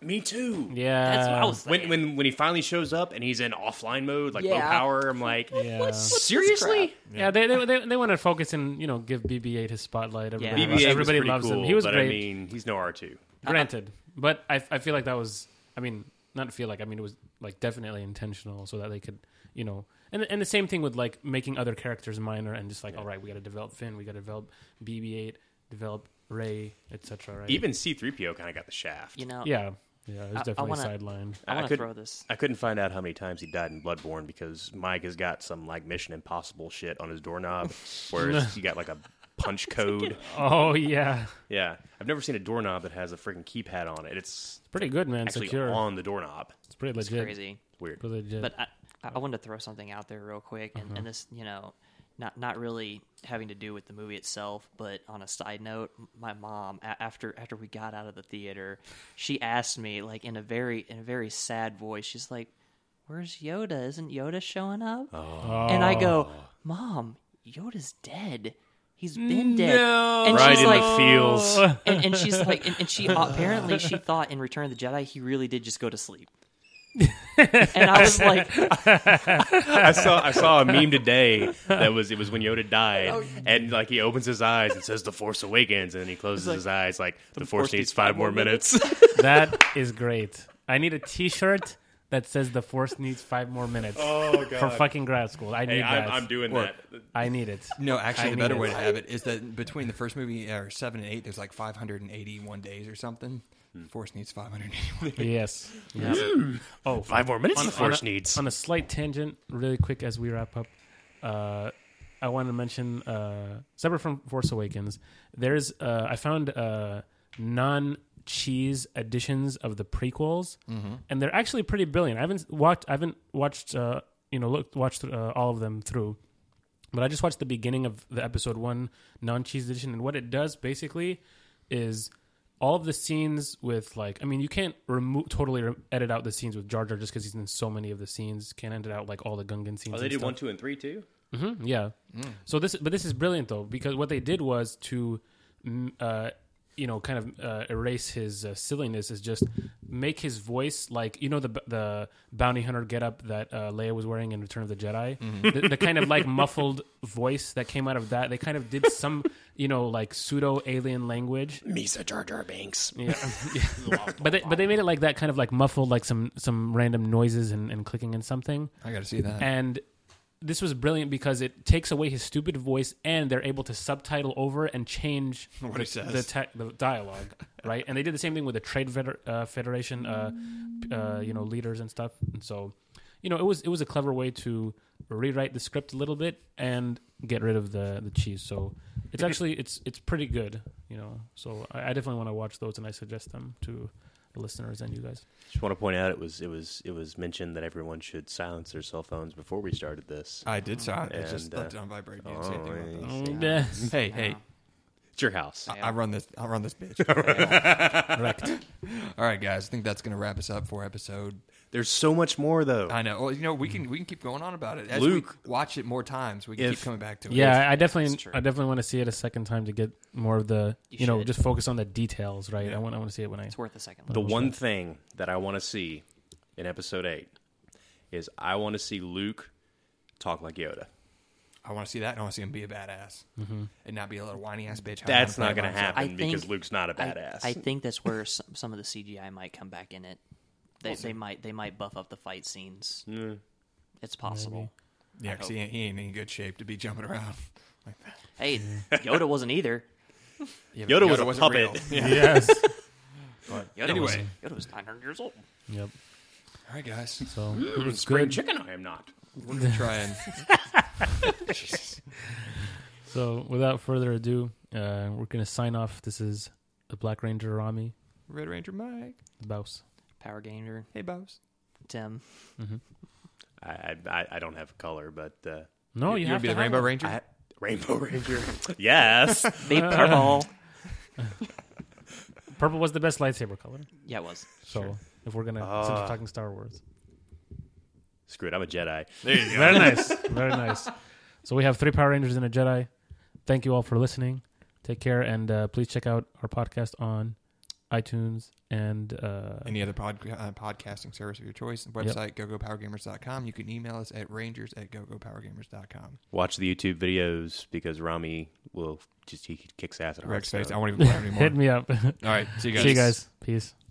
Speaker 4: Me too.
Speaker 3: yeah,
Speaker 1: That's what I was
Speaker 4: When
Speaker 1: saying.
Speaker 4: when when he finally shows up and he's in offline mode, like low
Speaker 1: Yeah.
Speaker 4: power, I'm like,
Speaker 3: Yeah. What's-
Speaker 4: seriously?
Speaker 3: yeah. they they they, they want to focus and you know give BB-8 his spotlight. Everybody,
Speaker 1: Yeah.
Speaker 3: loves,
Speaker 4: BB-8
Speaker 3: everybody
Speaker 4: was pretty
Speaker 3: loves
Speaker 4: cool,
Speaker 3: him. He was
Speaker 4: but
Speaker 3: great, Uh-uh.
Speaker 4: I mean, he's no R two.
Speaker 3: granted, but I I feel like that was I mean not feel like I mean it was like definitely intentional so that they could you know and and the same thing with like making other characters minor and just like all right we got to develop Finn we got to develop BB-8 develop Ray etc. Right?
Speaker 4: Even C three PO kind of got the shaft.
Speaker 1: You know,
Speaker 3: yeah yeah it was
Speaker 1: I- I
Speaker 3: definitely
Speaker 1: wanna-
Speaker 3: sidelined. <laughs>
Speaker 1: I want to
Speaker 4: could-
Speaker 1: throw this.
Speaker 4: I couldn't find out how many times he died in Bloodborne because Mike has got some like Mission Impossible shit on
Speaker 3: <laughs>
Speaker 4: his doorknob, whereas you got like a
Speaker 1: <laughs>
Speaker 4: punch code.
Speaker 3: Oh yeah,
Speaker 4: Yeah, I've never seen a doorknob that has a freaking keypad on it. It's
Speaker 3: pretty good man.
Speaker 4: actually
Speaker 3: Secure.
Speaker 4: on the doorknob.
Speaker 3: It's pretty
Speaker 1: It's
Speaker 3: legit.
Speaker 1: crazy.
Speaker 4: Weird.
Speaker 3: Pretty legit.
Speaker 1: But I, I I wanted to throw something out there real quick, and,
Speaker 4: Mm-hmm.
Speaker 1: and this, you know, not not really having to do with the movie itself, but on a side note, my mom a- after after we got out of the theater, she asked me like in a very in a very sad voice, she's like, "Where's Yoda? Isn't Yoda showing up?"
Speaker 4: Oh.
Speaker 1: And I go, "Mom, Yoda's dead. He's been dead." And
Speaker 4: right
Speaker 1: she's
Speaker 4: in
Speaker 1: like,
Speaker 4: the feels. <laughs>
Speaker 1: and, and she's like, and, and she apparently she thought in Return of the Jedi he really did just go to
Speaker 4: <laughs>
Speaker 1: sleep. and I was like,
Speaker 4: I saw I saw a meme today that was it was when Yoda died, and like he opens his eyes and says "The Force Awakens," and then he closes his eyes like "The, Force needs five more minutes." <laughs>
Speaker 3: That is great. I need a T-shirt that says "The Force needs five more minutes"
Speaker 4: oh
Speaker 3: for fucking grad school. I need
Speaker 4: Hey,
Speaker 3: that.
Speaker 4: I'm, I'm doing
Speaker 2: Work.
Speaker 4: that.
Speaker 3: I need it.
Speaker 2: No, actually,
Speaker 3: I
Speaker 2: the better
Speaker 3: need
Speaker 2: way
Speaker 3: it.
Speaker 2: to have it is that between the first movie or seven and eight, there's like 581 days or something. Force needs 581. days.
Speaker 3: Yes. Yes. Oh,
Speaker 4: Five more minutes. the
Speaker 3: on
Speaker 4: Force
Speaker 3: a,
Speaker 4: needs.
Speaker 3: On a slight tangent, really quick as we wrap up, uh, I want to mention, uh, separate from Force Awakens, there's uh, I found uh, non cheese editions of the prequels, and they're actually pretty brilliant. I haven't watched, I haven't watched, uh, you know, looked watched uh, all of them through, but I just watched the beginning of the episode one non cheese edition, and what it does basically is all of the scenes with like I mean you can't remove totally re- edit out the scenes with Jar Jar just because he's in so many of the scenes. Can't edit out like all the Gungan scenes.
Speaker 4: Oh, they
Speaker 3: and
Speaker 4: did
Speaker 3: stuff.
Speaker 4: one, two, and three too.
Speaker 3: Mm-hmm, yeah. So this, but this is brilliant though because what they did was to, mm, uh, you know, kind of uh, erase his uh, silliness is just make his voice like you know the the bounty hunter getup that uh, Leia was wearing in Return of the Jedi, the, the kind of like muffled voice that came out of that. They kind of did some you know like pseudo alien language.
Speaker 4: Misa Jar Jar Banks.
Speaker 3: Yeah. <laughs> but they, but they made it like that kind of like muffled like some some random noises and, and clicking and something
Speaker 2: I got to see that.
Speaker 3: and this was brilliant because it takes away his stupid voice and they're able to subtitle over and change
Speaker 2: <laughs> What
Speaker 3: the,
Speaker 2: he says.
Speaker 3: the, te- the dialogue <laughs> right and they did the same thing with the trade feder- uh, federation uh, p- uh, you know leaders and stuff and so you know it was it was a clever way to rewrite the script a little bit and get rid of the the cheese so it's actually it's it's pretty good you know so i, I definitely want to watch those and i suggest them to the listeners and you guys
Speaker 4: Just want to point out it was it was it was mentioned that everyone should silence their cell phones before we started this.
Speaker 2: I did saw it. I just
Speaker 4: And, uh,
Speaker 2: left it on vibrate. Didn't say anything about that.
Speaker 3: Yeah.
Speaker 2: Hey, hey,
Speaker 4: It's your house.
Speaker 2: I, I run this. I run this <laughs> bitch.
Speaker 3: <laughs> correct
Speaker 2: All right, guys. I think that's gonna wrap us up for episode.
Speaker 4: There's so much more though.
Speaker 2: I know. Well, you know, we can we can keep going on about it. As
Speaker 4: Luke.
Speaker 2: we watch it more times. We can
Speaker 4: If-
Speaker 2: keep coming back to it.
Speaker 3: Yeah, I definitely,
Speaker 1: That's true.
Speaker 3: I definitely want to see it a second time to get more of the, you,
Speaker 1: You
Speaker 3: know,
Speaker 1: should.
Speaker 3: just focus on the details, right? I want, I want to see it when I.
Speaker 1: It's worth a second.
Speaker 4: the one thing that I want to see in episode eight is I want to see Luke talk like Yoda.
Speaker 2: I want to see that. and I want to see him be a badass
Speaker 3: Mm-hmm.
Speaker 2: and not be a little whiny ass bitch.
Speaker 4: That's
Speaker 2: I'm
Speaker 4: not going to
Speaker 2: myself.
Speaker 4: happen
Speaker 1: I
Speaker 4: because
Speaker 1: think-
Speaker 4: Luke's not a
Speaker 1: I-
Speaker 4: badass.
Speaker 1: I, think that's where some, some of the CGI might come back in it. They, they might they might buff up the fight scenes. It's possible.
Speaker 2: Yeah, 'cause he ain't, he ain't in good shape to be jumping <laughs> around like that.
Speaker 1: Hey, <laughs> Yoda wasn't either.
Speaker 2: Yeah, but
Speaker 4: Yoda, was a
Speaker 2: wasn't real.
Speaker 4: puppet.
Speaker 3: Yes.
Speaker 1: Yoda
Speaker 2: Anyway.
Speaker 1: was, Yoda was 900 years old.
Speaker 3: yep.
Speaker 2: All right, guys. <laughs>
Speaker 3: So it's
Speaker 4: Spring
Speaker 3: good.
Speaker 4: chicken, I am not.
Speaker 2: We're gonna
Speaker 3: <laughs>
Speaker 2: try and
Speaker 3: So without further ado, uh, we're gonna sign off. This is the Black Ranger Rami
Speaker 2: Red Ranger Mike.
Speaker 3: Bouse.
Speaker 1: Power Gainer,
Speaker 2: Hey, Bows.
Speaker 1: Tim.
Speaker 4: I, I- I, I don't have a color, but uh,
Speaker 3: No, Oh, you,
Speaker 2: You're gonna
Speaker 3: have
Speaker 2: be
Speaker 3: to
Speaker 2: the
Speaker 3: have
Speaker 2: Rainbow
Speaker 3: it.
Speaker 2: Ranger.
Speaker 4: I, Rainbow Ranger. yes.
Speaker 1: Big <laughs> purple.
Speaker 3: Purple was the best lightsaber color.
Speaker 1: Yeah, it was.
Speaker 3: So if we're gonna since we're talking Star Wars,
Speaker 4: Screw it. I'm a Jedi.
Speaker 3: very nice, very nice. So we have three Power Rangers and a Jedi. Thank you all for listening. Take care, and uh, please check out our podcast on iTunes and uh,
Speaker 2: any other pod, uh, podcasting service of your choice. Website, gogopowergamers.com. You can email us at rangers at gogopowergamers.com.
Speaker 4: Watch the YouTube videos because Rami will just he kicks ass at
Speaker 2: Rex
Speaker 3: <laughs>
Speaker 4: Hearthstone.
Speaker 2: face. I won't even play anymore.
Speaker 3: hit me up.
Speaker 2: All right. See you guys.
Speaker 3: See you guys. Peace.